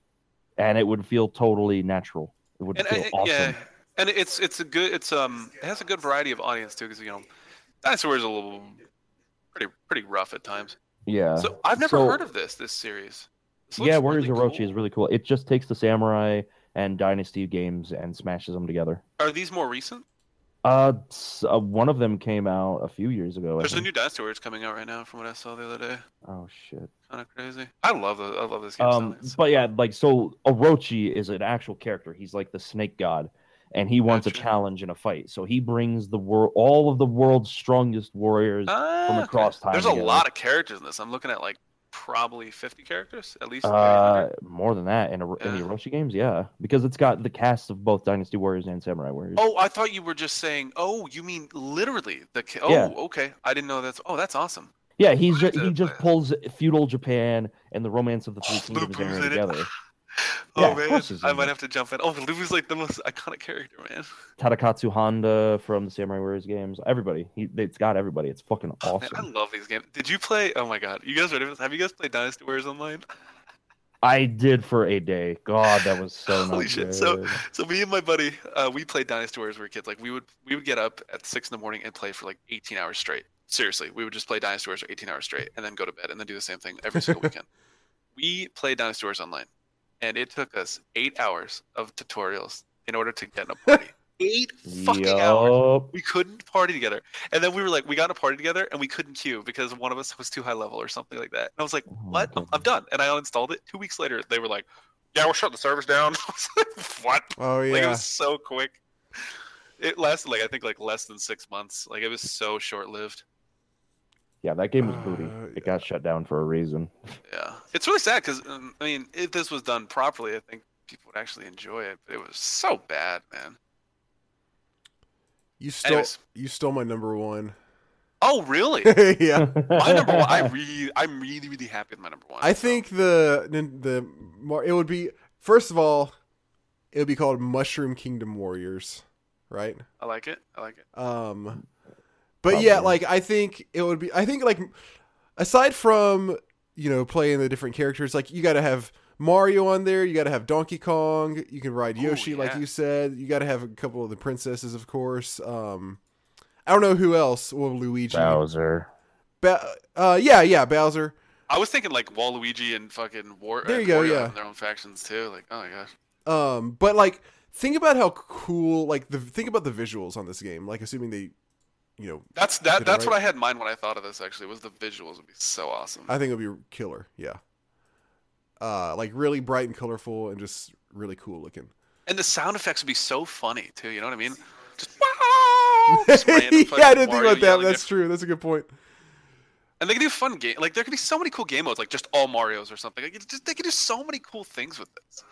[SPEAKER 3] and it would feel totally natural. It would
[SPEAKER 2] and
[SPEAKER 3] feel
[SPEAKER 2] I-
[SPEAKER 3] awesome.
[SPEAKER 2] yeah and it's it's a good it's um it has a good variety of audience too because you know dinosaurs a little pretty pretty rough at times
[SPEAKER 3] Yeah.
[SPEAKER 2] so i've never
[SPEAKER 3] so-
[SPEAKER 2] heard of this this series This looks
[SPEAKER 3] yeah, Warriors
[SPEAKER 2] really
[SPEAKER 3] Orochi
[SPEAKER 2] cool.
[SPEAKER 3] is really cool. It just takes the samurai and dynasty games and smashes them together.
[SPEAKER 2] are these more recent
[SPEAKER 3] Uh, s- uh, one of them came out a few years ago. I
[SPEAKER 2] there's a
[SPEAKER 3] think.
[SPEAKER 2] new dynasty warriors coming out right now from what i saw the other day
[SPEAKER 3] Oh shit.
[SPEAKER 2] kind of crazy i love the i love this game so
[SPEAKER 3] Um,
[SPEAKER 2] much.
[SPEAKER 3] but yeah, like so, Orochi is an actual character. He's like the snake god, and he wants
[SPEAKER 2] Gotcha.
[SPEAKER 3] a challenge in a fight. So he brings the world, all of the world's strongest warriors.
[SPEAKER 2] Ah,
[SPEAKER 3] across time
[SPEAKER 2] There's a
[SPEAKER 3] together.
[SPEAKER 2] lot of characters in this. I'm looking at like probably 50 characters at least.
[SPEAKER 3] Uh, more than that in, a, in
[SPEAKER 2] Yeah.
[SPEAKER 3] the Orochi games, yeah, because it's got the cast of both Dynasty Warriors and Samurai Warriors.
[SPEAKER 2] oh, I thought you were just saying. Oh, you mean literally the? Ca- oh,
[SPEAKER 3] Yeah.
[SPEAKER 2] okay. I didn't know that's. Oh, that's awesome.
[SPEAKER 3] Yeah, he's
[SPEAKER 2] Where
[SPEAKER 3] ju-
[SPEAKER 2] is
[SPEAKER 3] he
[SPEAKER 2] it?
[SPEAKER 3] just pulls feudal Japan and the romance of the three
[SPEAKER 2] Oh,
[SPEAKER 3] kingdoms
[SPEAKER 2] Lubu's
[SPEAKER 3] area
[SPEAKER 2] in it.
[SPEAKER 3] together.
[SPEAKER 2] Oh
[SPEAKER 3] Yeah, of
[SPEAKER 2] man,
[SPEAKER 3] course he's
[SPEAKER 2] I
[SPEAKER 3] in
[SPEAKER 2] might
[SPEAKER 3] it.
[SPEAKER 2] have to jump in. Oh, Lubu's like the most iconic character, man.
[SPEAKER 3] Tadakatsu Honda from the Samurai Warriors games. Everybody, he, it's got everybody. It's fucking
[SPEAKER 2] Oh, man,
[SPEAKER 3] awesome.
[SPEAKER 2] I love these games. Did you play? Oh my god, you guys ready for this? Have you guys played Dynasty Warriors online?
[SPEAKER 3] I did for a day. God, that was so
[SPEAKER 2] Holy
[SPEAKER 3] not
[SPEAKER 2] shit, so-
[SPEAKER 3] good.
[SPEAKER 2] So me and my buddy, uh, we played Dynasty Warriors when we were kids. Like we would we would get up at six in the morning and play for like eighteen hours straight. Seriously, we would just play Dynasty Warriors for eighteen hours straight, and then go to bed, and then do the same thing every single weekend. We played Dynasty Warriors online, and it took us eight hours of tutorials in order to get in a party. eight fucking hours.
[SPEAKER 3] Yup. Oh
[SPEAKER 2] We couldn't party together, and then we were like, we got in a party together, and we couldn't queue because one of us was too high level or something like that. And I was like,
[SPEAKER 3] Oh my
[SPEAKER 2] what? Um, I'm, I'm
[SPEAKER 3] goodness.
[SPEAKER 2] done. And I uninstalled it. Two weeks later, they were like, yeah, we're shutting the servers down. I was like, what?
[SPEAKER 1] Oh
[SPEAKER 2] Like it
[SPEAKER 1] yeah.
[SPEAKER 2] was so quick. It lasted like I think like less than six months. Like it was so short lived.
[SPEAKER 3] Yeah, that game was booty.
[SPEAKER 1] Uh,
[SPEAKER 3] it got shut down for a reason.
[SPEAKER 2] Yeah, it's really sad because um, I mean, if this was done properly, I think people would actually enjoy it. But it was so bad, man.
[SPEAKER 1] You stole
[SPEAKER 2] Anyways.
[SPEAKER 1] you stole my number one.
[SPEAKER 2] Oh, really?
[SPEAKER 1] yeah.
[SPEAKER 2] my number one. I really, I'm really, really happy with my number one.
[SPEAKER 1] I
[SPEAKER 2] so.
[SPEAKER 1] think the nin- the mar- it would be first of all, it would be called Mushroom Kingdom Warriors, right?
[SPEAKER 2] I like it. I like it.
[SPEAKER 1] Um, but yeah,
[SPEAKER 3] Probably.
[SPEAKER 1] like I think it would be. I think like aside from you know playing the different characters, like you got to have Mario on there. You got to have Donkey Kong. You can ride
[SPEAKER 2] Ooh,
[SPEAKER 1] Yoshi, like
[SPEAKER 2] yeah.
[SPEAKER 1] you said. You got to have a couple of the princesses, of course. Um, I don't know who else. Well, Luigi.
[SPEAKER 3] Bowser.
[SPEAKER 1] Ba- uh, yeah, yeah, Bowser.
[SPEAKER 2] I was thinking like Waluigi and fucking War.
[SPEAKER 1] There you
[SPEAKER 2] and
[SPEAKER 1] go,
[SPEAKER 2] Wario
[SPEAKER 1] yeah.
[SPEAKER 2] having their own factions too. Like, oh my gosh.
[SPEAKER 1] Um, but like, think about how cool. Like the think about the visuals on this game. Like assuming they, you know,
[SPEAKER 2] That's
[SPEAKER 1] Did
[SPEAKER 2] that.
[SPEAKER 1] it
[SPEAKER 2] That's
[SPEAKER 1] right.
[SPEAKER 2] what I had in mind when I thought of this. Actually, was the visuals would be so awesome.
[SPEAKER 1] I think it would be killer. Yeah. Uh, like really bright and colorful and just really cool looking.
[SPEAKER 2] And the sound effects would be so funny too. You know what I mean? Just wow. Just
[SPEAKER 1] yeah,
[SPEAKER 2] random fucking
[SPEAKER 1] I didn't think
[SPEAKER 2] Mario
[SPEAKER 1] about that.
[SPEAKER 2] yelling
[SPEAKER 1] But
[SPEAKER 2] at-
[SPEAKER 1] that's true. That's a good point.
[SPEAKER 2] And they could do fun game. Like there could be so many cool game modes, like just all Mario's or something. Like, it just they could do so many cool things with this.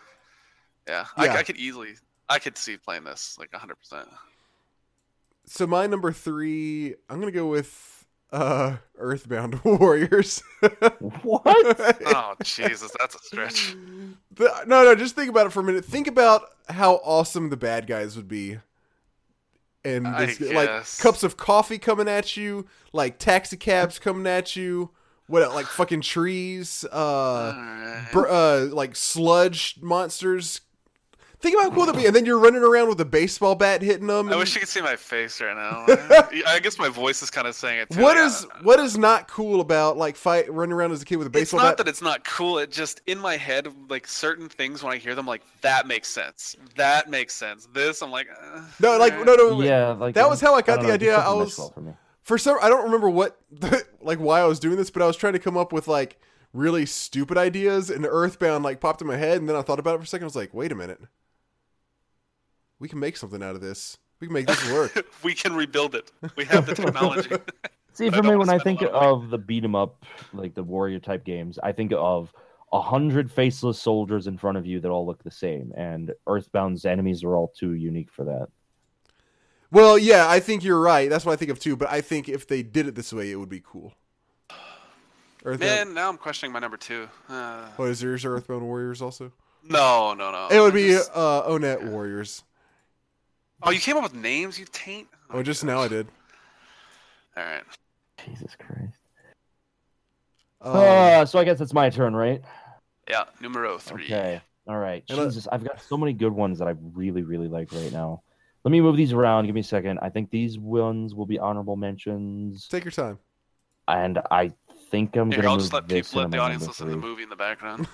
[SPEAKER 2] Yeah,
[SPEAKER 1] Yeah.
[SPEAKER 2] I, I could easily, I could see playing this like 100. percent
[SPEAKER 1] So my number three, I'm gonna go with uh Earthbound Warriors.
[SPEAKER 3] What?
[SPEAKER 2] Oh Jesus, that's a stretch.
[SPEAKER 1] The- no, no, just think about it for a minute. Think about how awesome the bad guys would be. And
[SPEAKER 2] I
[SPEAKER 1] this, like
[SPEAKER 2] guess.
[SPEAKER 1] cups of coffee coming at you, like taxi cabs coming at you, what like fucking trees, uh
[SPEAKER 2] Alright.
[SPEAKER 1] br- uh, like sludge monsters. Think about how cool that'd be, and then you're running around with a baseball bat hitting them.
[SPEAKER 2] I wish you could see my face right now. Yeah, I guess my voice is kind of saying it. Too.
[SPEAKER 1] what
[SPEAKER 2] Like,
[SPEAKER 1] is
[SPEAKER 2] I-
[SPEAKER 1] what is not cool about like fight running around as a kid with a
[SPEAKER 2] It's
[SPEAKER 1] baseball
[SPEAKER 2] not
[SPEAKER 1] bat?
[SPEAKER 2] that it's not cool. It just in my head, like certain things when I hear them, like that makes sense. That makes sense. This, I'm like, uh,
[SPEAKER 1] no, like
[SPEAKER 2] alright.
[SPEAKER 1] no, no. wait.
[SPEAKER 3] yeah, like uh,
[SPEAKER 1] That was how I got
[SPEAKER 3] don't
[SPEAKER 1] the
[SPEAKER 3] know,
[SPEAKER 1] idea
[SPEAKER 3] Just
[SPEAKER 1] I
[SPEAKER 3] doesn't mesh
[SPEAKER 1] was-
[SPEAKER 3] well for me.
[SPEAKER 1] For some, I don't remember what like why I was doing this, but I was trying to come up with like really stupid ideas, and Earthbound like popped in my head, and then I thought about it for a second. I was like, wait a minute, we can make something out of this. We can make this work.
[SPEAKER 2] we can rebuild it. We have the technology. But I
[SPEAKER 3] See, for
[SPEAKER 2] don't
[SPEAKER 3] me,
[SPEAKER 2] wanna
[SPEAKER 3] when I
[SPEAKER 2] spend
[SPEAKER 3] think
[SPEAKER 2] a lot
[SPEAKER 3] of the beat 'em up, like the warrior type games, I think of a hundred faceless soldiers in front of you that all look the same, and Earthbound's enemies are all too unique for that.
[SPEAKER 1] well, yeah, I think you're right. That's what I think of too. But I think if they did it this way, it would be cool. Earthbound.
[SPEAKER 2] Man, now I'm questioning my number two. Uh,
[SPEAKER 1] What is yours Earthbound Warriors also?
[SPEAKER 2] no, no, no.
[SPEAKER 1] it would be
[SPEAKER 2] Oh, Just-
[SPEAKER 1] uh, Onet
[SPEAKER 2] yeah.
[SPEAKER 1] Warriors.
[SPEAKER 2] oh, you came up with names. You taint.
[SPEAKER 1] Oh, just now I did.
[SPEAKER 2] All right.
[SPEAKER 3] Jesus Christ.
[SPEAKER 1] Um,
[SPEAKER 3] uh, so I guess it's my turn, right?
[SPEAKER 2] Yeah, numero three.
[SPEAKER 3] Okay. All right.
[SPEAKER 1] And, uh,
[SPEAKER 3] Jesus, I've got so many good ones that I really, really like right now. Let me move these around. Give me a second. I think these ones will be honorable mentions,
[SPEAKER 1] take your time.
[SPEAKER 3] and I think I'm
[SPEAKER 2] Here,
[SPEAKER 3] gonna
[SPEAKER 2] I'll
[SPEAKER 3] move
[SPEAKER 2] just let
[SPEAKER 3] this
[SPEAKER 2] people, let
[SPEAKER 3] into
[SPEAKER 2] the
[SPEAKER 3] my
[SPEAKER 2] audience
[SPEAKER 3] number
[SPEAKER 2] listen to the
[SPEAKER 3] three.
[SPEAKER 2] movie in the background.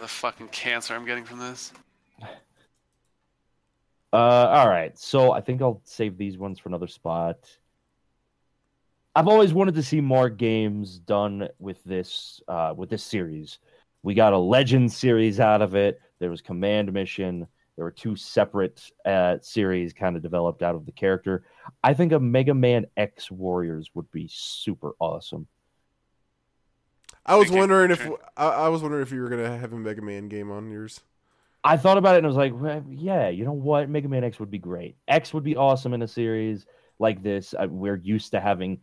[SPEAKER 2] the fucking cancer I'm getting from this.
[SPEAKER 3] Uh, all right. So I think I'll save these ones for another spot. I've always wanted to see more games done with this uh, with this series. We got a Legend series out of it. There was Command Mission. There were two separate uh, series kind of developed out of the character. I think a Mega Man X Warriors would be super awesome.
[SPEAKER 1] I was
[SPEAKER 2] Take your
[SPEAKER 1] wondering if
[SPEAKER 2] turn.
[SPEAKER 1] I, I was wondering if you were gonna have a Mega Man game on yours.
[SPEAKER 3] I thought about it and I was like, well, yeah, you know what? Mega Man X would be great. X would be awesome in a series like this. I, we're used to having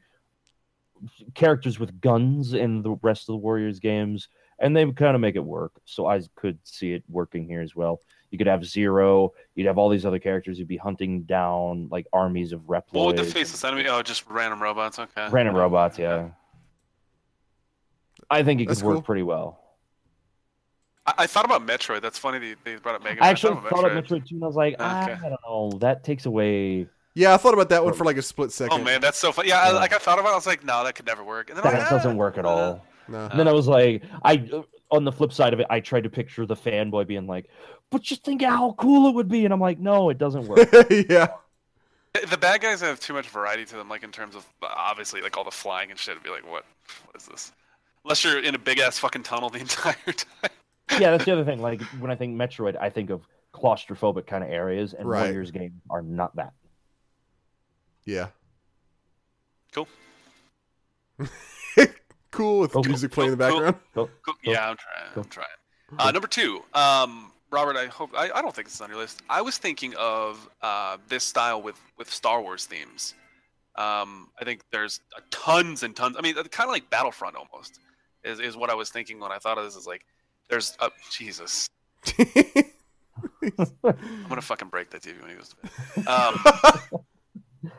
[SPEAKER 3] characters with guns in the rest of the Warriors games, and they kind of make it work. So I could see it working here as well. You could have Zero. You'd have all these other characters who'd be hunting down like armies of Reploids.
[SPEAKER 2] What would the
[SPEAKER 3] and-
[SPEAKER 2] faceless enemy? Oh, just random robots. Okay.
[SPEAKER 3] Random robots, yeah. I think it could
[SPEAKER 1] That's
[SPEAKER 3] work
[SPEAKER 1] cool.
[SPEAKER 3] pretty well.
[SPEAKER 2] I, I thought about Metroid. That's funny that you- they brought up Mega Man.
[SPEAKER 3] I actually
[SPEAKER 2] about
[SPEAKER 3] thought of Metroid too, and I was like, ah,
[SPEAKER 2] Okay.
[SPEAKER 3] I don't know. That takes away.
[SPEAKER 1] Yeah, I thought about that one for like a split second.
[SPEAKER 2] Oh man, that's so funny. Yeah, I,
[SPEAKER 3] Yeah.
[SPEAKER 2] like I thought about. it. I was like, no, that could never work. And then I'm
[SPEAKER 3] That
[SPEAKER 2] like,
[SPEAKER 3] doesn't
[SPEAKER 2] "Ah."
[SPEAKER 3] work at all.
[SPEAKER 1] No.
[SPEAKER 3] And then I was like, I uh, on the flip side of it, I tried to picture the fanboy being like, "But just think how cool it would be," and I'm like, "No, it doesn't work."
[SPEAKER 2] Uh.
[SPEAKER 1] yeah.
[SPEAKER 2] The- The bad guys have too much variety to them, like in terms of obviously like all the flying and shit. It'd be like, what, what is this? Unless you're in a big ass fucking tunnel the entire time.
[SPEAKER 3] yeah, that's the other thing. Like when I think Metroid, I think of claustrophobic kind of areas, and
[SPEAKER 1] Right.
[SPEAKER 3] Warriors games are not that.
[SPEAKER 1] Yeah.
[SPEAKER 2] Cool.
[SPEAKER 1] cool with
[SPEAKER 3] Cool,
[SPEAKER 1] music playing in the
[SPEAKER 2] cool, cool.
[SPEAKER 1] background.
[SPEAKER 2] Cool.
[SPEAKER 3] Cool.
[SPEAKER 2] Yeah, I'm trying.
[SPEAKER 3] Cool.
[SPEAKER 2] I'm trying. Uh, number two, um, Robert. I hope I, I don't think this is on your list. I was thinking of uh, this style with with Star Wars themes. Um, I think there's a tons and tons. I mean, kind of like Battlefront almost is, is what I was thinking when I thought of this. Is like there's a Jesus. I'm gonna fucking break that TV when he goes to bed. Um,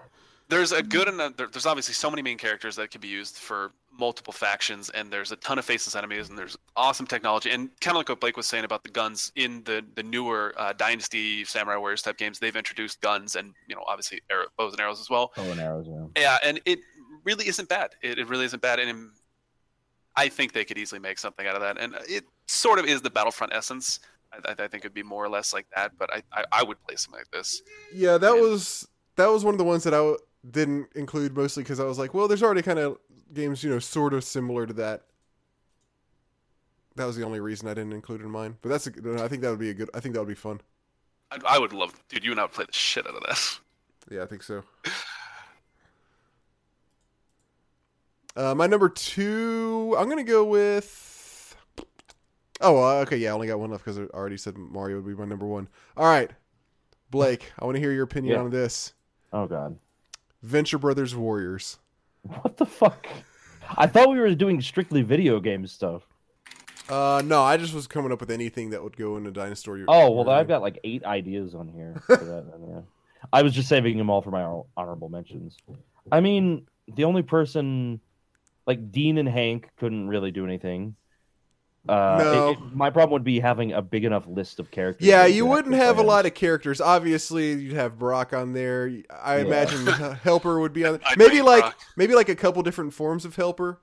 [SPEAKER 2] there's a good and a, there- there's obviously so many main characters that could be used for multiple factions, and there's a ton of faceless enemies, and there's awesome technology, and kind of like what Blake was saying about the guns in the the newer uh, Dynasty Samurai Warriors type games, they've introduced guns and you know obviously arrow, bows and arrows as well.
[SPEAKER 3] Bow Oh, and arrows, yeah.
[SPEAKER 2] Yeah, and it really isn't bad. It, it really isn't bad, and um, I think they could easily make something out of that. And it sort of is the Battlefront essence. I, I- I think it'd be more or less like that, but I, I, I would play something like this.
[SPEAKER 1] yeah, that
[SPEAKER 2] Yeah.
[SPEAKER 1] was that was one of the ones that I w- didn't include mostly because I was like, well, there's already kind of games you know sort of similar to that. That was the only reason I didn't include it in mine. But that's a, good- I think that would be a good. I think that would be fun.
[SPEAKER 2] I, I would love, dude. You and I would play the shit out of this.
[SPEAKER 1] Yeah, I think so. Uh, my number two, I'm gonna go with. Oh, uh, okay, yeah, I only got one left because I already said Mario would be my number one. All right, Blake, I want to hear your opinion
[SPEAKER 3] Yeah.
[SPEAKER 1] on this.
[SPEAKER 3] Oh god,
[SPEAKER 1] Venture Brothers Warriors.
[SPEAKER 3] what the fuck? I thought we were doing strictly video game stuff.
[SPEAKER 1] Uh, no, I just was coming up with anything that would go in a dinosaur.
[SPEAKER 3] Oh well, I've got like eight ideas on here. For that, then, yeah. I was just saving them all for my hon- honorable mentions. I mean, the only person like Dean and Hank couldn't really do anything. Uh,
[SPEAKER 1] No.
[SPEAKER 3] it- it- my problem would be having a big enough list of characters.
[SPEAKER 1] Yeah,
[SPEAKER 3] that
[SPEAKER 1] you wouldn't
[SPEAKER 3] to
[SPEAKER 1] have a
[SPEAKER 3] play
[SPEAKER 1] lot
[SPEAKER 3] as.
[SPEAKER 1] of characters. Obviously, you'd have Brock on there. I
[SPEAKER 3] Yeah.
[SPEAKER 1] imagine Helper would be on.
[SPEAKER 2] I'd
[SPEAKER 1] Maybe
[SPEAKER 2] take
[SPEAKER 1] like
[SPEAKER 2] Brock.
[SPEAKER 1] maybe like a couple different forms of Helper.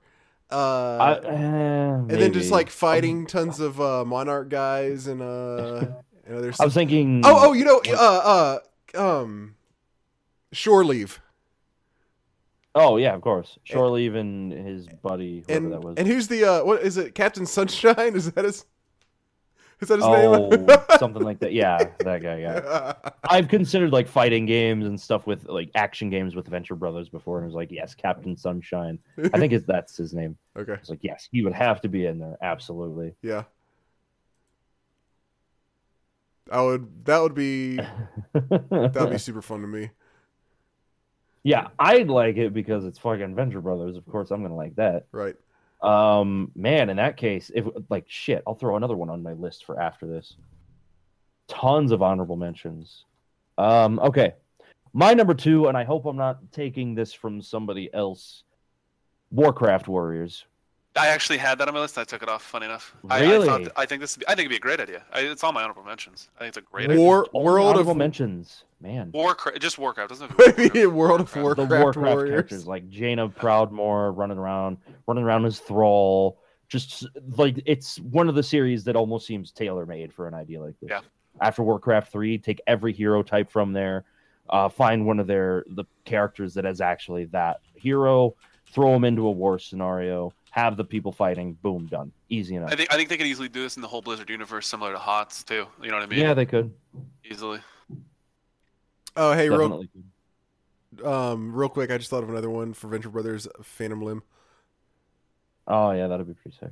[SPEAKER 1] Uh,
[SPEAKER 3] I- eh,
[SPEAKER 1] and then just
[SPEAKER 3] maybe.
[SPEAKER 1] like fighting tons of uh, Monarch guys and uh and other
[SPEAKER 3] I
[SPEAKER 1] stuff.
[SPEAKER 3] was thinking.
[SPEAKER 1] Oh, oh, you know, uh, uh, um, Shore Leave
[SPEAKER 3] Oh, yeah, of course. Shore Leave and his buddy, whoever
[SPEAKER 1] and
[SPEAKER 3] that was.
[SPEAKER 1] and who's the uh what is it? Captain Sunshine? Is that his? Is that his name?
[SPEAKER 3] oh, something like that. Yeah, that guy. Yeah. I've considered like fighting games and stuff with like action games with Venture Brothers before, and it was like, yes, Captain Sunshine. I think it's, that's his name.
[SPEAKER 1] okay,
[SPEAKER 3] It's like, yes, he would have to be in there, absolutely.
[SPEAKER 1] yeah. I would. That would be. That would be super fun to me.
[SPEAKER 3] yeah, I'd like it because it's fucking Venture Brothers. Of course, I'm gonna like that.
[SPEAKER 1] Right.
[SPEAKER 3] Um, man, in that case, if like shit, I'll throw another one on my list for after this. Tons of honorable mentions. Um, okay, my number two, and I hope I'm not taking this from somebody else. Warcraft Warriors.
[SPEAKER 2] I actually had that on my list. and I took it off. Funny enough. I- I, thought
[SPEAKER 3] Really?
[SPEAKER 2] th- I think this. Would be, I think it'd be a great idea. I, it's on my honorable mentions. I think it's a great idea.
[SPEAKER 1] War
[SPEAKER 3] All
[SPEAKER 1] World of
[SPEAKER 3] honorable mentions, man.
[SPEAKER 2] Warcraft, just Warcraft. Doesn't have to be
[SPEAKER 1] Maybe World of
[SPEAKER 2] Warcraft.
[SPEAKER 1] Warcraft,
[SPEAKER 3] the Warcraft
[SPEAKER 1] Warriors.
[SPEAKER 3] characters like Jaina Proudmore running around, running around as Thrall. Just like it's one of the series that almost seems tailor made for an idea like this.
[SPEAKER 2] Yeah.
[SPEAKER 3] After Warcraft three, take every hero type from there, uh, find one of their the characters that is actually that hero, throw them into a war scenario, have the people fighting, boom, done, easy enough.
[SPEAKER 2] I think I think they could easily do this in the whole Blizzard universe, similar to HOTS too. You know what I mean?
[SPEAKER 3] yeah, they could
[SPEAKER 2] Easily.
[SPEAKER 1] Oh, hey, real,
[SPEAKER 3] definitely. Could.
[SPEAKER 1] um, real quick, I just thought of another one for Venture Brothers, Phantom Limb.
[SPEAKER 3] Oh yeah, that'd be pretty sick.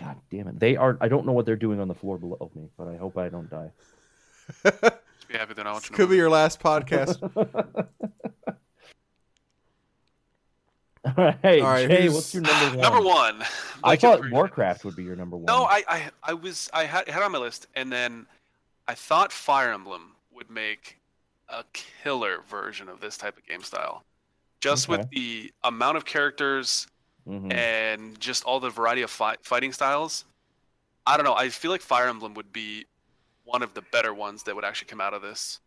[SPEAKER 3] God damn it. They are I don't know what they're doing on the floor below me, but I hope I don't die.
[SPEAKER 2] Just be happy they're not
[SPEAKER 1] This
[SPEAKER 2] watching. a
[SPEAKER 1] could be
[SPEAKER 2] movie.
[SPEAKER 1] your last podcast.
[SPEAKER 3] All right,
[SPEAKER 1] All right,
[SPEAKER 3] Jay,
[SPEAKER 1] who's-
[SPEAKER 3] what's your number one?
[SPEAKER 2] number one.
[SPEAKER 3] I
[SPEAKER 2] Blake,
[SPEAKER 3] thought
[SPEAKER 2] you're-
[SPEAKER 3] Warcraft would be your number one.
[SPEAKER 2] No, I, I I was I had had it on my list, and then I thought Fire Emblem would make a killer version of this type of game style, just
[SPEAKER 3] Okay.
[SPEAKER 2] with the amount of characters,
[SPEAKER 3] Mhm.
[SPEAKER 2] and just all the variety of fi- fighting styles. I don't know. I feel like Fire Emblem would be one of the better ones that would actually come out of this.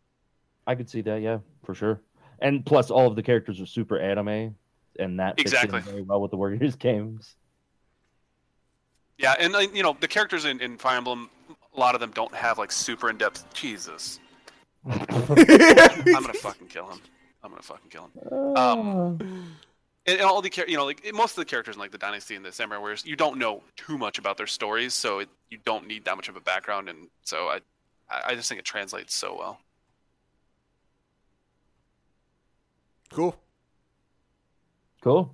[SPEAKER 3] I could see that, yeah, for sure. And plus, all of the characters are super anime, and that fits
[SPEAKER 2] Exactly.
[SPEAKER 3] in very well with the Warriors games.
[SPEAKER 2] Yeah, and uh, you know the characters in, in Fire Emblem, a lot of them don't have like super in depth. Jesus, I'm gonna fucking kill him. I'm gonna fucking kill him. Um, And, and all the char- you know like most of the characters in like the Dynasty and the Samurai Warriors, you don't know too much about their stories, so it, you don't need that much of a background. And so I, I I just think it translates so well.
[SPEAKER 1] cool.
[SPEAKER 3] cool.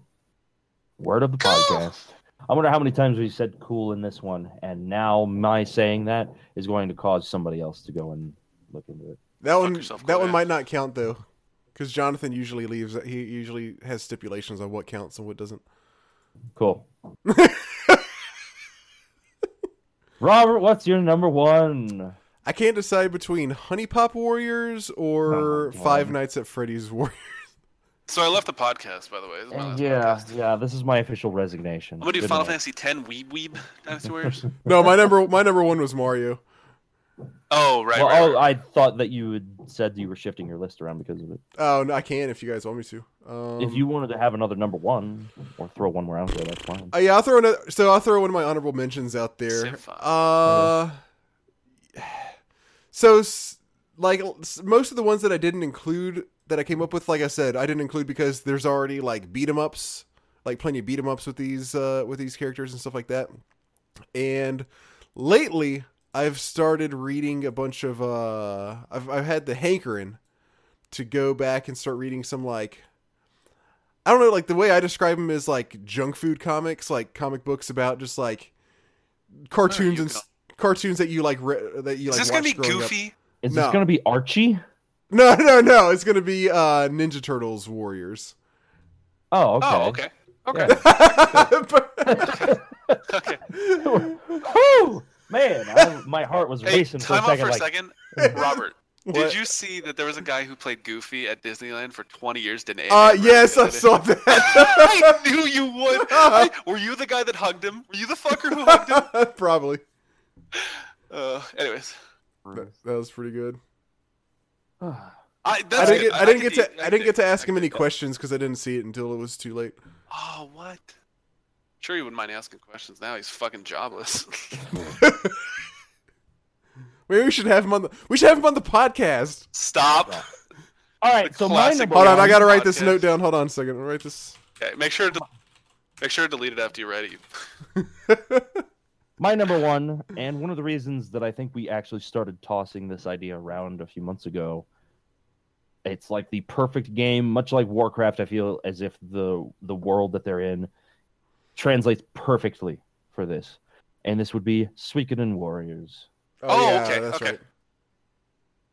[SPEAKER 3] Word of the podcast. I wonder how many times we said "cool" in this one, and now my saying that is going to cause somebody else to go and look into it.
[SPEAKER 1] That one
[SPEAKER 2] yourself,
[SPEAKER 1] that one
[SPEAKER 2] Kodak.
[SPEAKER 1] might not count though, because Jonathan usually leaves. He usually has stipulations on what counts and what doesn't.
[SPEAKER 3] Cool. Robert, what's your number one?
[SPEAKER 1] I can't decide between Honey Pop Warriors or
[SPEAKER 3] Oh, God.
[SPEAKER 1] Five Nights at Freddy's Warriors.
[SPEAKER 2] So I left the podcast by the way. This is my last
[SPEAKER 3] Yeah,
[SPEAKER 2] podcast.
[SPEAKER 3] yeah, this is my official resignation.
[SPEAKER 2] I'm gonna do
[SPEAKER 3] Good
[SPEAKER 2] Final
[SPEAKER 3] night.
[SPEAKER 2] Fantasy X Weeb Weeb Dynasty Warriors.
[SPEAKER 1] No, my number my number one was Mario.
[SPEAKER 2] Oh right,
[SPEAKER 3] well,
[SPEAKER 2] right,
[SPEAKER 3] oh,
[SPEAKER 2] right.
[SPEAKER 3] I thought that you had said you were shifting your list around because of it.
[SPEAKER 1] Oh, no, I can if you guys want me to. Um,
[SPEAKER 3] if you wanted to have another number one or throw one more out there, that's fine.
[SPEAKER 1] Uh, yeah, I'll throw another, so I'll throw one of my honorable mentions out there.
[SPEAKER 2] Sif, uh,
[SPEAKER 1] Uh, so s- like s- most of the ones that I didn't include that I came up with, like I said, I didn't include because there's already like beat 'em ups, like plenty of beat 'em ups with these uh, with these characters and stuff like that. And lately, I've started reading a bunch of uh, I've I've had the hankering to go back and start reading some like I don't know, like the way I describe them is like junk food comics, like comic books about just like cartoons
[SPEAKER 2] you
[SPEAKER 1] and s- cartoons that you like re- that you
[SPEAKER 2] is
[SPEAKER 1] like.
[SPEAKER 2] this gonna be
[SPEAKER 1] watched growing up.
[SPEAKER 2] goofy?
[SPEAKER 3] Is
[SPEAKER 1] no.
[SPEAKER 3] this going to be Archie?
[SPEAKER 1] No, no, no! It's gonna be uh, Ninja Turtles Warriors.
[SPEAKER 3] Oh, okay.
[SPEAKER 2] Oh okay, okay. Okay.
[SPEAKER 3] Whew! Man, I, my heart was
[SPEAKER 2] Hey,
[SPEAKER 3] racing for a
[SPEAKER 2] time out
[SPEAKER 3] second.
[SPEAKER 2] for a
[SPEAKER 3] like,
[SPEAKER 2] second, Robert. Did
[SPEAKER 1] What?
[SPEAKER 2] you see that there was a guy who played Goofy at Disneyland for 20 years? Didn't
[SPEAKER 1] Uh,
[SPEAKER 2] Abe ever
[SPEAKER 1] yes, I
[SPEAKER 2] admit it?
[SPEAKER 1] saw that.
[SPEAKER 2] I knew you would. I- were you the guy that hugged him? Were you the fucker who hugged him?
[SPEAKER 1] Probably.
[SPEAKER 2] Uh, anyways,
[SPEAKER 1] That, that was pretty good.
[SPEAKER 2] I, that's
[SPEAKER 1] I didn't
[SPEAKER 2] good.
[SPEAKER 1] get, I didn't
[SPEAKER 2] could
[SPEAKER 1] get to
[SPEAKER 2] eat-
[SPEAKER 1] I didn't
[SPEAKER 2] could
[SPEAKER 1] get to
[SPEAKER 2] eat-
[SPEAKER 1] ask
[SPEAKER 2] I
[SPEAKER 1] him
[SPEAKER 2] could
[SPEAKER 1] any
[SPEAKER 2] eat that.
[SPEAKER 1] questions because I didn't see it until it was too late.
[SPEAKER 2] Oh, what? Sure, you wouldn't mind asking questions now. He's fucking jobless.
[SPEAKER 1] Maybe we should have him on the we should have him on the podcast.
[SPEAKER 2] Stop.
[SPEAKER 3] All right, so my
[SPEAKER 2] classic
[SPEAKER 3] number
[SPEAKER 1] Hold
[SPEAKER 3] one.
[SPEAKER 1] on, I gotta write this
[SPEAKER 2] Podcast.
[SPEAKER 1] note down. Hold on a second. I'll write this.
[SPEAKER 2] Okay, make sure to make sure to delete it after you're ready.
[SPEAKER 3] my number one, and one of the reasons that I think we actually started tossing this idea around a few months ago. It's like the perfect game, much like Warcraft. I feel as if the the world that they're in translates perfectly for this, and this would be Suikoden Warriors.
[SPEAKER 1] Oh,
[SPEAKER 2] Oh,
[SPEAKER 1] yeah,
[SPEAKER 2] okay,
[SPEAKER 1] that's
[SPEAKER 2] okay.
[SPEAKER 1] right.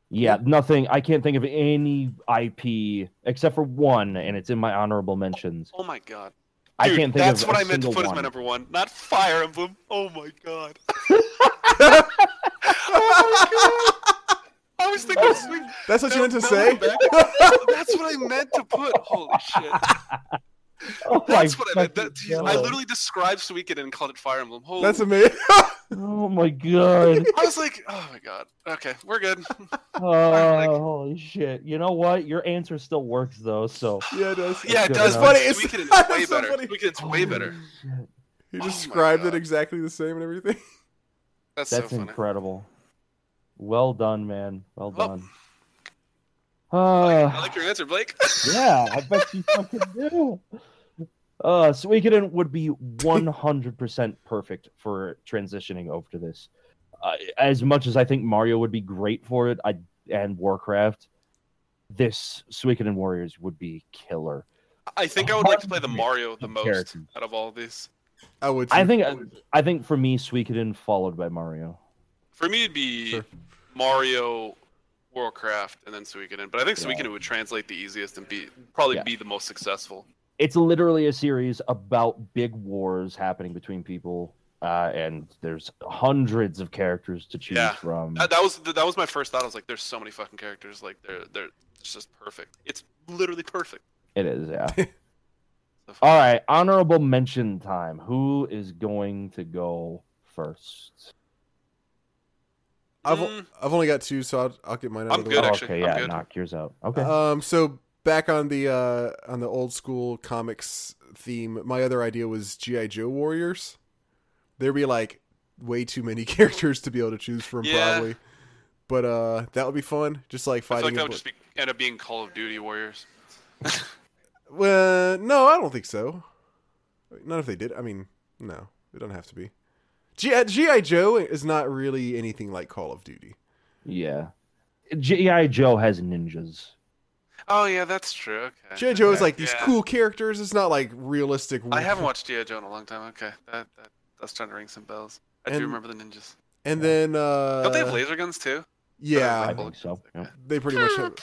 [SPEAKER 3] Yeah, nothing. I can't think of any IP except for one, and it's in my honorable mentions.
[SPEAKER 2] Oh my god.
[SPEAKER 3] I
[SPEAKER 2] Dude,
[SPEAKER 3] can't think
[SPEAKER 2] that's
[SPEAKER 3] of
[SPEAKER 2] what
[SPEAKER 3] a
[SPEAKER 2] I meant to
[SPEAKER 3] single
[SPEAKER 2] put as my
[SPEAKER 3] one.
[SPEAKER 2] number one, not Fire Emblem. Oh my god. Oh I was thinking sweet.
[SPEAKER 1] That's what you meant to
[SPEAKER 2] No,
[SPEAKER 1] say.
[SPEAKER 2] no, That's what I meant to put. Holy shit.
[SPEAKER 3] Oh my
[SPEAKER 2] That's what I meant.
[SPEAKER 3] fucking
[SPEAKER 2] That, geez, I
[SPEAKER 3] God.
[SPEAKER 2] literally described Suikoden and called it Fire Emblem. Holy.
[SPEAKER 1] That's amazing.
[SPEAKER 3] Oh my god.
[SPEAKER 2] I was like, oh my god. Okay, we're good.
[SPEAKER 3] Oh, holy shit. You know what? Your answer still works though, so.
[SPEAKER 1] yeah, it does.
[SPEAKER 2] Yeah, it
[SPEAKER 3] Good
[SPEAKER 2] does.
[SPEAKER 3] enough.
[SPEAKER 2] Funny.
[SPEAKER 1] Funny, it's-
[SPEAKER 2] Suikoden is
[SPEAKER 1] that's
[SPEAKER 2] way
[SPEAKER 1] so
[SPEAKER 2] better.
[SPEAKER 1] funny.
[SPEAKER 2] Suikoden's way better.
[SPEAKER 3] Holy shit.
[SPEAKER 1] He
[SPEAKER 2] Oh my
[SPEAKER 1] described it
[SPEAKER 2] God.
[SPEAKER 1] exactly the same and everything.
[SPEAKER 2] That's,
[SPEAKER 3] That's
[SPEAKER 2] so funny.
[SPEAKER 3] incredible. Well done, man. Well
[SPEAKER 2] Well-
[SPEAKER 3] done.
[SPEAKER 2] I
[SPEAKER 3] Uh,
[SPEAKER 2] like your answer, Blake.
[SPEAKER 3] yeah, I bet you fucking do. Uh, Suikoden would be 100% perfect for transitioning over to this. Uh, as much as I think Mario would be great for it, I and Warcraft, this Suikoden Warriors would be killer.
[SPEAKER 2] I think I would like to play the Mario the most
[SPEAKER 3] Character.
[SPEAKER 2] out of all of these.
[SPEAKER 1] I would.
[SPEAKER 3] I
[SPEAKER 1] too.
[SPEAKER 3] think I think for me, Suikoden followed by Mario.
[SPEAKER 2] For me, it'd be
[SPEAKER 1] Sure.
[SPEAKER 2] Mario, Warcraft, and then Suikoden. But I think
[SPEAKER 3] Yeah.
[SPEAKER 2] Suikoden would translate the easiest and be probably
[SPEAKER 3] Yeah.
[SPEAKER 2] be the most successful.
[SPEAKER 3] It's literally a series about big wars happening between people, uh, and there's hundreds of characters to choose
[SPEAKER 2] Yeah.
[SPEAKER 3] from.
[SPEAKER 2] That, that was that was my first thought. I was like, there's so many fucking characters. Like they're they're it's just perfect. It's literally perfect.
[SPEAKER 3] It is, yeah.
[SPEAKER 2] The fuck?
[SPEAKER 3] All right, honorable mention time. Who is going to go first?
[SPEAKER 1] I've
[SPEAKER 2] Mm,
[SPEAKER 1] I've only got two, so I'll, I'll get mine out
[SPEAKER 2] I'm
[SPEAKER 1] of the
[SPEAKER 2] good,
[SPEAKER 1] way.
[SPEAKER 3] Oh,
[SPEAKER 2] actually.
[SPEAKER 3] okay,
[SPEAKER 2] I'm
[SPEAKER 3] yeah,
[SPEAKER 2] good.
[SPEAKER 3] knock yours out. Okay.
[SPEAKER 1] Um, so back on the uh, on the old school comics theme, my other idea was GI Joe Warriors. There'd be like way too many characters to be able to choose from,
[SPEAKER 2] Yeah.
[SPEAKER 1] probably. But uh, that would be fun. Just like
[SPEAKER 2] I feel like
[SPEAKER 1] fighting.
[SPEAKER 2] that
[SPEAKER 1] a
[SPEAKER 2] would
[SPEAKER 1] bu-
[SPEAKER 2] just be, end up being Call of Duty warriors.
[SPEAKER 1] Well, no, I don't think so. Not if they did. I mean, no, it don't have to be. G- GI Joe is not really anything like Call of Duty.
[SPEAKER 3] yeah. G.I. Joe has ninjas.
[SPEAKER 2] Oh yeah, that's true. Okay.
[SPEAKER 1] GI Joe is
[SPEAKER 2] Okay.
[SPEAKER 1] like these
[SPEAKER 2] Uh, Yeah.
[SPEAKER 1] cool characters. It's not like realistic.
[SPEAKER 2] I haven't watched GI Joe in a long time. Okay, that, that that's trying to ring some bells. I
[SPEAKER 1] And-
[SPEAKER 2] do remember the ninjas.
[SPEAKER 1] And then uh,
[SPEAKER 2] Don't they have laser guns too?
[SPEAKER 1] yeah,
[SPEAKER 3] I think so, yeah.
[SPEAKER 1] they pretty much have.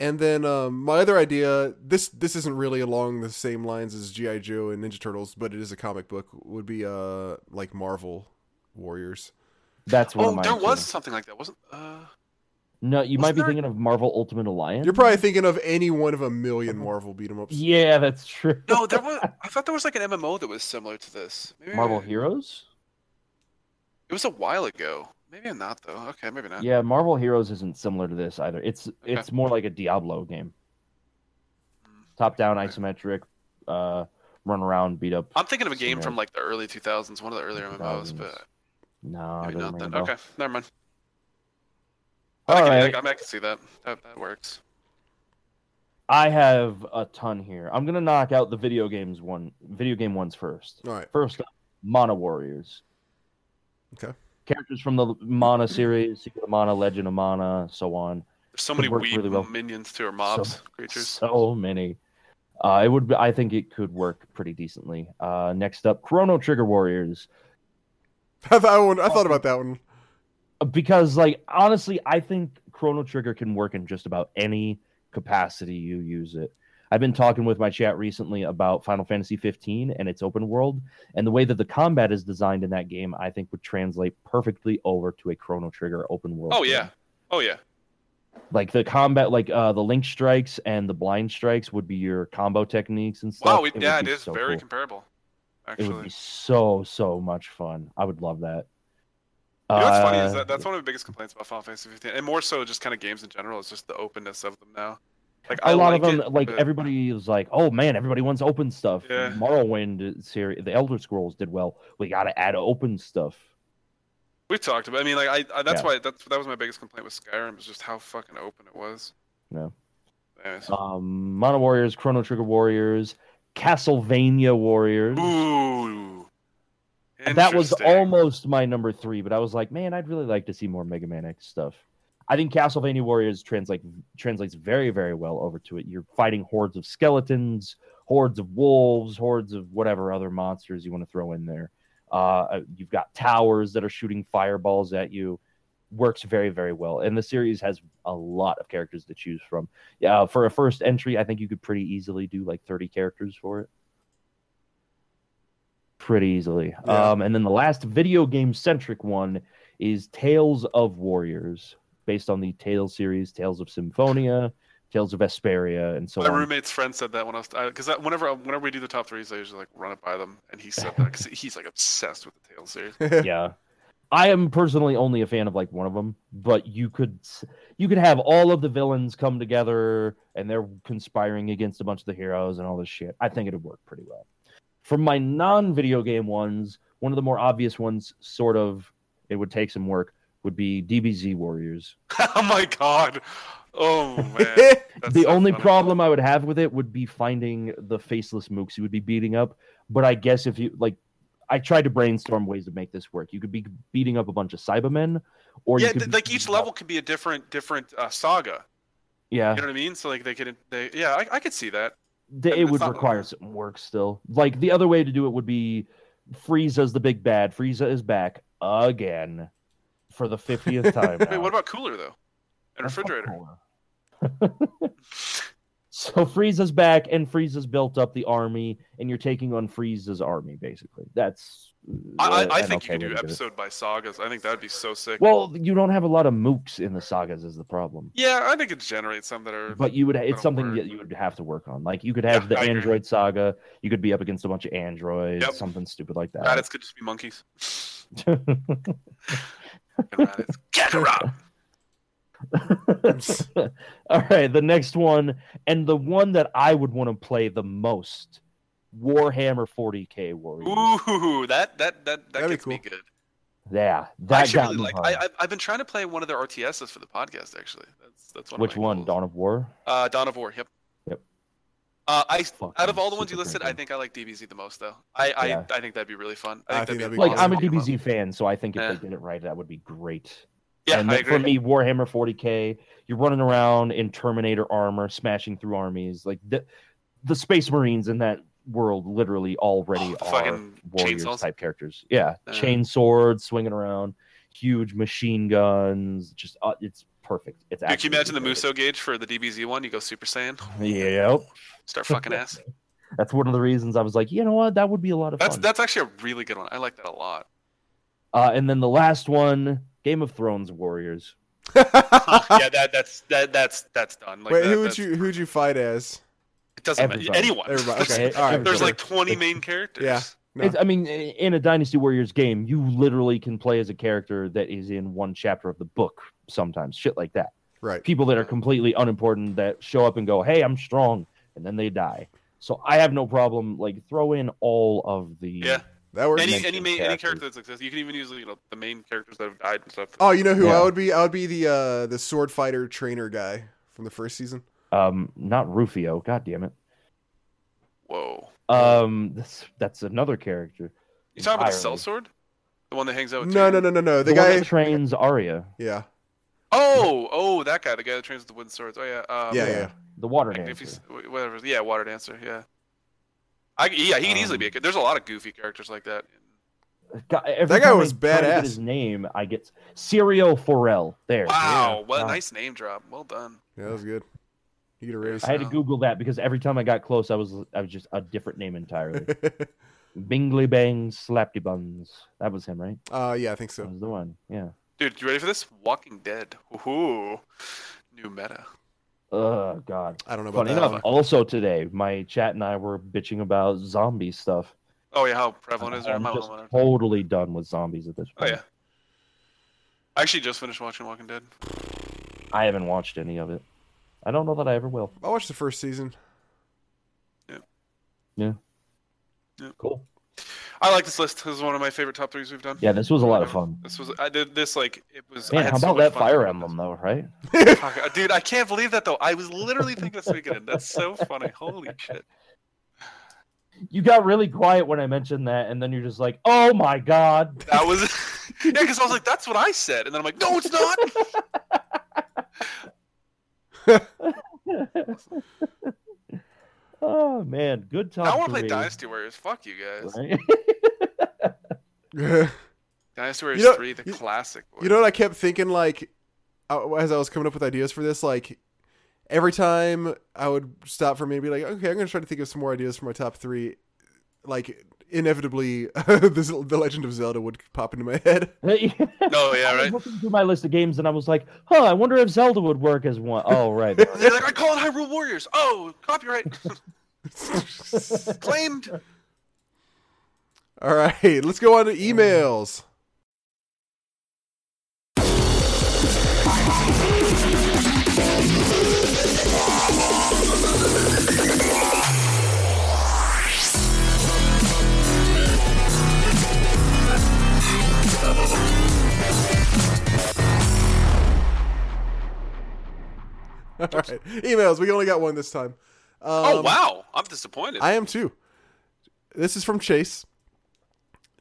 [SPEAKER 1] And then um, my other idea, this this isn't really along the same lines as GI Joe and Ninja Turtles, but it is a comic book. Would be uh like Marvel Warriors.
[SPEAKER 3] That's one of
[SPEAKER 2] Oh,
[SPEAKER 3] mine.
[SPEAKER 2] there
[SPEAKER 3] too.
[SPEAKER 2] was something like that, wasn't? Uh,
[SPEAKER 3] No, you
[SPEAKER 2] was
[SPEAKER 3] might be
[SPEAKER 2] there-
[SPEAKER 3] thinking of Marvel Ultimate Alliance.
[SPEAKER 1] You're probably thinking of any one of a million Marvel beat 'em ups.
[SPEAKER 3] Uh-huh. Yeah, that's true.
[SPEAKER 2] no, there was. I thought there was like an MMO that was similar to this. Maybe,
[SPEAKER 3] Marvel Heroes?
[SPEAKER 2] It was a while ago. Maybe I'm not though. Okay, maybe not.
[SPEAKER 3] Yeah, Marvel Heroes isn't similar to this either. It's it's more like a Diablo game.
[SPEAKER 2] Hmm.
[SPEAKER 3] Top down isometric, uh run around, beat up.
[SPEAKER 2] I'm thinking of a game
[SPEAKER 3] Similar.
[SPEAKER 2] from like the early 2000s, one of the earlier MMOs,
[SPEAKER 3] 2000s.
[SPEAKER 2] but
[SPEAKER 3] No, it
[SPEAKER 2] maybe not
[SPEAKER 3] doesn't ring a
[SPEAKER 2] then.
[SPEAKER 3] bell.
[SPEAKER 2] Okay, never mind.
[SPEAKER 3] All
[SPEAKER 2] I can,
[SPEAKER 3] right.
[SPEAKER 2] I, can- I can see that. That, that works.
[SPEAKER 3] I have a ton here. I'm gonna knock out the video games one video game ones first.
[SPEAKER 1] All right.
[SPEAKER 3] First up, Mana Warriors.
[SPEAKER 1] Okay.
[SPEAKER 3] Characters from the Mana series, Secret of Mana, Legend of Mana, so on.
[SPEAKER 2] There's so many
[SPEAKER 3] work
[SPEAKER 2] weeb
[SPEAKER 3] really well.
[SPEAKER 2] minions to our mobs, creatures.
[SPEAKER 3] So many. Uh, it would. Be, I think it could work pretty decently. Uh, next up, Chrono Trigger Warriors,
[SPEAKER 1] I thought, I wonder- I thought about that one.
[SPEAKER 3] because like honestly, I think Chrono Trigger can work in just about any capacity you use it. I've been talking with my chat recently about Final Fantasy 15 and its open world, and the way that the combat is designed in that game, I think would translate perfectly over to a Chrono Trigger open world.
[SPEAKER 2] Oh
[SPEAKER 3] game.
[SPEAKER 2] yeah, oh yeah.
[SPEAKER 3] like the combat, like uh, the link strikes and the blind strikes would be your combo techniques and stuff.
[SPEAKER 2] Wow, it,
[SPEAKER 3] would
[SPEAKER 2] yeah, it
[SPEAKER 3] be
[SPEAKER 2] is
[SPEAKER 3] so
[SPEAKER 2] very
[SPEAKER 3] cool.
[SPEAKER 2] comparable.
[SPEAKER 3] It
[SPEAKER 2] Actually,
[SPEAKER 3] would be so so much fun. I would love that.
[SPEAKER 2] You know what's funny is
[SPEAKER 3] Uh,
[SPEAKER 2] that that's one of the biggest complaints about Final Fantasy 15, and more so just kind of games in general is just the openness of them now. Like I
[SPEAKER 3] a lot
[SPEAKER 2] like
[SPEAKER 3] of them,
[SPEAKER 2] it,
[SPEAKER 3] like
[SPEAKER 2] but-
[SPEAKER 3] everybody was like, "Oh man, everybody wants open stuff."
[SPEAKER 2] Yeah.
[SPEAKER 3] Morrowind series, the Elder Scrolls did well. We got to add open stuff.
[SPEAKER 2] We've talked about. I mean, like I, I that's
[SPEAKER 3] Yeah.
[SPEAKER 2] why that's that was my biggest complaint with Skyrim is just how fucking open it was.
[SPEAKER 3] No.
[SPEAKER 2] Anyways.
[SPEAKER 3] Um, Mono Warriors, Chrono Trigger Warriors, Castlevania Warriors.
[SPEAKER 2] Ooh.
[SPEAKER 3] And that was
[SPEAKER 2] Interesting.
[SPEAKER 3] almost my number three, but I was like, man, I'd really like to see more Mega Man X stuff. I think Castlevania Warriors translate translates very, very well over to it. You're fighting hordes of skeletons, hordes of wolves, hordes of whatever other monsters you want to throw in there. Uh, you've got towers that are shooting fireballs at you. Works very, very well, and the series has a lot of characters to choose from. Yeah, uh, for a first entry, I think you could pretty easily do like 30 characters for it pretty easily.
[SPEAKER 1] Yeah.
[SPEAKER 3] Um, and then the last video game centric one is Tales of Warriors, based on the Tales series, Tales of Symphonia, Tales of Vesperia, and so
[SPEAKER 2] My
[SPEAKER 3] on.
[SPEAKER 2] roommate's friend said that when I was because whenever whenever we do the top threes, I usually like run it by them, and he said that 'cause he's like obsessed with the Tales series.
[SPEAKER 3] yeah. I am personally only a fan of like one of them, but you could s- you could have all of the villains come together and they're conspiring against a bunch of the heroes and all this shit. I think it'd work pretty well. For my non-video game ones, one of the more obvious ones, sort of, it would take some work, would be DBZ Warriors.
[SPEAKER 2] oh my god! Oh man! That's
[SPEAKER 3] the
[SPEAKER 2] so
[SPEAKER 3] only
[SPEAKER 2] funny.
[SPEAKER 3] problem I would have with it would be finding the faceless mooks you would be beating up. But I guess if you like, I tried to brainstorm ways to make this work. You could be beating up a bunch of Cybermen, or
[SPEAKER 2] yeah,
[SPEAKER 3] you could
[SPEAKER 2] th-
[SPEAKER 3] be
[SPEAKER 2] like
[SPEAKER 3] beating
[SPEAKER 2] each
[SPEAKER 3] up-
[SPEAKER 2] level could be a different different uh, saga.
[SPEAKER 3] Yeah,
[SPEAKER 2] You know what I mean? So like they could they yeah I, I could see that.
[SPEAKER 3] th-
[SPEAKER 2] I
[SPEAKER 3] it
[SPEAKER 2] mean,
[SPEAKER 3] would
[SPEAKER 2] it's not-
[SPEAKER 3] require some work still. Like the other way to do it would be Frieza's the big bad. Frieza is back again for the fiftieth time.
[SPEAKER 2] Wait,
[SPEAKER 3] now.
[SPEAKER 2] Oh, what about cooler though? And
[SPEAKER 3] That's not
[SPEAKER 2] refrigerator.
[SPEAKER 3] cool. So Frieza's back, and Frieza's built up the army, and you're taking on Frieza's army, basically. That's.
[SPEAKER 2] I,
[SPEAKER 3] uh,
[SPEAKER 2] I, I
[SPEAKER 3] an
[SPEAKER 2] think you could
[SPEAKER 3] okay way
[SPEAKER 2] do
[SPEAKER 3] to it.
[SPEAKER 2] episode by sagas. I think that'd be so sick.
[SPEAKER 3] Well, you don't have a lot of mooks in the sagas, is the problem.
[SPEAKER 2] yeah, I think it generates some that are.
[SPEAKER 3] But you would, it's
[SPEAKER 2] That'll
[SPEAKER 3] something
[SPEAKER 2] work.
[SPEAKER 3] that you would have to work on. Like you could have
[SPEAKER 2] Yeah,
[SPEAKER 3] the
[SPEAKER 2] I agree.
[SPEAKER 3] android saga. You could be up against a bunch of androids,
[SPEAKER 2] Yep.
[SPEAKER 3] something stupid like that.
[SPEAKER 2] Raditz could just be monkeys. Fucking Raditz. Kakarot.
[SPEAKER 3] All right, the next one, and the one that I would want to play the most, Warhammer 40k Warriors.
[SPEAKER 2] Ooh, that that that that
[SPEAKER 1] That'd be
[SPEAKER 2] gets me
[SPEAKER 1] cool.
[SPEAKER 2] good.
[SPEAKER 3] Yeah,
[SPEAKER 2] I
[SPEAKER 3] that
[SPEAKER 2] actually
[SPEAKER 3] got
[SPEAKER 2] really
[SPEAKER 3] me
[SPEAKER 2] like.
[SPEAKER 3] hard.
[SPEAKER 2] I, I I've been trying to play one of their RTSs for the podcast actually. That's that's one. of
[SPEAKER 3] Which
[SPEAKER 2] my
[SPEAKER 3] one?
[SPEAKER 2] goals.
[SPEAKER 3] Dawn of War.
[SPEAKER 2] Uh, Dawn of War. Yep.
[SPEAKER 3] Yep.
[SPEAKER 2] Uh, I out
[SPEAKER 3] Fucking
[SPEAKER 2] of all the ones you
[SPEAKER 3] super
[SPEAKER 2] listed,
[SPEAKER 3] great
[SPEAKER 2] I think I like DBZ the most though. I I,
[SPEAKER 3] Yeah.
[SPEAKER 2] I think that'd be really fun.
[SPEAKER 1] I think that'd be
[SPEAKER 3] Like
[SPEAKER 1] awesome.
[SPEAKER 3] I'm a
[SPEAKER 2] Pokemon.
[SPEAKER 3] DBZ fan, so I think if
[SPEAKER 2] Yeah.
[SPEAKER 3] they did it right, that would be great.
[SPEAKER 2] Yeah,
[SPEAKER 3] and
[SPEAKER 2] I
[SPEAKER 3] that-
[SPEAKER 2] agree.
[SPEAKER 3] for me, Warhammer 40k, you're running around in Terminator armor, smashing through armies. Like the the Space Marines in that world, literally already
[SPEAKER 2] Oh, the
[SPEAKER 3] are
[SPEAKER 2] fucking
[SPEAKER 3] warriors
[SPEAKER 2] chainsaws.
[SPEAKER 3] type characters. Yeah,
[SPEAKER 2] Yeah.
[SPEAKER 3] chain swords swinging around, huge machine guns. Just uh, it's perfect. It's
[SPEAKER 2] Dude, can you imagine the
[SPEAKER 3] absolutely
[SPEAKER 2] Muso gauge for the DBZ one? You go Super Saiyan,
[SPEAKER 3] perfect. Yep,
[SPEAKER 2] start fucking ass.
[SPEAKER 3] that's one of the reasons I was like, you know what, that would be a lot of
[SPEAKER 2] That's
[SPEAKER 3] fun.
[SPEAKER 2] that's actually a really good one. I like that a lot.
[SPEAKER 3] Uh, and then the last one, Game of Thrones warriors. Ah.
[SPEAKER 2] yeah, that that's that that's that's done. Like,
[SPEAKER 1] Wait,
[SPEAKER 2] that-
[SPEAKER 1] who would
[SPEAKER 2] that's-
[SPEAKER 1] you who'd you fight as?
[SPEAKER 2] It doesn't matter.
[SPEAKER 3] Everybody.
[SPEAKER 2] Anyone.
[SPEAKER 1] Everybody. Okay.
[SPEAKER 2] There's,
[SPEAKER 1] All right.
[SPEAKER 2] there's
[SPEAKER 3] Everybody.
[SPEAKER 2] like 20 main characters.
[SPEAKER 1] Yeah. No.
[SPEAKER 3] It's, I mean, i- in a Dynasty Warriors game, you literally can play as a character that is in one chapter of the book sometimes, shit like that.
[SPEAKER 1] right.
[SPEAKER 3] People that are completely unimportant that show up and go, hey, I'm strong, and then they die. So I have no problem, like, throw in all of the.
[SPEAKER 2] Yeah.
[SPEAKER 1] That works.
[SPEAKER 2] Any
[SPEAKER 3] Mention
[SPEAKER 2] any main any character
[SPEAKER 3] characters.
[SPEAKER 2] that's exists. You can even use you know the main characters that have died and stuff.
[SPEAKER 1] Oh, you know who
[SPEAKER 3] Yeah.
[SPEAKER 1] I would be? I would be the uh the sword fighter trainer guy from the first season.
[SPEAKER 3] Um, not Rufio, god damn it.
[SPEAKER 2] Whoa.
[SPEAKER 3] Um, that's, that's another character.
[SPEAKER 2] You talking about the cell
[SPEAKER 3] Entirely.
[SPEAKER 2] sword? The one that hangs out with
[SPEAKER 1] No,
[SPEAKER 2] Tyrion?
[SPEAKER 1] no, no, no, no. The,
[SPEAKER 3] The,
[SPEAKER 1] guy
[SPEAKER 3] one that trains Arya.
[SPEAKER 1] Yeah.
[SPEAKER 2] Oh, oh, that guy, the guy that trains with the wooden swords. Oh yeah. Um,
[SPEAKER 1] Yeah, yeah.
[SPEAKER 3] The water dancer.
[SPEAKER 2] Magnific- wh- whatever. Yeah, water dancer. Yeah. I, yeah, he could easily be. A,
[SPEAKER 3] Um,
[SPEAKER 2] good- there's a lot of goofy characters like that.
[SPEAKER 3] God, every
[SPEAKER 1] That guy
[SPEAKER 3] time I
[SPEAKER 1] was
[SPEAKER 3] try to get
[SPEAKER 1] badass.
[SPEAKER 3] His name, I get Sirio Forel. There.
[SPEAKER 2] Wow, what a
[SPEAKER 3] Wow.
[SPEAKER 2] nice name drop. Well done.
[SPEAKER 1] Yeah, that was good. You get a raise.
[SPEAKER 3] I had to
[SPEAKER 2] So-
[SPEAKER 3] Google that because every time I got close, I was I was just a different name entirely. Bingley Bang Slapty Buns. That was him, right?
[SPEAKER 1] uh yeah, I think
[SPEAKER 3] That
[SPEAKER 1] so.
[SPEAKER 3] was the one. Yeah.
[SPEAKER 2] Dude, you ready for this? Walking Dead. Woohoo. New meta.
[SPEAKER 3] Oh God.
[SPEAKER 1] I don't know about
[SPEAKER 3] Funny
[SPEAKER 1] that.
[SPEAKER 3] enough,
[SPEAKER 1] one.
[SPEAKER 3] also today, my chat and I were bitching about zombie stuff.
[SPEAKER 2] Oh yeah, how prevalent is there?
[SPEAKER 3] Uh, I'm
[SPEAKER 2] My-
[SPEAKER 3] just
[SPEAKER 2] my- my-
[SPEAKER 3] totally done with zombies at this
[SPEAKER 2] Oh
[SPEAKER 3] point.
[SPEAKER 2] yeah. I actually just finished watching Walking Dead.
[SPEAKER 3] I haven't watched any of it. I don't know that I ever will.
[SPEAKER 1] I watched the first season.
[SPEAKER 3] Cool.
[SPEAKER 2] I like this list. This is one of my favorite top threes we've done.
[SPEAKER 3] Yeah, this was a lot of fun.
[SPEAKER 2] This was I did this like it was. I
[SPEAKER 3] Man,
[SPEAKER 2] had
[SPEAKER 3] how
[SPEAKER 2] so
[SPEAKER 3] about
[SPEAKER 2] much
[SPEAKER 3] that
[SPEAKER 2] fun
[SPEAKER 3] Fire
[SPEAKER 2] doing this.
[SPEAKER 3] Emblem though, right?
[SPEAKER 2] Fuck, uh, dude, I can't believe that though. I was literally thinking this weekend. That's so funny. Holy shit.
[SPEAKER 3] You got really quiet when I mentioned that, and then you're just like, "Oh my god."
[SPEAKER 2] That was yeah, because I was like, that's what I said, and then I'm like, no, it's not.
[SPEAKER 3] Oh man, good time.
[SPEAKER 2] I want to play Dynasty Warriors. Fuck you guys.
[SPEAKER 1] you
[SPEAKER 2] Dynasty Warriors
[SPEAKER 1] know-
[SPEAKER 2] Three, the
[SPEAKER 1] you-
[SPEAKER 2] classic. Boy.
[SPEAKER 1] know what I kept thinking like uh, as I was coming up with ideas for this like every time I would stop for me and be like, "Okay, I'm going to try to think of some more ideas for my top 3." Like inevitably this, the Legend of Zelda would pop into my head.
[SPEAKER 2] No, Oh, yeah,
[SPEAKER 3] I was
[SPEAKER 2] right.
[SPEAKER 3] looking through my list of games and I was like, huh, I wonder if Zelda would work as one. Oh, right. there it
[SPEAKER 2] They're
[SPEAKER 3] is.
[SPEAKER 2] like, I call it Hyrule Warriors. Oh, copyright claimed.
[SPEAKER 1] Um, All right, let's go on to emails. All right, emails. We only got one this time. Um,
[SPEAKER 2] Oh wow, I'm disappointed.
[SPEAKER 1] I am too. This is from Chase.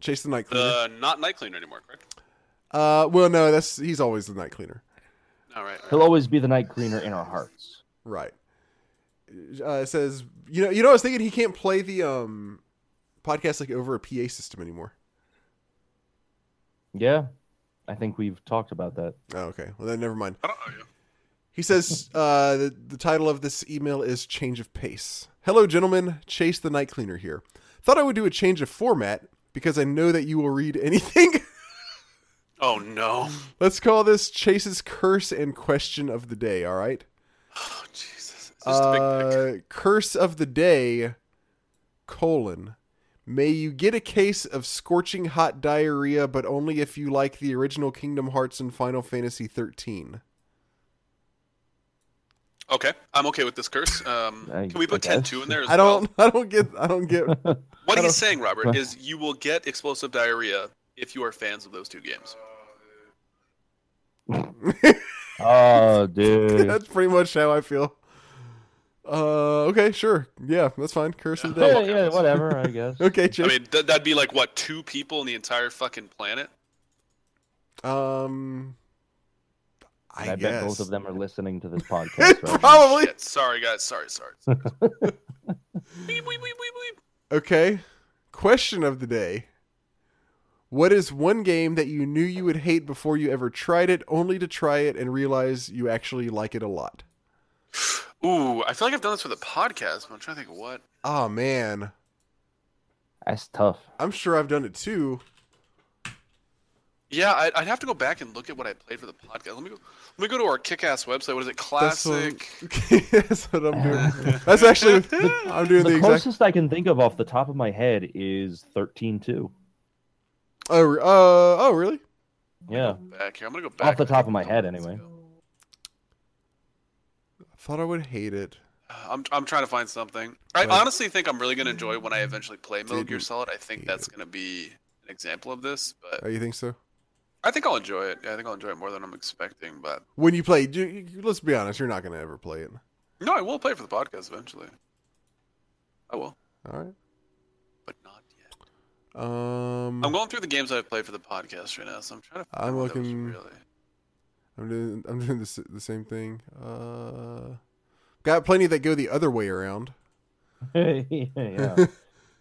[SPEAKER 1] Chase the night cleaner.
[SPEAKER 2] The Uh, not night cleaner anymore, correct?
[SPEAKER 1] Uh, well, no, that's he's always the night cleaner,
[SPEAKER 2] All right.
[SPEAKER 3] He'll always be the night cleaner in our hearts.
[SPEAKER 1] right? Uh, it says you know you know I was thinking he can't play the um podcast like over a PA system anymore.
[SPEAKER 3] Yeah. I think we've talked about that.
[SPEAKER 1] Oh, okay, well then never mind.
[SPEAKER 2] I don't know you.
[SPEAKER 1] He says uh, the, the title of this email is Change of Pace. Hello, gentlemen. Chase the Night Cleaner here. Thought I would do a change of format because I know that you will read anything.
[SPEAKER 2] Oh no.
[SPEAKER 1] Let's call this Chase's Curse and Question of the Day, all right?
[SPEAKER 2] Oh Jesus. It's just a big pick.
[SPEAKER 1] Uh, curse of the day, colon. May you get a case of scorching hot diarrhea, but only if you like the original Kingdom Hearts and Final Fantasy 13.
[SPEAKER 2] Okay, I'm okay with this curse. Um,
[SPEAKER 3] I-
[SPEAKER 2] can we put
[SPEAKER 3] I guess.
[SPEAKER 2] ten two in there? As
[SPEAKER 1] I
[SPEAKER 2] Well?
[SPEAKER 1] don't, I don't get, I don't get.
[SPEAKER 2] What
[SPEAKER 1] I
[SPEAKER 2] he's
[SPEAKER 1] don't-
[SPEAKER 2] saying, Robert, is you will get explosive diarrhea if you are fans of those two games.
[SPEAKER 3] Oh, dude.
[SPEAKER 1] that's pretty much how I feel. Uh, okay, sure, yeah, that's fine. Curse of the
[SPEAKER 3] yeah,
[SPEAKER 1] day.
[SPEAKER 3] yeah, whatever, I guess.
[SPEAKER 1] Okay,
[SPEAKER 2] I
[SPEAKER 1] Chase.
[SPEAKER 2] mean, th- that'd be like what two people in the entire fucking planet.
[SPEAKER 1] um,
[SPEAKER 3] And
[SPEAKER 1] I,
[SPEAKER 3] I,
[SPEAKER 1] guess.
[SPEAKER 3] bet both of them are listening to this podcast. right now.
[SPEAKER 1] Probably.
[SPEAKER 2] Shit, sorry guys, sorry, sorry. sorry. Beep, beep, beep, beep, beep.
[SPEAKER 1] Okay. Question of the day. What is one game that you knew you would hate before you ever tried it, only to try it and realize you actually like it a lot?
[SPEAKER 2] Ooh, I feel like I've done this with a podcast, but I'm trying to think of what.
[SPEAKER 1] Oh man,
[SPEAKER 3] That's tough.
[SPEAKER 1] I'm sure I've done it too.
[SPEAKER 2] Yeah, I'd, I'd have to go back and look at what I played for the podcast. Let me go. Let me go to our kick-ass website. What is it?
[SPEAKER 1] That's what-
[SPEAKER 2] Classic.
[SPEAKER 1] That's what I'm doing. That's actually I'm doing the,
[SPEAKER 3] the
[SPEAKER 1] exact.
[SPEAKER 3] closest I can think of off the top of my head is 13-2.
[SPEAKER 1] Oh, re- uh, oh, really?
[SPEAKER 3] Yeah.
[SPEAKER 2] Back here. I'm gonna go back.
[SPEAKER 3] Off the top of my head, anyway.
[SPEAKER 1] I thought I would hate it.
[SPEAKER 2] I'm, I'm trying to find something. I
[SPEAKER 1] Right.
[SPEAKER 2] honestly think I'm really gonna enjoy when I eventually play Metal Gear
[SPEAKER 1] Didn't
[SPEAKER 2] Solid. I think
[SPEAKER 1] hate
[SPEAKER 2] that's gonna be an example of this, but
[SPEAKER 1] Oh, you think so?
[SPEAKER 2] I think I'll enjoy it. Yeah, I think I'll enjoy it more than I'm expecting. But
[SPEAKER 1] When you play, you, you- let's be honest, you're not gonna ever play it.
[SPEAKER 2] no, I will play for the podcast eventually. I will,
[SPEAKER 1] All right.
[SPEAKER 2] but not yet.
[SPEAKER 1] Um,
[SPEAKER 2] I'm going through the games I've played for the podcast right now, so I'm trying to. Find
[SPEAKER 1] I'm
[SPEAKER 2] one that was
[SPEAKER 1] looking-
[SPEAKER 2] Really...
[SPEAKER 1] I'm doing I'm doing the, s- the same thing. Uh, got plenty that go the other way around.
[SPEAKER 3] yeah.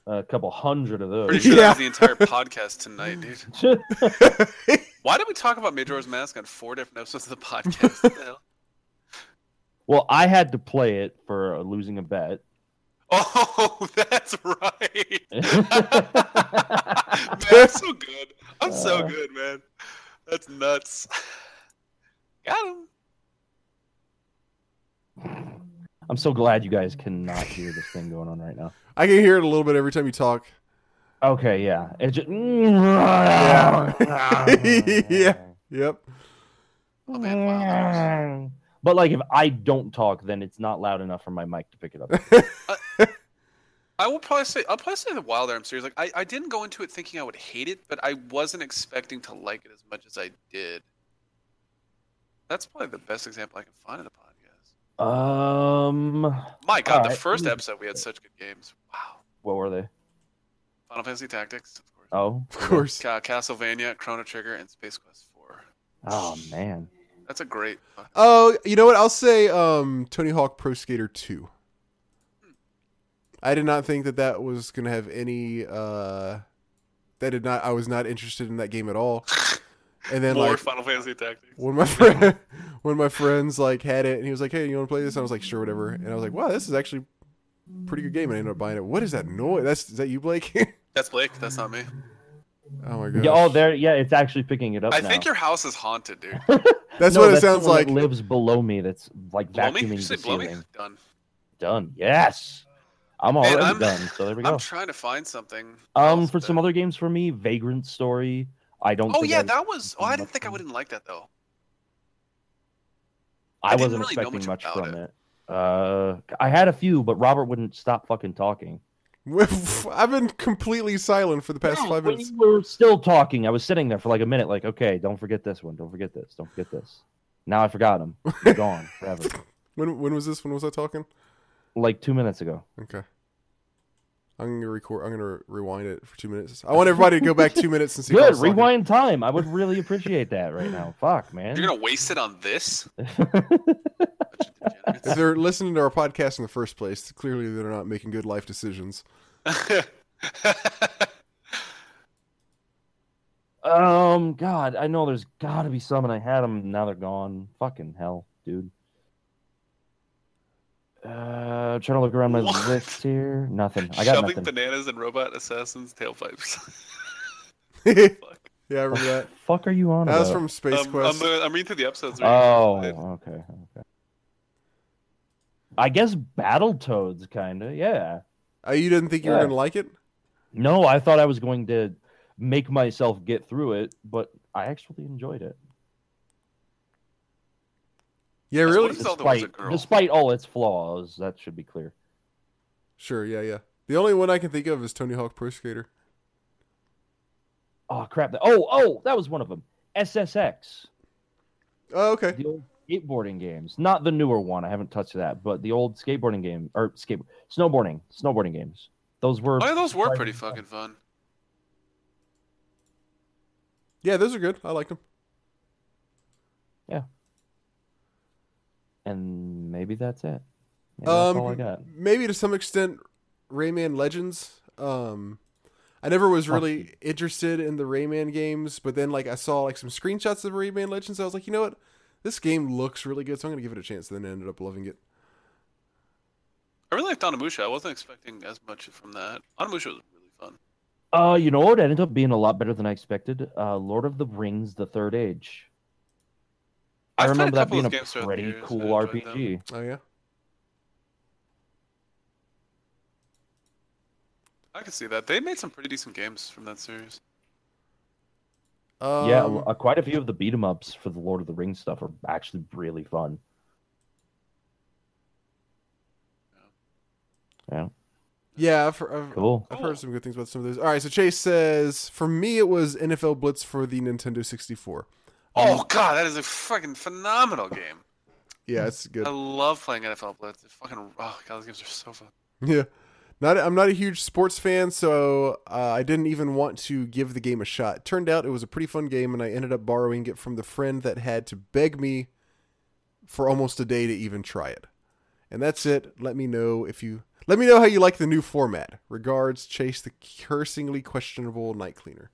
[SPEAKER 3] A couple hundred of
[SPEAKER 2] Pretty
[SPEAKER 3] those.
[SPEAKER 2] sure that was the
[SPEAKER 1] Yeah.
[SPEAKER 2] entire podcast tonight, dude. Why did we talk about Majora's Mask on four different episodes of the podcast? What the hell?
[SPEAKER 3] well, I had to play it for losing a bet.
[SPEAKER 2] Oh, that's right.
[SPEAKER 3] yeah,
[SPEAKER 2] Man, I'm so good. I'm so
[SPEAKER 3] Uh.
[SPEAKER 2] good, man. That's nuts. Got him.
[SPEAKER 3] I'm so glad you guys cannot hear this thing going on right now.
[SPEAKER 1] I can hear it a little bit every time you talk.
[SPEAKER 3] Okay, yeah. It just...
[SPEAKER 1] Yeah. Yep.
[SPEAKER 2] Oh, man, wow,
[SPEAKER 3] But like, if I don't talk, then it's not loud enough for my mic to pick it up.
[SPEAKER 2] I will probably say I'll probably say the Wild Arms series. Like I, I didn't go into it thinking I would hate it, but I wasn't expecting to like it as much as I did. That's probably the best example I can find in the podcast.
[SPEAKER 3] Um,
[SPEAKER 2] My God, the
[SPEAKER 3] Alright.
[SPEAKER 2] first episode we had such good games. Wow.
[SPEAKER 3] what were they?
[SPEAKER 2] Final Fantasy Tactics, of course.
[SPEAKER 3] Oh,
[SPEAKER 1] Of course.
[SPEAKER 2] Ca- Castlevania, Chrono Trigger, and Space Quest Four.
[SPEAKER 3] oh man.
[SPEAKER 2] That's a great. uh,
[SPEAKER 1] Oh, you know what? I'll say um, Tony Hawk Pro Skater 2. I did not think that that was going to have any uh that did not I was not interested in that game at all. And then
[SPEAKER 2] More
[SPEAKER 1] like
[SPEAKER 2] Final Fantasy Tactics.
[SPEAKER 1] when my friend when my friends like had it and he was like, "Hey, you want to play this?" And I was like, "Sure, whatever." And I was like, "Wow, this is actually a pretty good game." And I ended up buying it. What is that noise? That's is that you, Blake?
[SPEAKER 2] That's Blake. That's not me.
[SPEAKER 1] oh my god.
[SPEAKER 3] Yeah, oh, there. Yeah, it's actually picking it up.
[SPEAKER 2] I
[SPEAKER 3] now.
[SPEAKER 2] think your house is haunted, dude.
[SPEAKER 1] That's
[SPEAKER 3] No,
[SPEAKER 1] what it
[SPEAKER 3] the
[SPEAKER 1] sounds
[SPEAKER 3] one that
[SPEAKER 1] like.
[SPEAKER 3] lives below me. That's like
[SPEAKER 2] Blow me? Did you
[SPEAKER 3] vacuuming
[SPEAKER 2] say
[SPEAKER 3] the
[SPEAKER 2] blow me?
[SPEAKER 3] ceiling.
[SPEAKER 2] Done.
[SPEAKER 3] Done. Yes. I'm
[SPEAKER 2] Man,
[SPEAKER 3] already
[SPEAKER 2] I'm-
[SPEAKER 3] done. So there we go.
[SPEAKER 2] I'm trying to find something.
[SPEAKER 3] Um,
[SPEAKER 2] else,
[SPEAKER 3] for
[SPEAKER 2] but-
[SPEAKER 3] some other games for me, Vagrant Story. I don't.
[SPEAKER 2] Oh
[SPEAKER 3] think
[SPEAKER 2] yeah,
[SPEAKER 3] I,
[SPEAKER 2] that was. Oh, I didn't
[SPEAKER 3] much
[SPEAKER 2] think I
[SPEAKER 3] from-
[SPEAKER 2] wouldn't like that though.
[SPEAKER 3] I,
[SPEAKER 2] I didn't
[SPEAKER 3] wasn't
[SPEAKER 2] really know
[SPEAKER 3] expecting
[SPEAKER 2] much
[SPEAKER 3] much,
[SPEAKER 2] about
[SPEAKER 3] from it. Uh, I had a few, but Robert wouldn't stop fucking talking.
[SPEAKER 1] I've been completely silent for the past
[SPEAKER 3] Yeah,
[SPEAKER 1] five
[SPEAKER 3] but
[SPEAKER 1] minutes.
[SPEAKER 3] you were still talking. I was sitting there for like a minute, like, okay, don't forget this one, don't forget this, don't forget this. Now I forgot them. They're gone forever.
[SPEAKER 1] When when was this? When was I talking?
[SPEAKER 3] Like two minutes ago.
[SPEAKER 1] Okay. I'm gonna record. I'm gonna rewind it for two minutes. I want everybody to go back two minutes and see. if I
[SPEAKER 3] Good.
[SPEAKER 1] was talking.
[SPEAKER 3] Rewind time. I would really appreciate that right now. Fuck, man.
[SPEAKER 2] You're gonna waste it on this. Bunch of
[SPEAKER 1] If
[SPEAKER 2] degenerates.
[SPEAKER 1] they're listening to our podcast in the first place, clearly they're not making good life decisions.
[SPEAKER 3] Um, God, I know there's got to be some, and I had them. Now they're gone. Fucking hell, dude. Uh, I'm trying to look around my
[SPEAKER 2] What?
[SPEAKER 3] list here. Nothing. I got
[SPEAKER 2] Shoving
[SPEAKER 3] nothing.
[SPEAKER 2] bananas and robot assassins tailpipes.
[SPEAKER 1] yeah,
[SPEAKER 2] Fuck.
[SPEAKER 1] I remember that.
[SPEAKER 3] Fuck are you on
[SPEAKER 1] That was
[SPEAKER 3] about?
[SPEAKER 1] from Space
[SPEAKER 2] Um,
[SPEAKER 1] Quest.
[SPEAKER 2] I'm, uh, I'm reading through the episodes. right?
[SPEAKER 3] Oh,
[SPEAKER 2] It-
[SPEAKER 3] okay, okay. I guess Battletoads, kind of. Yeah.
[SPEAKER 1] Uh, you didn't think you were
[SPEAKER 3] Yeah.
[SPEAKER 1] gonna like it?
[SPEAKER 3] No, I thought I was going to make myself get through it, but I actually enjoyed it.
[SPEAKER 1] Yeah,
[SPEAKER 2] That's
[SPEAKER 1] really?
[SPEAKER 2] what it's- Zelda was a
[SPEAKER 3] Despite,
[SPEAKER 2] girl.
[SPEAKER 3] despite all its flaws, that should be clear.
[SPEAKER 1] Sure. Yeah, yeah. The only one I can think of is Tony Hawk Pro Skater.
[SPEAKER 3] Oh crap! that- Oh, oh, that was one of them. SSX,
[SPEAKER 1] Oh, okay.
[SPEAKER 3] the old skateboarding games, not the newer one. I haven't touched that, but the old skateboarding game or skate snowboarding, snowboarding games. Those were
[SPEAKER 2] Oh, yeah, those were
[SPEAKER 3] Right.
[SPEAKER 2] pretty fucking fun.
[SPEAKER 1] Yeah, those are good. I like them.
[SPEAKER 3] and maybe that's it. Maybe that's all I
[SPEAKER 1] Um,
[SPEAKER 3] got.
[SPEAKER 1] maybe to some extent, Rayman Legends. Um, I never was
[SPEAKER 3] Fuck
[SPEAKER 1] really
[SPEAKER 3] you.
[SPEAKER 1] interested in the Rayman games, but then like I saw like some screenshots of Rayman Legends. I was like, you know what, this game looks really good, so I'm gonna give it a chance. And then I ended up loving it.
[SPEAKER 2] I really liked Onimusha. I wasn't expecting as much from that. Onimusha was really fun.
[SPEAKER 3] Uh, you know what? It ended up being a lot better than I expected. Uh, Lord of the Rings: The Third Age. I
[SPEAKER 2] I've played a
[SPEAKER 3] remember that
[SPEAKER 2] couple
[SPEAKER 3] being
[SPEAKER 2] of
[SPEAKER 3] a
[SPEAKER 2] games throughout the
[SPEAKER 3] pretty
[SPEAKER 2] years. I
[SPEAKER 3] cool
[SPEAKER 2] enjoyed them.
[SPEAKER 3] RPG.
[SPEAKER 1] Oh yeah,
[SPEAKER 2] I can see that. They made some pretty decent games from that series.
[SPEAKER 1] um,
[SPEAKER 3] yeah, uh, quite a few of the beat 'em ups for the Lord of the Rings stuff are actually really fun.
[SPEAKER 1] yeah. I've, I've,
[SPEAKER 3] Cool.
[SPEAKER 1] I've
[SPEAKER 2] Cool.
[SPEAKER 1] heard some good things about some of those. All right, so Chase says for me it was NFL Blitz for the Nintendo 64.
[SPEAKER 2] Oh god, that is a fucking phenomenal game.
[SPEAKER 1] Yeah, it's good.
[SPEAKER 2] I love playing NFL Blitz. It's fucking oh god, those games are so fun.
[SPEAKER 1] Yeah. Not, I'm not a huge sports fan, so uh, I didn't even want to give the game a shot. Turned out it was a pretty fun game, and I ended up borrowing it from the friend that had to beg me for almost a day to even try it. And that's it. Let me know if you let me know how you like the new format. Regards, Chase the cursingly questionable night cleaner.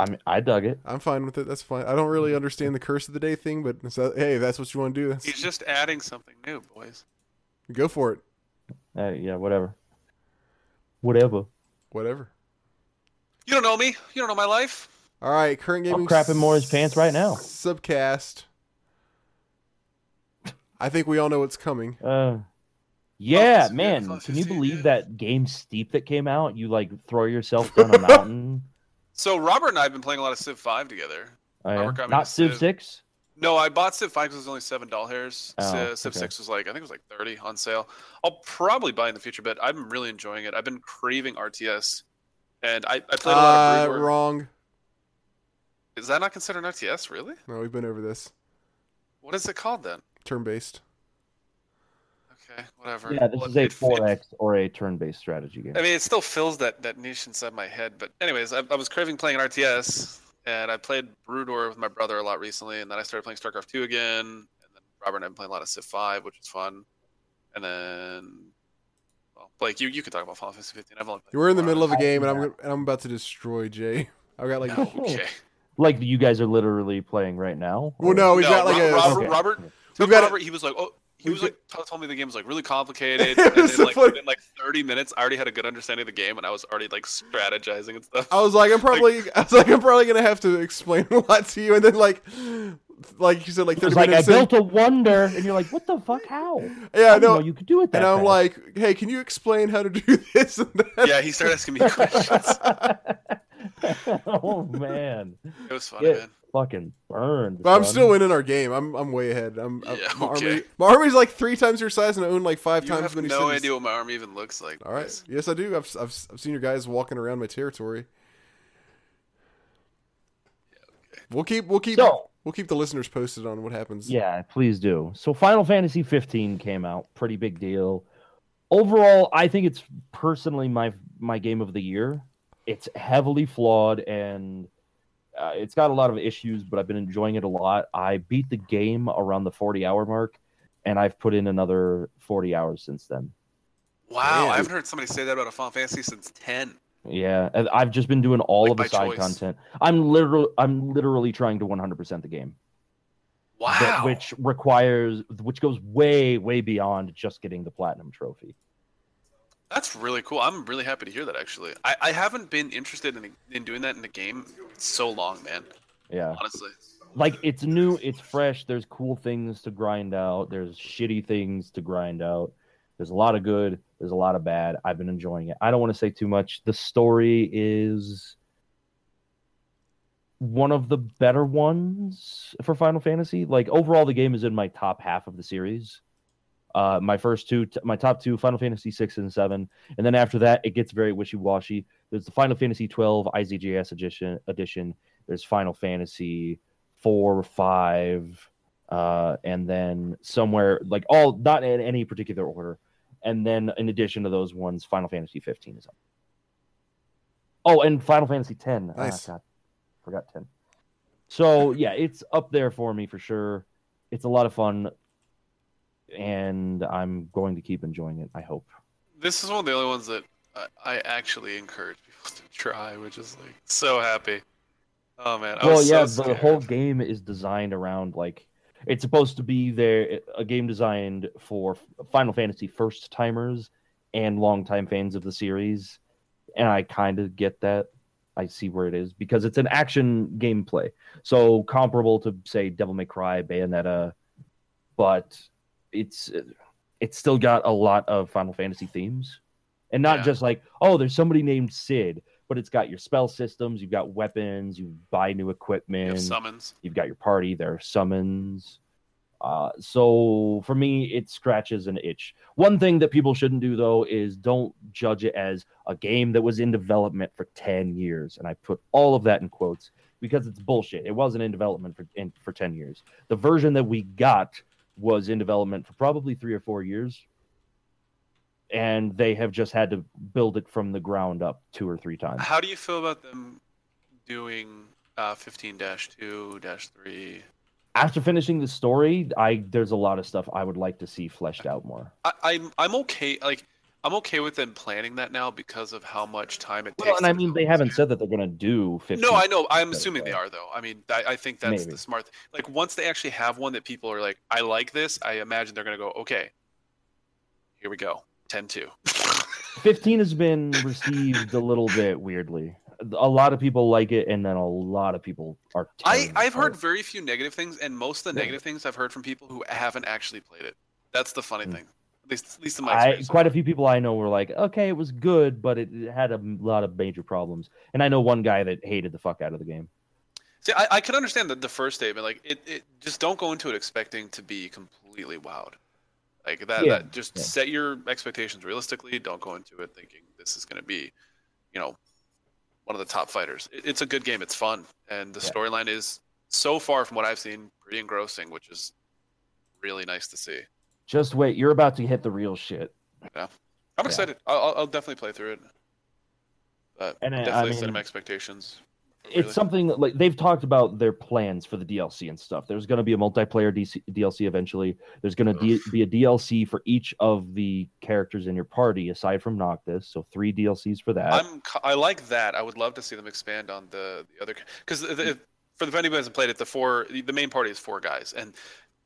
[SPEAKER 3] I mean, I dug it.
[SPEAKER 1] I'm fine with it. That's fine. I don't really understand the curse of the day thing, but it's, uh, hey, if that's what you want to do.
[SPEAKER 2] He's
[SPEAKER 1] That's,
[SPEAKER 2] just adding something new, boys.
[SPEAKER 1] go for it.
[SPEAKER 3] Uh, yeah, whatever. Whatever.
[SPEAKER 1] Whatever.
[SPEAKER 2] You don't know me. You don't know my life.
[SPEAKER 1] All right, current
[SPEAKER 3] I'm
[SPEAKER 1] gaming.
[SPEAKER 3] crapping more in his pants right now.
[SPEAKER 1] Subcast. I think we all know what's coming.
[SPEAKER 3] Uh, yeah,
[SPEAKER 2] it's-
[SPEAKER 3] man.
[SPEAKER 2] it's
[SPEAKER 3] can you
[SPEAKER 2] 15,
[SPEAKER 3] believe
[SPEAKER 2] yeah.
[SPEAKER 3] that game Steep that came out? You like throw yourself down a mountain.
[SPEAKER 2] So Robert and I have been playing a lot of Civ Five together.
[SPEAKER 3] Oh, yeah.
[SPEAKER 2] Robert got me
[SPEAKER 3] Not
[SPEAKER 2] to
[SPEAKER 3] Civ
[SPEAKER 2] Civ.
[SPEAKER 3] Six.
[SPEAKER 2] No, I bought Civ Five because it was only seven dollars.
[SPEAKER 3] Oh,
[SPEAKER 2] Civ, Civ
[SPEAKER 3] okay.
[SPEAKER 2] Six was like I think it was like thirty on sale. I'll probably buy in the future, but I'm really enjoying it. I've been craving RTS, and I, I played a lot
[SPEAKER 1] Uh,
[SPEAKER 2] of Brood War.
[SPEAKER 1] wrong.
[SPEAKER 2] Is that not considered an RTS? Really?
[SPEAKER 1] No, we've been over this.
[SPEAKER 2] What is it called then?
[SPEAKER 1] Turn based.
[SPEAKER 2] Okay, whatever.
[SPEAKER 3] Yeah, this
[SPEAKER 2] Well,
[SPEAKER 3] is a
[SPEAKER 2] it- it-
[SPEAKER 3] 4X or a turn-based strategy game.
[SPEAKER 2] I mean, it still fills that, that niche inside my head. But anyways, I, I was craving playing an RTS, and I played Brood War with my brother a lot recently, and then I started playing StarCraft 2 again, and then Robert and I've been playing a lot of Civ 5, which is fun, and then, well, Blake, you, you can talk about Final Fantasy 15. I've only played
[SPEAKER 1] We're in the
[SPEAKER 2] four
[SPEAKER 1] middle of a
[SPEAKER 3] I-
[SPEAKER 1] game, and I'm gonna- and I'm about to destroy Jay. I've got like.
[SPEAKER 2] hours. No, okay.
[SPEAKER 3] Like you guys are literally playing right now.
[SPEAKER 1] Well,
[SPEAKER 3] or-
[SPEAKER 1] no, we've
[SPEAKER 2] No,
[SPEAKER 1] got like uh,
[SPEAKER 2] Ro-
[SPEAKER 1] a.
[SPEAKER 2] Robert-
[SPEAKER 3] Okay.
[SPEAKER 2] Robert-
[SPEAKER 1] We've
[SPEAKER 2] Took
[SPEAKER 1] got a-
[SPEAKER 2] Robert, he was like, oh. He
[SPEAKER 1] we've
[SPEAKER 2] was like t- told me the game was like really
[SPEAKER 1] It
[SPEAKER 2] complicated, and
[SPEAKER 1] was
[SPEAKER 2] then
[SPEAKER 1] so
[SPEAKER 2] like
[SPEAKER 1] funny.
[SPEAKER 2] within like thirty minutes, I already had a good understanding of the game, and I was already like strategizing and stuff.
[SPEAKER 1] I was like, I'm probably. I was like, I'm probably gonna have to explain a lot to you, and then like, like you said, like
[SPEAKER 3] It
[SPEAKER 1] 30
[SPEAKER 3] was like I
[SPEAKER 1] minutes. in,
[SPEAKER 3] built a wonder, and you're like, "What the fuck? How?"
[SPEAKER 1] yeah,
[SPEAKER 3] I
[SPEAKER 1] I
[SPEAKER 3] didn't
[SPEAKER 1] know.
[SPEAKER 3] know you could do it that.
[SPEAKER 1] And I'm
[SPEAKER 3] fast.
[SPEAKER 1] like, hey, can you explain how to do this? And that?
[SPEAKER 2] yeah, he started asking me questions.
[SPEAKER 3] oh man,
[SPEAKER 2] It was fun,
[SPEAKER 3] Yeah.
[SPEAKER 2] man.
[SPEAKER 3] fucking burned.
[SPEAKER 1] But I'm
[SPEAKER 3] son.
[SPEAKER 1] still winning our game. I'm I'm way ahead. I'm, I'm-
[SPEAKER 2] Yeah,
[SPEAKER 1] my,
[SPEAKER 2] okay.
[SPEAKER 1] army, my army's like three times your size, and I own like five
[SPEAKER 2] You
[SPEAKER 1] times
[SPEAKER 2] have
[SPEAKER 1] many
[SPEAKER 2] no
[SPEAKER 1] cities.
[SPEAKER 2] idea what my army even looks like.
[SPEAKER 1] All right.
[SPEAKER 2] Yes.
[SPEAKER 1] Yes, I do. I've, I've I've seen your guys walking around my territory. We'll keep we'll keep
[SPEAKER 3] So-
[SPEAKER 1] we'll keep the listeners posted on what happens.
[SPEAKER 3] Yeah, please do. So Final Fantasy 15 came out, pretty big deal. Overall, I think it's personally my my game of the year. It's heavily flawed and uh, it's got a lot of issues, but I've been enjoying it a lot. I beat the game around the 40 hour mark and I've put in another 40 hours since then.
[SPEAKER 2] Wow,
[SPEAKER 1] Yeah.
[SPEAKER 2] I haven't heard somebody say that about a Final Fantasy since ten.
[SPEAKER 3] Yeah, and I've just been doing all
[SPEAKER 2] Like
[SPEAKER 3] of the
[SPEAKER 2] by
[SPEAKER 3] side
[SPEAKER 2] choice.
[SPEAKER 3] content. I'm literally I'm literally trying to 100% the game.
[SPEAKER 2] Wow.
[SPEAKER 3] that- which requires which goes way way beyond just getting the platinum trophy
[SPEAKER 2] That's really cool. I'm really happy to hear that. Actually, I, I haven't been interested in in doing that in the game so long, man.
[SPEAKER 3] yeah
[SPEAKER 2] Honestly,
[SPEAKER 3] like it's new it's fresh there's cool things to grind out there's shitty things to grind out there's a lot of good there's a lot of bad i've been enjoying it i don't want to say too much the story is one of the better ones for final fantasy like overall the game is in my top half of the series uh, my first two, t- my top two, Final Fantasy six and seven, and then after that, it gets very wishy-washy. There's the Final Fantasy twelve IZGS edition. Edition. There's Final Fantasy four, five, uh, and then somewhere like all not in any particular order. And then in addition to those ones, Final Fantasy 15 is up. Oh, and Final Fantasy 10. Ah,
[SPEAKER 1] Nice.
[SPEAKER 3] God, forgot 10. So yeah, it's up there for me for sure. It's a lot of fun, and I'm going to keep enjoying it. I hope.
[SPEAKER 2] this is one of the only ones that I, I actually encourage people to try, which is like so happy. Oh man. I
[SPEAKER 3] well,
[SPEAKER 2] was
[SPEAKER 3] yeah,
[SPEAKER 2] so
[SPEAKER 3] the
[SPEAKER 2] scared.
[SPEAKER 3] whole game is designed around like it's supposed to be there a game designed for Final Fantasy first timers and longtime fans of the series, and I kind of get that. I see where it is because it's an action gameplay, so comparable to say Devil May Cry, Bayonetta, but it's it's still got a lot of Final Fantasy themes, and not
[SPEAKER 2] Yeah.
[SPEAKER 3] just like oh, there's somebody named Sid but it's got your spell systems, you've got weapons, you buy new
[SPEAKER 2] You
[SPEAKER 3] equipment,
[SPEAKER 2] have summons.
[SPEAKER 3] you've got your party, there are summons. Uh, so for me, it scratches an itch. One thing that people shouldn't do though is don't judge it as a game that was in development for 10 years. And I put all of that in quotes because it's bullshit. It wasn't in development for, in, for 10 years. The version that we got was in development for probably three or four years. And they have just had to build it from the ground up two or three times.
[SPEAKER 2] How do you feel about them doing uh, 15-2-3?
[SPEAKER 3] after finishing the story, I there's a lot of stuff I would like to see fleshed out more.
[SPEAKER 2] I, I'm I'm okay. Like I'm okay with them planning that now because of how much time it takes.
[SPEAKER 3] Well, and I
[SPEAKER 2] to
[SPEAKER 3] mean, they
[SPEAKER 2] develop.
[SPEAKER 3] haven't said that they're gonna do 15.
[SPEAKER 2] No, I know. I'm
[SPEAKER 3] But,
[SPEAKER 2] assuming they
[SPEAKER 3] uh,
[SPEAKER 2] are, though. I mean, I, I think that's
[SPEAKER 3] Maybe.
[SPEAKER 2] the smart. Like, once they actually have one that people are like, "I like this," I imagine they're gonna go, "Okay, here we go, 10-2.
[SPEAKER 3] 15 has been received a little bit weirdly. A lot of people like it, and then a lot of people are.
[SPEAKER 2] I
[SPEAKER 3] tearing it
[SPEAKER 2] I've heard
[SPEAKER 3] apart.
[SPEAKER 2] very few negative things, and most of the
[SPEAKER 3] Yeah.
[SPEAKER 2] negative things I've heard from people who haven't actually played it. That's the funny
[SPEAKER 3] Mm.
[SPEAKER 2] thing. At least, at least in my
[SPEAKER 3] I,
[SPEAKER 2] experience.
[SPEAKER 3] quite a few people I know were like, "Okay, it was good, but it, it had a lot of major problems." And I know one guy that hated the fuck out of the game.
[SPEAKER 2] See, I, I can understand the, the first statement. Like, it, it just don't go into it expecting to be completely wowed. Like that.
[SPEAKER 3] Yeah,
[SPEAKER 2] that just
[SPEAKER 3] yeah.
[SPEAKER 2] set your expectations realistically. Don't go into it thinking this is going to be, you know, one of the top fighters. It, it's a good game. It's fun, and the
[SPEAKER 3] Yeah.
[SPEAKER 2] storyline is so far from what I've seen, pretty engrossing, which is really nice to see.
[SPEAKER 3] Just wait, you're about to hit the real shit.
[SPEAKER 2] I'm
[SPEAKER 3] Yeah.
[SPEAKER 2] excited. I'll, I'll- I'll definitely play through it. But
[SPEAKER 3] And I- I
[SPEAKER 2] definitely set
[SPEAKER 3] mean-
[SPEAKER 2] my expectations.
[SPEAKER 3] it's something that, like they've talked about their plans for the DLC and stuff. There's going to be a multiplayer DC, DLC eventually. There's going to D- be a DLC for each of the characters in your party, aside from Noctis. So three DLCs for that.
[SPEAKER 2] I'm c- I like that. I would love to see them expand on the the other because the,
[SPEAKER 3] Hmm.
[SPEAKER 2] the, for the if anybody hasn't played it, the four the main party is four guys, and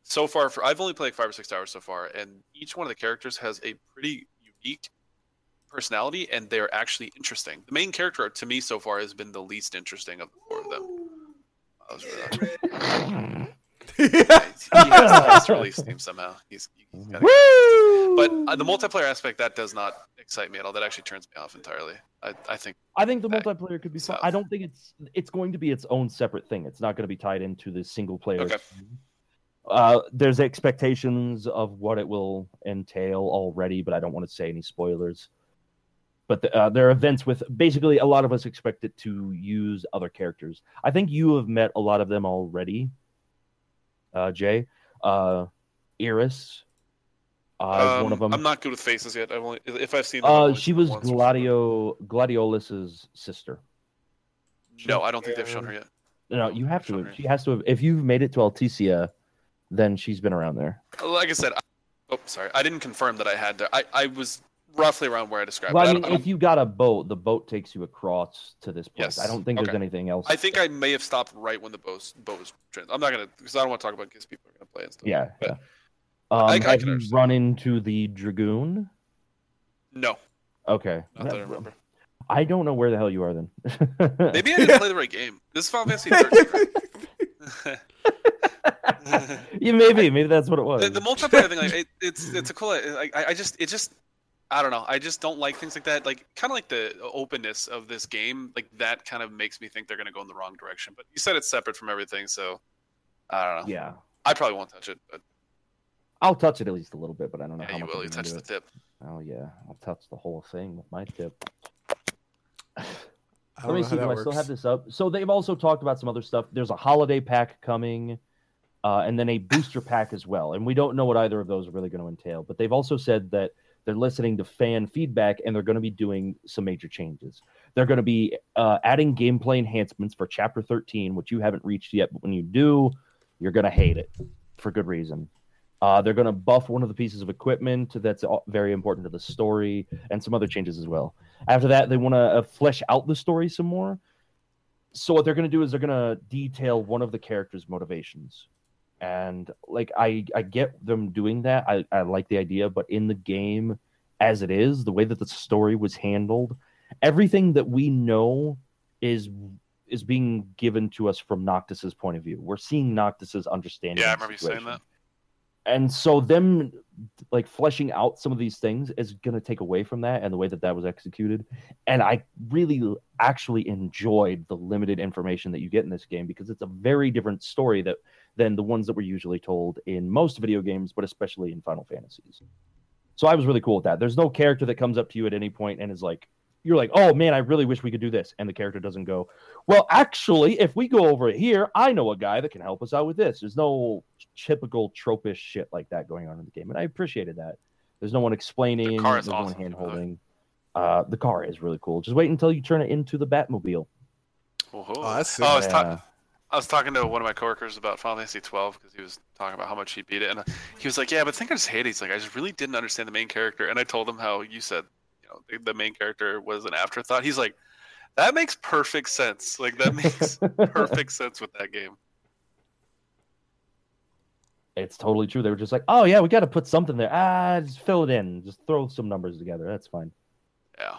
[SPEAKER 2] so far for I've only played five or six hours so far, and each one of the characters has a pretty unique personality, and they're actually interesting. The main character to me so far has been the least interesting of the four of them. I was really- he has the best release team somehow. He's, he's got it.
[SPEAKER 3] Woo!
[SPEAKER 2] but uh, the multiplayer aspect that does not excite me at all. That actually turns me off entirely. I, I think.
[SPEAKER 3] I think the
[SPEAKER 2] I-
[SPEAKER 3] multiplayer could be. Fun.
[SPEAKER 2] Uh, so-
[SPEAKER 3] I don't think it's it's going to be its own separate thing. It's not going to be tied into the single player.
[SPEAKER 2] Okay.
[SPEAKER 3] Uh, there's expectations of what it will entail already, but I don't want to say any spoilers. But the, uh, there are events with basically a lot of us expect it to use other characters. I think you have met a lot of them already, uh, Jay. Uh, Iris uh, is
[SPEAKER 2] Um,
[SPEAKER 3] one of them.
[SPEAKER 2] I'm not good with faces yet. I've only if I've seen. them, I've
[SPEAKER 3] uh,
[SPEAKER 2] only
[SPEAKER 3] she
[SPEAKER 2] seen
[SPEAKER 3] was
[SPEAKER 2] once before.
[SPEAKER 3] Gladio Gladiolus's sister.
[SPEAKER 2] No, I don't think they've shown her yet.
[SPEAKER 3] No, you have to.
[SPEAKER 2] Shocker.
[SPEAKER 3] She has to. Have, if you've made it to Alticia, then she's been around there.
[SPEAKER 2] Like I said, I, oh sorry, I didn't confirm that I had. Their, I I was roughly around where I described.
[SPEAKER 3] Well,
[SPEAKER 2] it.
[SPEAKER 3] I
[SPEAKER 2] I
[SPEAKER 3] mean,
[SPEAKER 2] don't- I don't-
[SPEAKER 3] if you got a boat, the boat takes you across to this
[SPEAKER 2] Yes.
[SPEAKER 3] place. I don't think there's
[SPEAKER 2] Okay.
[SPEAKER 3] anything else.
[SPEAKER 2] I think I may have stopped right when the boat boat was. Trans- I'm not gonna because I don't want to talk about because people are gonna play and stuff.
[SPEAKER 3] Yeah.
[SPEAKER 2] But-
[SPEAKER 3] yeah. Um,
[SPEAKER 2] I- I
[SPEAKER 3] have
[SPEAKER 2] can
[SPEAKER 3] you
[SPEAKER 2] understand.
[SPEAKER 3] run into the dragoon?
[SPEAKER 2] No,
[SPEAKER 3] Okay.
[SPEAKER 2] not that I remember.
[SPEAKER 3] I don't know where the hell you are then.
[SPEAKER 2] Maybe I didn't play the right game. This is Final Fantasy 13. right?
[SPEAKER 3] yeah, maybe maybe that's what it was.
[SPEAKER 2] the, the multiplayer thing, like, it, it's it's a cool. I, I I just it just I don't know. I just don't like things like that. Like kind of like the openness of this game. Like that kind of makes me think they're gonna go in the wrong direction. But you said it's separate from everything, so I don't know.
[SPEAKER 3] yeah,
[SPEAKER 2] I probably won't touch it. But
[SPEAKER 3] I'll touch it at least a little bit, but I don't know
[SPEAKER 2] yeah,
[SPEAKER 3] how
[SPEAKER 2] you
[SPEAKER 3] much.
[SPEAKER 2] will.
[SPEAKER 3] I'm
[SPEAKER 2] You
[SPEAKER 3] gonna
[SPEAKER 2] touch the
[SPEAKER 3] do it.
[SPEAKER 2] tip.
[SPEAKER 3] Oh yeah, I'll touch the whole thing with my tip.
[SPEAKER 1] I
[SPEAKER 3] Let
[SPEAKER 1] don't
[SPEAKER 3] me
[SPEAKER 1] know how
[SPEAKER 3] see. Do
[SPEAKER 1] that
[SPEAKER 3] I still
[SPEAKER 1] works.
[SPEAKER 3] have this up? So they've also talked about some other stuff. There's a holiday pack coming, uh, and then a booster pack as well. And we don't know what either of those are really going to entail. But they've also said that they're listening to fan feedback and they're going to be doing some major changes. They're going to be uh, adding gameplay enhancements for Chapter 13, which you haven't reached yet. But when you do, you're going to hate it for good reason. Uh, they're going to buff one of the pieces of equipment that's all- very important to the story and some other changes as well. After that, they want to uh, flesh out the story some more. So what they're going to do is they're going to detail one of the characters' motivations, and like I I get them doing that. I I like the idea, but in the game as it is, the way that the story was handled, everything that we know is is being given to us from Noctis's point of view. We're seeing Noctis's understanding.
[SPEAKER 2] Yeah, I
[SPEAKER 3] of the
[SPEAKER 2] remember you saying
[SPEAKER 3] situation.
[SPEAKER 2] that.
[SPEAKER 3] And so them like fleshing out some of these things is going to take away from that and the way that that was executed. And I really actually enjoyed the limited information that you get in this game because it's a very different story that than the ones that were usually told in most video games, but especially in Final Fantasies. So I was really cool with that. There's no character that comes up to you at any point and is like, you're like, oh man, I really wish we could do this. And the character doesn't go, well, actually, if we go over here, I know a guy that can help us out with this. There's no typical tropish shit like that going on in the game. And I appreciated that. There's no one explaining,
[SPEAKER 2] The car is
[SPEAKER 3] there's no one
[SPEAKER 2] awesome, by
[SPEAKER 3] hand
[SPEAKER 2] the way.
[SPEAKER 3] holding. Uh, the car is really cool. Just wait until you turn it into the Batmobile.
[SPEAKER 2] Woohoo.
[SPEAKER 1] Oh, that's sick.
[SPEAKER 2] oh, I was,
[SPEAKER 3] Yeah.
[SPEAKER 2] ta- I was talking to one of my coworkers about Final Fantasy 12 because he was talking about how much he beat it, and uh, he was like, "Yeah, but I think I just hate it." He's like, "I just really didn't understand the main character," and I told him how you said, you know, the, the main character was an afterthought. He's like, "That makes perfect sense. Like that makes perfect sense with that game."
[SPEAKER 3] It's totally true. They were just like, oh yeah, we got to put something there. Ah, just fill it in. Just throw some numbers together. That's fine.
[SPEAKER 2] Yeah,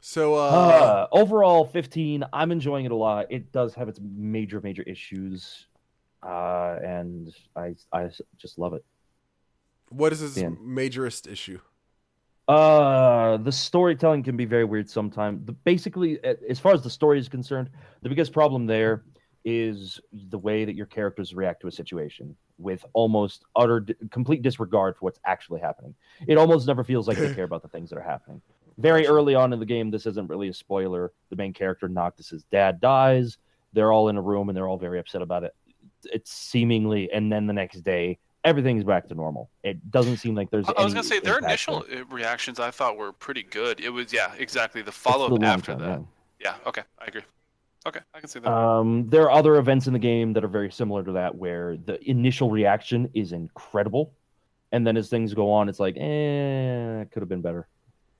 [SPEAKER 1] So uh,
[SPEAKER 3] Uh, overall, 15. I'm enjoying it a lot. It does have its major, major issues, uh, and I, I s- just love it.
[SPEAKER 1] what is his
[SPEAKER 3] Dan.
[SPEAKER 1] majorist issue?
[SPEAKER 3] Uh, the storytelling can be very weird sometimes. The, basically, a- as far as the story is concerned, the biggest problem there is the way that your characters react to a situation with almost utter d- complete disregard for what's actually happening. It almost never feels like they care about the things that are happening. Very early on in the game, this isn't really a spoiler. The main character Noctis's dad dies. They're all in a room and they're all very upset about it. It's seemingly, and then the next day, everything's back to normal. It doesn't seem like there's.
[SPEAKER 2] I, I was
[SPEAKER 3] any
[SPEAKER 2] gonna say their
[SPEAKER 3] impact there.
[SPEAKER 2] initial uh, reactions I thought were pretty good. It was yeah, exactly the
[SPEAKER 3] It's
[SPEAKER 2] follow
[SPEAKER 3] the
[SPEAKER 2] up
[SPEAKER 3] long
[SPEAKER 2] after
[SPEAKER 3] term,
[SPEAKER 2] that.
[SPEAKER 3] yeah.
[SPEAKER 2] Yeah. okay, I agree. Okay, I can see that.
[SPEAKER 3] Um, there are other events in the game that are very similar to that, where the initial reaction is incredible, and then as things go on, it's like, eh, it could have been better.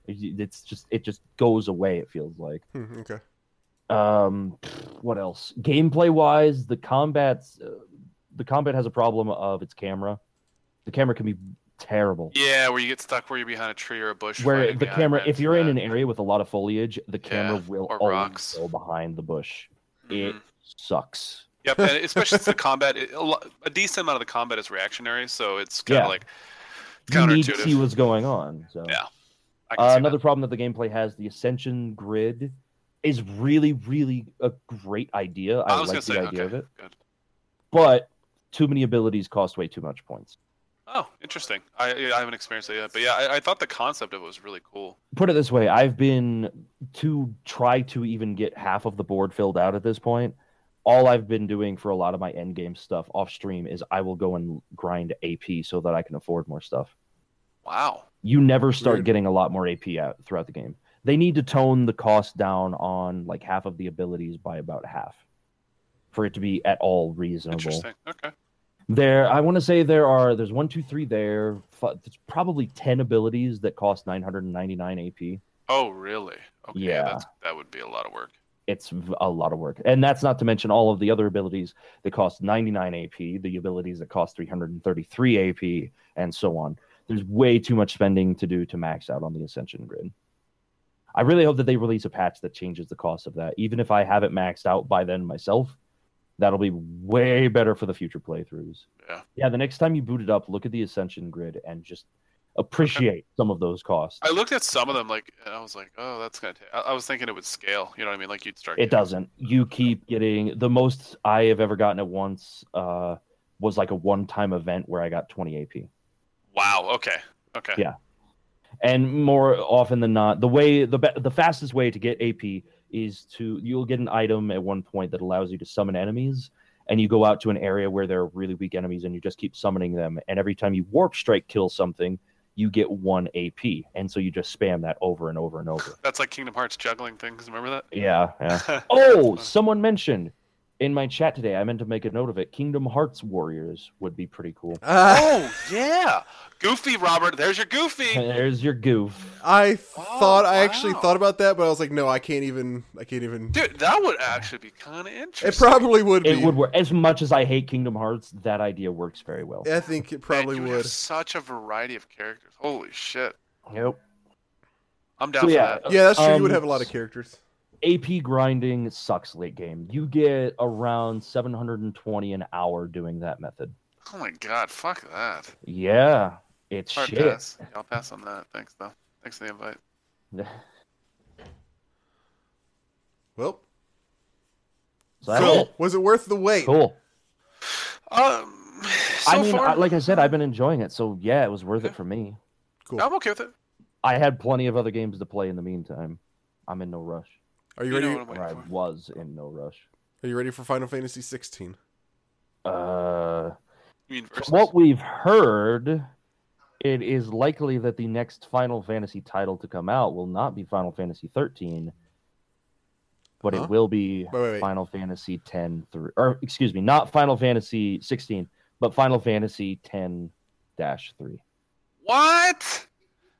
[SPEAKER 3] It- It's just it just goes away. It feels like.
[SPEAKER 1] Hmm, okay.
[SPEAKER 3] Um, what else? Gameplay wise, the combat's uh, the combat has a problem of its camera. The camera can be terrible.
[SPEAKER 2] yeah, where you get stuck where you're behind a tree or a bush.
[SPEAKER 3] Where
[SPEAKER 2] fighting
[SPEAKER 3] the
[SPEAKER 2] guy,
[SPEAKER 3] camera,
[SPEAKER 2] ran
[SPEAKER 3] if
[SPEAKER 2] into
[SPEAKER 3] you're in
[SPEAKER 2] that.
[SPEAKER 3] an area with a lot of foliage, the camera
[SPEAKER 2] Yeah,
[SPEAKER 3] will
[SPEAKER 2] or
[SPEAKER 3] always
[SPEAKER 2] rocks.
[SPEAKER 3] go behind the bush.
[SPEAKER 2] Mhm.
[SPEAKER 3] It sucks.
[SPEAKER 2] Yep, and especially since the combat, it, a, lo- a decent amount of the combat is reactionary, so it's kind of
[SPEAKER 3] Yeah.
[SPEAKER 2] like it's
[SPEAKER 3] you need to
[SPEAKER 2] counterintuitive.
[SPEAKER 3] see what's going on. So
[SPEAKER 2] Yeah, I can
[SPEAKER 3] uh,
[SPEAKER 2] see
[SPEAKER 3] another problem that the gameplay has, the ascension grid, is really, really a great idea.
[SPEAKER 2] that.
[SPEAKER 3] I,
[SPEAKER 2] I was
[SPEAKER 3] like the
[SPEAKER 2] gonna say,
[SPEAKER 3] idea
[SPEAKER 2] okay,
[SPEAKER 3] of it,
[SPEAKER 2] good.
[SPEAKER 3] but too many abilities cost way too much points.
[SPEAKER 2] Oh, interesting. I I haven't experienced it yet, but yeah, I, I thought the concept of it was really cool.
[SPEAKER 3] Put it this way: I've been to try to even get half of the board filled out at this point. All I've been doing for a lot of my end game stuff off stream is I will go and grind AP so that I can afford more stuff.
[SPEAKER 2] Wow.
[SPEAKER 3] you never start
[SPEAKER 1] Weird.
[SPEAKER 3] getting a lot more AP out throughout the game. They need to tone the cost down on like half of the abilities by about half for it to be at all reasonable.
[SPEAKER 2] Interesting. Okay.
[SPEAKER 3] There, I want to say there are there's one, two, three there. F- It's probably ten abilities that cost 999 AP.
[SPEAKER 2] Oh, really? Okay,
[SPEAKER 3] Yeah.
[SPEAKER 2] that's, that would be a lot of work.
[SPEAKER 3] It's v- a lot of work, and that's not to mention all of the other abilities that cost 99 AP, the abilities that cost 333 AP, and so on. There's way too much spending to do to max out on the ascension grid. I really hope that they release a patch that changes the cost of that. Even if I have it maxed out by then myself, that'll be way better for the future playthroughs.
[SPEAKER 2] Yeah.
[SPEAKER 3] Yeah, the next time you boot it up, look at the ascension grid and just appreciate some of those costs.
[SPEAKER 2] I looked at some of them, like, and I was like, oh, that's gonna. ta- I I was thinking it would scale. You know what I mean? Like you'd start.
[SPEAKER 3] It
[SPEAKER 2] getting-
[SPEAKER 3] doesn't. You keep getting the most I have ever gotten at once uh, was like a one time event where I got 20 AP.
[SPEAKER 2] Wow. Okay. Okay.
[SPEAKER 3] Yeah. And more often than not, the way the be- the fastest way to get AP is to you'll get an item at one point that allows you to summon enemies and you go out to an area where there are really weak enemies and you just keep summoning them and every time you warp strike kill something, you get 1 AP. And so you just spam that over and over and over.
[SPEAKER 2] That's like Kingdom Hearts juggling things. Remember that?
[SPEAKER 3] Yeah, yeah.
[SPEAKER 2] Yeah.
[SPEAKER 3] Oh, someone mentioned in my chat today. I meant to make a note of it. Kingdom Hearts Warriors would be pretty cool.
[SPEAKER 1] Ah,
[SPEAKER 2] oh yeah, Goofy Robert. There's your Goofy.
[SPEAKER 3] There's your goof.
[SPEAKER 1] I
[SPEAKER 2] Oh,
[SPEAKER 1] thought I actually
[SPEAKER 2] wow.
[SPEAKER 1] thought about that, but I was like, no, I can't even. I can't even.
[SPEAKER 2] Dude, that would actually be kind of interesting.
[SPEAKER 1] It probably would be.
[SPEAKER 3] It would work. As much as I hate Kingdom Hearts, that idea works very well.
[SPEAKER 1] I think it
[SPEAKER 2] Man,
[SPEAKER 1] probably
[SPEAKER 2] you
[SPEAKER 1] would.
[SPEAKER 2] Have such a variety of characters. Holy shit.
[SPEAKER 3] Yep.
[SPEAKER 2] I'm down
[SPEAKER 3] So
[SPEAKER 2] for
[SPEAKER 3] yeah,
[SPEAKER 2] that.
[SPEAKER 1] Yeah, that's true. you would
[SPEAKER 3] Um,
[SPEAKER 1] have a lot of characters.
[SPEAKER 3] AP grinding sucks late game. You get around 720 an hour doing that method.
[SPEAKER 2] Oh my god, fuck that.
[SPEAKER 3] Yeah, it's
[SPEAKER 2] Hard
[SPEAKER 3] shit.
[SPEAKER 2] pass. I'll pass on that. Thanks though. Thanks for the invite.
[SPEAKER 1] Well,
[SPEAKER 3] so that's
[SPEAKER 1] cool.
[SPEAKER 3] it.
[SPEAKER 1] Was it worth the wait?
[SPEAKER 3] Cool.
[SPEAKER 2] Um, so
[SPEAKER 3] I mean,
[SPEAKER 2] far,
[SPEAKER 3] I, like I said, I've been enjoying it. So yeah, it was worth it for me.
[SPEAKER 1] Cool.
[SPEAKER 2] I'm okay with it.
[SPEAKER 3] I had plenty of other games to play in the meantime. I'm in no rush.
[SPEAKER 1] Are you
[SPEAKER 2] You
[SPEAKER 1] ready?
[SPEAKER 2] know what I'm
[SPEAKER 3] Or I
[SPEAKER 2] waiting for.
[SPEAKER 3] was in no rush.
[SPEAKER 1] Are you ready for Final Fantasy 16?
[SPEAKER 3] Uh,
[SPEAKER 2] You mean
[SPEAKER 3] from
[SPEAKER 2] versus?
[SPEAKER 3] what we've heard, it is likely that the next Final Fantasy title to come out will not be Final Fantasy 13, but
[SPEAKER 1] Huh?
[SPEAKER 3] it will be
[SPEAKER 1] Wait, wait, wait.
[SPEAKER 3] Final Fantasy 10 through, or excuse me, not Final Fantasy 16, but Final Fantasy 10 dash 3.
[SPEAKER 2] What?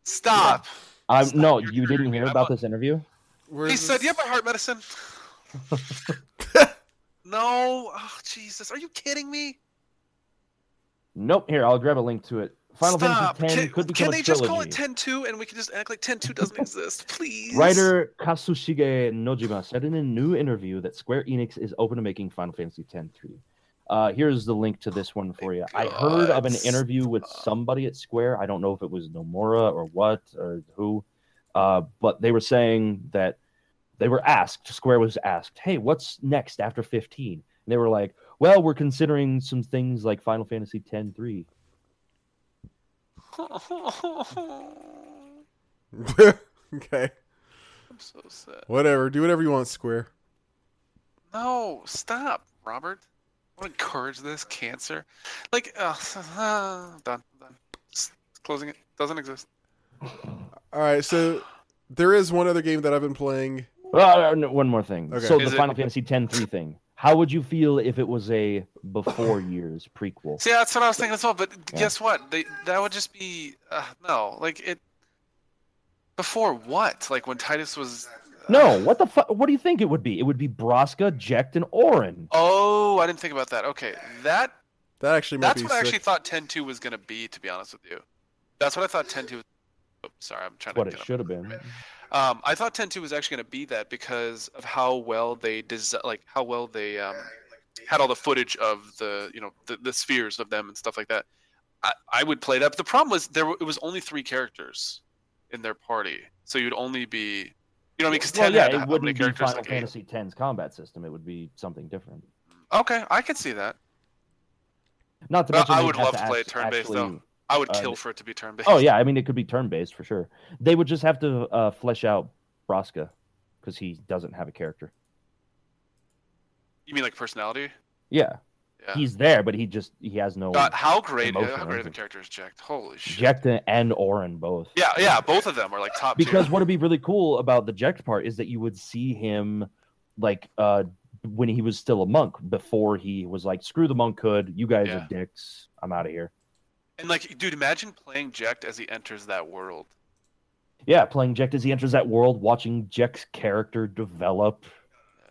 [SPEAKER 2] Stop.
[SPEAKER 3] I'm
[SPEAKER 2] Stop
[SPEAKER 3] Um, no,
[SPEAKER 2] your
[SPEAKER 3] you didn't
[SPEAKER 2] dreaming.
[SPEAKER 3] hear
[SPEAKER 2] I'm
[SPEAKER 3] about
[SPEAKER 2] a-
[SPEAKER 3] this interview.
[SPEAKER 1] Where
[SPEAKER 2] He
[SPEAKER 1] is
[SPEAKER 2] said,
[SPEAKER 1] this?
[SPEAKER 2] "You have my heart medicine." no. Oh Jesus, are you kidding me?
[SPEAKER 3] Nope. Here, I'll grab a link to it. Final
[SPEAKER 2] Stop.
[SPEAKER 3] Fantasy 10
[SPEAKER 2] can
[SPEAKER 3] could become
[SPEAKER 2] can
[SPEAKER 3] a
[SPEAKER 2] they
[SPEAKER 3] trilogy.
[SPEAKER 2] just call it 10-2 and we can just act like 10-2 doesn't exist, please?
[SPEAKER 3] Writer Kasushige Nojima said in a new interview that Square Enix is open to making Final Fantasy X 3. Uh, here's the link to this one for you. I heard of an
[SPEAKER 2] God.
[SPEAKER 3] interview with somebody at Square. I don't know if it was Nomura or what or who, uh, but they were saying that they were asked, Square was asked, hey, what's next after 15? And they were like, well, we're considering some things like Final Fantasy X 3.
[SPEAKER 2] I'm
[SPEAKER 1] okay.
[SPEAKER 2] so sad.
[SPEAKER 1] Whatever. Do whatever you want, Square.
[SPEAKER 2] No, stop, Robert. I want to encourage this cancer. Like, uh, done, done. Just closing it. Doesn't exist.
[SPEAKER 1] All right. So there is one other game that I've been playing.
[SPEAKER 3] Uh, no, one more thing.
[SPEAKER 1] Okay.
[SPEAKER 3] So
[SPEAKER 2] Is
[SPEAKER 3] the
[SPEAKER 2] it-
[SPEAKER 3] Final Fantasy X 3 thing. How would you feel if it was a before years prequel?
[SPEAKER 2] See, that's what I was thinking as well. But
[SPEAKER 3] Yeah.
[SPEAKER 2] guess what? They that would just be uh, no. Like it. Before what? Like when Titus was.
[SPEAKER 3] No,
[SPEAKER 2] uh,
[SPEAKER 3] what the fuck? What do you think it would be? It would be Broska, Jekt, and Orin.
[SPEAKER 2] Oh, I didn't think about that. Okay, that
[SPEAKER 1] That actually might
[SPEAKER 2] that's
[SPEAKER 1] be
[SPEAKER 2] what I
[SPEAKER 1] sick.
[SPEAKER 2] actually thought 10-2 was gonna be. To be honest with you, that's what I thought 10-2. Was... Oops, sorry, I'm trying
[SPEAKER 3] What
[SPEAKER 2] to.
[SPEAKER 3] it
[SPEAKER 2] get up.
[SPEAKER 3] should have been.
[SPEAKER 2] Um, I thought 10-2 was actually going to be that because of how well they desi- like how well they um, had all the footage of the you know the, the spheres of them and stuff like that. I, I would play that, but the problem was there were, it was only three characters in their party, so you'd only be you know what I mean because
[SPEAKER 3] Well,
[SPEAKER 2] ten
[SPEAKER 3] yeah,
[SPEAKER 2] had
[SPEAKER 3] it
[SPEAKER 2] how many
[SPEAKER 3] wouldn't be
[SPEAKER 2] characters?
[SPEAKER 3] Final
[SPEAKER 2] Like eight.
[SPEAKER 3] Fantasy X's combat system. It would be something different.
[SPEAKER 2] Okay, I could see that.
[SPEAKER 3] Not to
[SPEAKER 2] Well,
[SPEAKER 3] mention,
[SPEAKER 2] I
[SPEAKER 3] they'd
[SPEAKER 2] would
[SPEAKER 3] have
[SPEAKER 2] love to play
[SPEAKER 3] act-
[SPEAKER 2] it turn-based,
[SPEAKER 3] actually-
[SPEAKER 2] though. I would
[SPEAKER 3] Uh,
[SPEAKER 2] kill for it to be turn based.
[SPEAKER 3] Oh yeah, I mean it could be turn based for sure. They would just have to uh, flesh out Broska because he doesn't have a character.
[SPEAKER 2] you mean like personality?
[SPEAKER 3] Yeah.
[SPEAKER 2] Yeah.
[SPEAKER 3] he's there, but he just he has no
[SPEAKER 2] God, how great!
[SPEAKER 3] emotion,
[SPEAKER 2] How great of a
[SPEAKER 3] isn't it?
[SPEAKER 2] character is Jack? Holy shit!
[SPEAKER 3] Jekt and Orin both.
[SPEAKER 2] Yeah, yeah, both of them are like top tier.
[SPEAKER 3] because what would be really cool about the Jekt part is that you would see him like uh when he was still a monk before he was like, screw the monkhood, you guys
[SPEAKER 2] Yeah.
[SPEAKER 3] are dicks, I'm out of here.
[SPEAKER 2] And like, dude, imagine playing Jekt as he enters that world.
[SPEAKER 3] Yeah, playing Jack as he enters that world, watching Jack's character develop.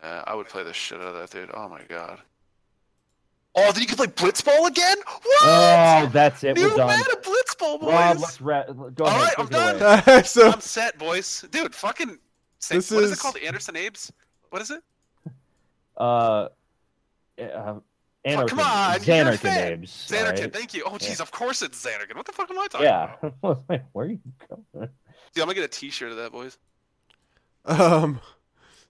[SPEAKER 2] Uh, I would play the shit out of that dude. Oh my god. Oh, then you can play Blitzball again? What?
[SPEAKER 3] Oh, that's it.
[SPEAKER 2] New
[SPEAKER 3] We're done.
[SPEAKER 2] meta Blitzball, boys.
[SPEAKER 3] Rob, let's ra- go
[SPEAKER 2] All
[SPEAKER 3] ahead.
[SPEAKER 2] right,
[SPEAKER 3] take
[SPEAKER 2] I'm
[SPEAKER 3] it
[SPEAKER 2] done.
[SPEAKER 3] away.
[SPEAKER 1] so
[SPEAKER 2] I'm set, boys. Dude, fucking. Sa-
[SPEAKER 1] This
[SPEAKER 2] what is...
[SPEAKER 1] is-
[SPEAKER 2] it called? Anderson Abe's? What is it?
[SPEAKER 3] Uh, uh,
[SPEAKER 2] Oh, come
[SPEAKER 3] Anarchin-
[SPEAKER 2] on, you're a
[SPEAKER 3] Xanarkin
[SPEAKER 2] fan.
[SPEAKER 3] Abes,
[SPEAKER 2] Xanarkin.
[SPEAKER 3] alright?
[SPEAKER 2] Thank you. Oh, jeez, of course it's Xanarkin. What the fuck am I talking
[SPEAKER 3] Yeah.
[SPEAKER 2] about?
[SPEAKER 3] Like, Where are you going?
[SPEAKER 2] Dude, I'm gonna get a T-shirt of that, boys.
[SPEAKER 1] um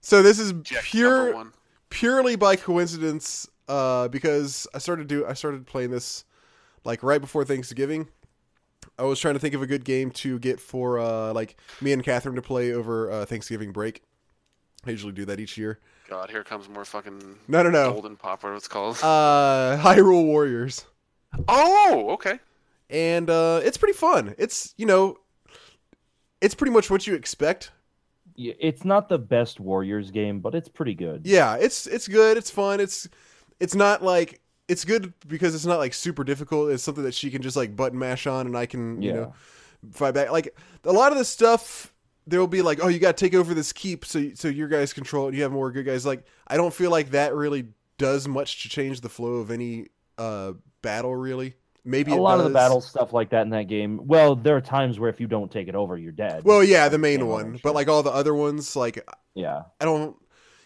[SPEAKER 1] so this is
[SPEAKER 2] Jack, number
[SPEAKER 1] pure
[SPEAKER 2] one.
[SPEAKER 1] purely by coincidence uh because I started do I started playing this like right before Thanksgiving. I was trying to think of a good game to get for uh like me and Catherine to play over uh, Thanksgiving break. I usually do that each year.
[SPEAKER 2] God, here comes more fucking
[SPEAKER 1] No, no, no.
[SPEAKER 2] golden pop, whatever it's called.
[SPEAKER 1] Uh Hyrule Warriors.
[SPEAKER 2] oh, okay.
[SPEAKER 1] and uh, it's pretty fun. It's you know, it's pretty much what you expect.
[SPEAKER 3] Yeah, It's not the best Warriors game, but it's pretty good.
[SPEAKER 1] Yeah, it's it's good. It's fun. It's it's not like it's good because it's not like super difficult. It's something that she can just like button mash on, and I can you
[SPEAKER 3] Yeah.
[SPEAKER 1] know fight back. Like a lot of the stuff, there will be like, oh, you got to take over this keep, so so your guys control it. You have more good guys. Like I don't feel like that really does much to change the flow of any uh battle really. Maybe
[SPEAKER 3] a
[SPEAKER 1] it
[SPEAKER 3] lot of the
[SPEAKER 1] does.
[SPEAKER 3] battle stuff like that in that game. Well, there are times where if you don't take it over, you're dead.
[SPEAKER 1] Well, yeah, the main
[SPEAKER 3] Yeah,
[SPEAKER 1] one,
[SPEAKER 3] sure.
[SPEAKER 1] but like all the other ones, like
[SPEAKER 3] yeah.
[SPEAKER 1] I don't.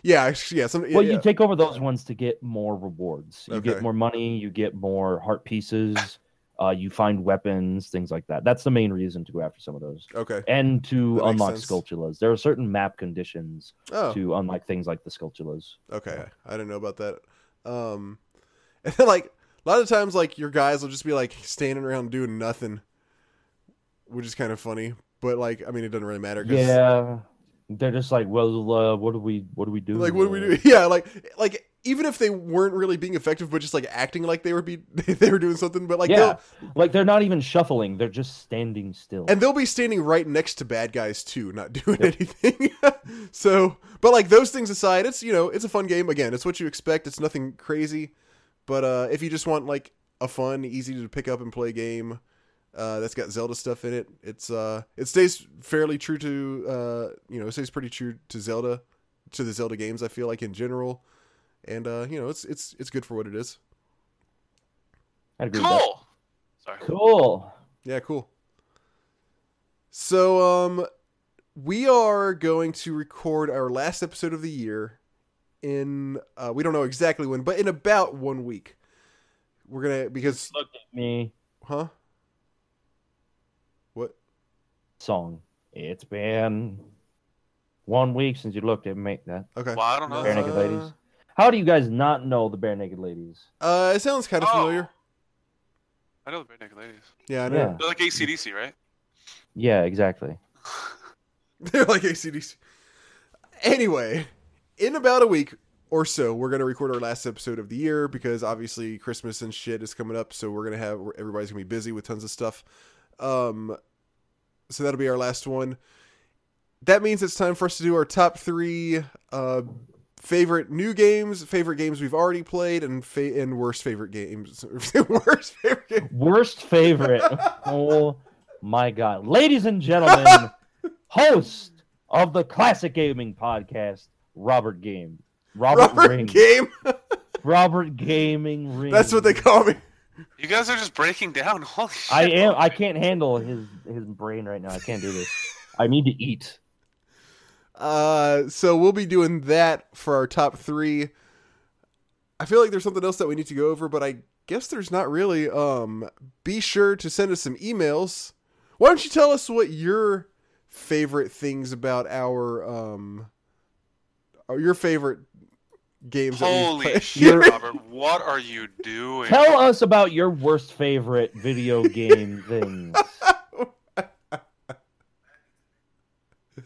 [SPEAKER 1] Yeah, actually, yeah. Some,
[SPEAKER 3] Well,
[SPEAKER 1] yeah,
[SPEAKER 3] you take over those ones to get more rewards. You
[SPEAKER 1] Okay.
[SPEAKER 3] get more money. You get more heart pieces. Uh, you find weapons, things like that. That's the main reason to go after some of those,
[SPEAKER 1] okay.
[SPEAKER 3] and to
[SPEAKER 1] That makes
[SPEAKER 3] unlock
[SPEAKER 1] sense.
[SPEAKER 3] sculptulas. There are certain map conditions
[SPEAKER 1] Oh,
[SPEAKER 3] to unlock things like the sculptulas.
[SPEAKER 1] okay. I didn't know about that. Um, and then, like a lot of times, like your guys will just be like standing around doing nothing, which is kind of funny. But like, I mean, it doesn't really matter. 'cause,
[SPEAKER 3] Yeah, they're just like, well, uh, what do we, what do we do?
[SPEAKER 1] Like, what do we do?
[SPEAKER 3] here?
[SPEAKER 1] Yeah, like, like even if they weren't really being effective, but just like acting like they were be they were doing something, but like
[SPEAKER 3] yeah,
[SPEAKER 1] they'll
[SPEAKER 3] like they're not even shuffling; they're just standing still.
[SPEAKER 1] and they'll be standing right next to bad guys too, not doing anything. so, but like those things aside, it's you know it's a fun game. Again, it's what you expect. It's nothing crazy, but uh, if you just want like a fun, easy to pick up and play game uh, that's got Zelda stuff in it, it's uh, it stays fairly true to uh, you know it stays pretty true to Zelda, to the Zelda games. I feel like in general, and uh, you know it's it's it's good for what it is.
[SPEAKER 3] I'd agree with that.
[SPEAKER 2] Cool. Sorry.
[SPEAKER 3] Cool.
[SPEAKER 1] Yeah, cool. So um we are going to record our last episode of the year in uh we don't know exactly when, but in about 1 week. We're going to because
[SPEAKER 3] Look at me.
[SPEAKER 1] huh? What?
[SPEAKER 3] song. It's been one week since you looked at me. That
[SPEAKER 1] Okay.
[SPEAKER 2] Well, I don't know.
[SPEAKER 3] Bare Naked
[SPEAKER 1] Uh,
[SPEAKER 3] Ladies. How do you guys not know the Bare Naked Ladies?
[SPEAKER 1] Uh it sounds kind of
[SPEAKER 2] Oh.
[SPEAKER 1] familiar.
[SPEAKER 2] I know the Bare Naked Ladies.
[SPEAKER 1] Yeah, I know.
[SPEAKER 3] Yeah,
[SPEAKER 2] They're like ACDC, right?
[SPEAKER 3] yeah, exactly.
[SPEAKER 1] They're like ACDC. Anyway, in about a week or so, we're going to record our last episode of the year because obviously Christmas and shit is coming up. So we're going to have, everybody's going to be busy with tons of stuff. Um, so that'll be our last one. That means it's time for us to do our top three uh, favorite new games, favorite games we've already played, and fa- and worst favorite games. worst favorite games.
[SPEAKER 3] Worst favorite. oh my god, ladies and gentlemen, host of the Classic Gaming Podcast, Robert Game, Robert,
[SPEAKER 1] Robert
[SPEAKER 3] Ring,
[SPEAKER 1] Game.
[SPEAKER 3] Robert Gaming Ring.
[SPEAKER 1] That's what they call me.
[SPEAKER 2] You guys are just breaking down. Holy shit.
[SPEAKER 3] I am. I can't handle his his brain right now. I can't do this. I need to eat.
[SPEAKER 1] Uh, so we'll be doing that for our top three. I feel like there's something else that we need to go over, but I guess there's not really. Um, be sure to send us some emails. Why don't you tell us what your favorite things about our um, or your favorite games? that we've
[SPEAKER 2] Holy
[SPEAKER 1] played?
[SPEAKER 2] shit, Robert. What are you doing?
[SPEAKER 3] Tell us about your worst favorite video game things.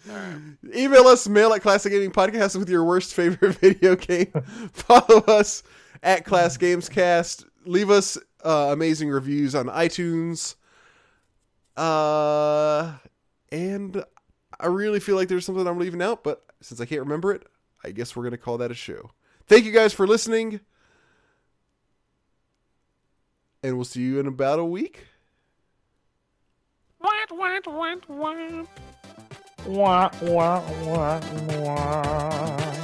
[SPEAKER 2] Alright.
[SPEAKER 1] Email us mail at Classic Gaming Podcast with your worst favorite video game. Follow us at Class Games Cast. Leave us uh, amazing reviews on iTunes. Uh, and I really feel like there's something I'm leaving out, but since I can't remember it, I guess we're gonna call that a show. Thank you guys for listening. And we'll see you in about a week.
[SPEAKER 3] Wah, wah, wah, wah.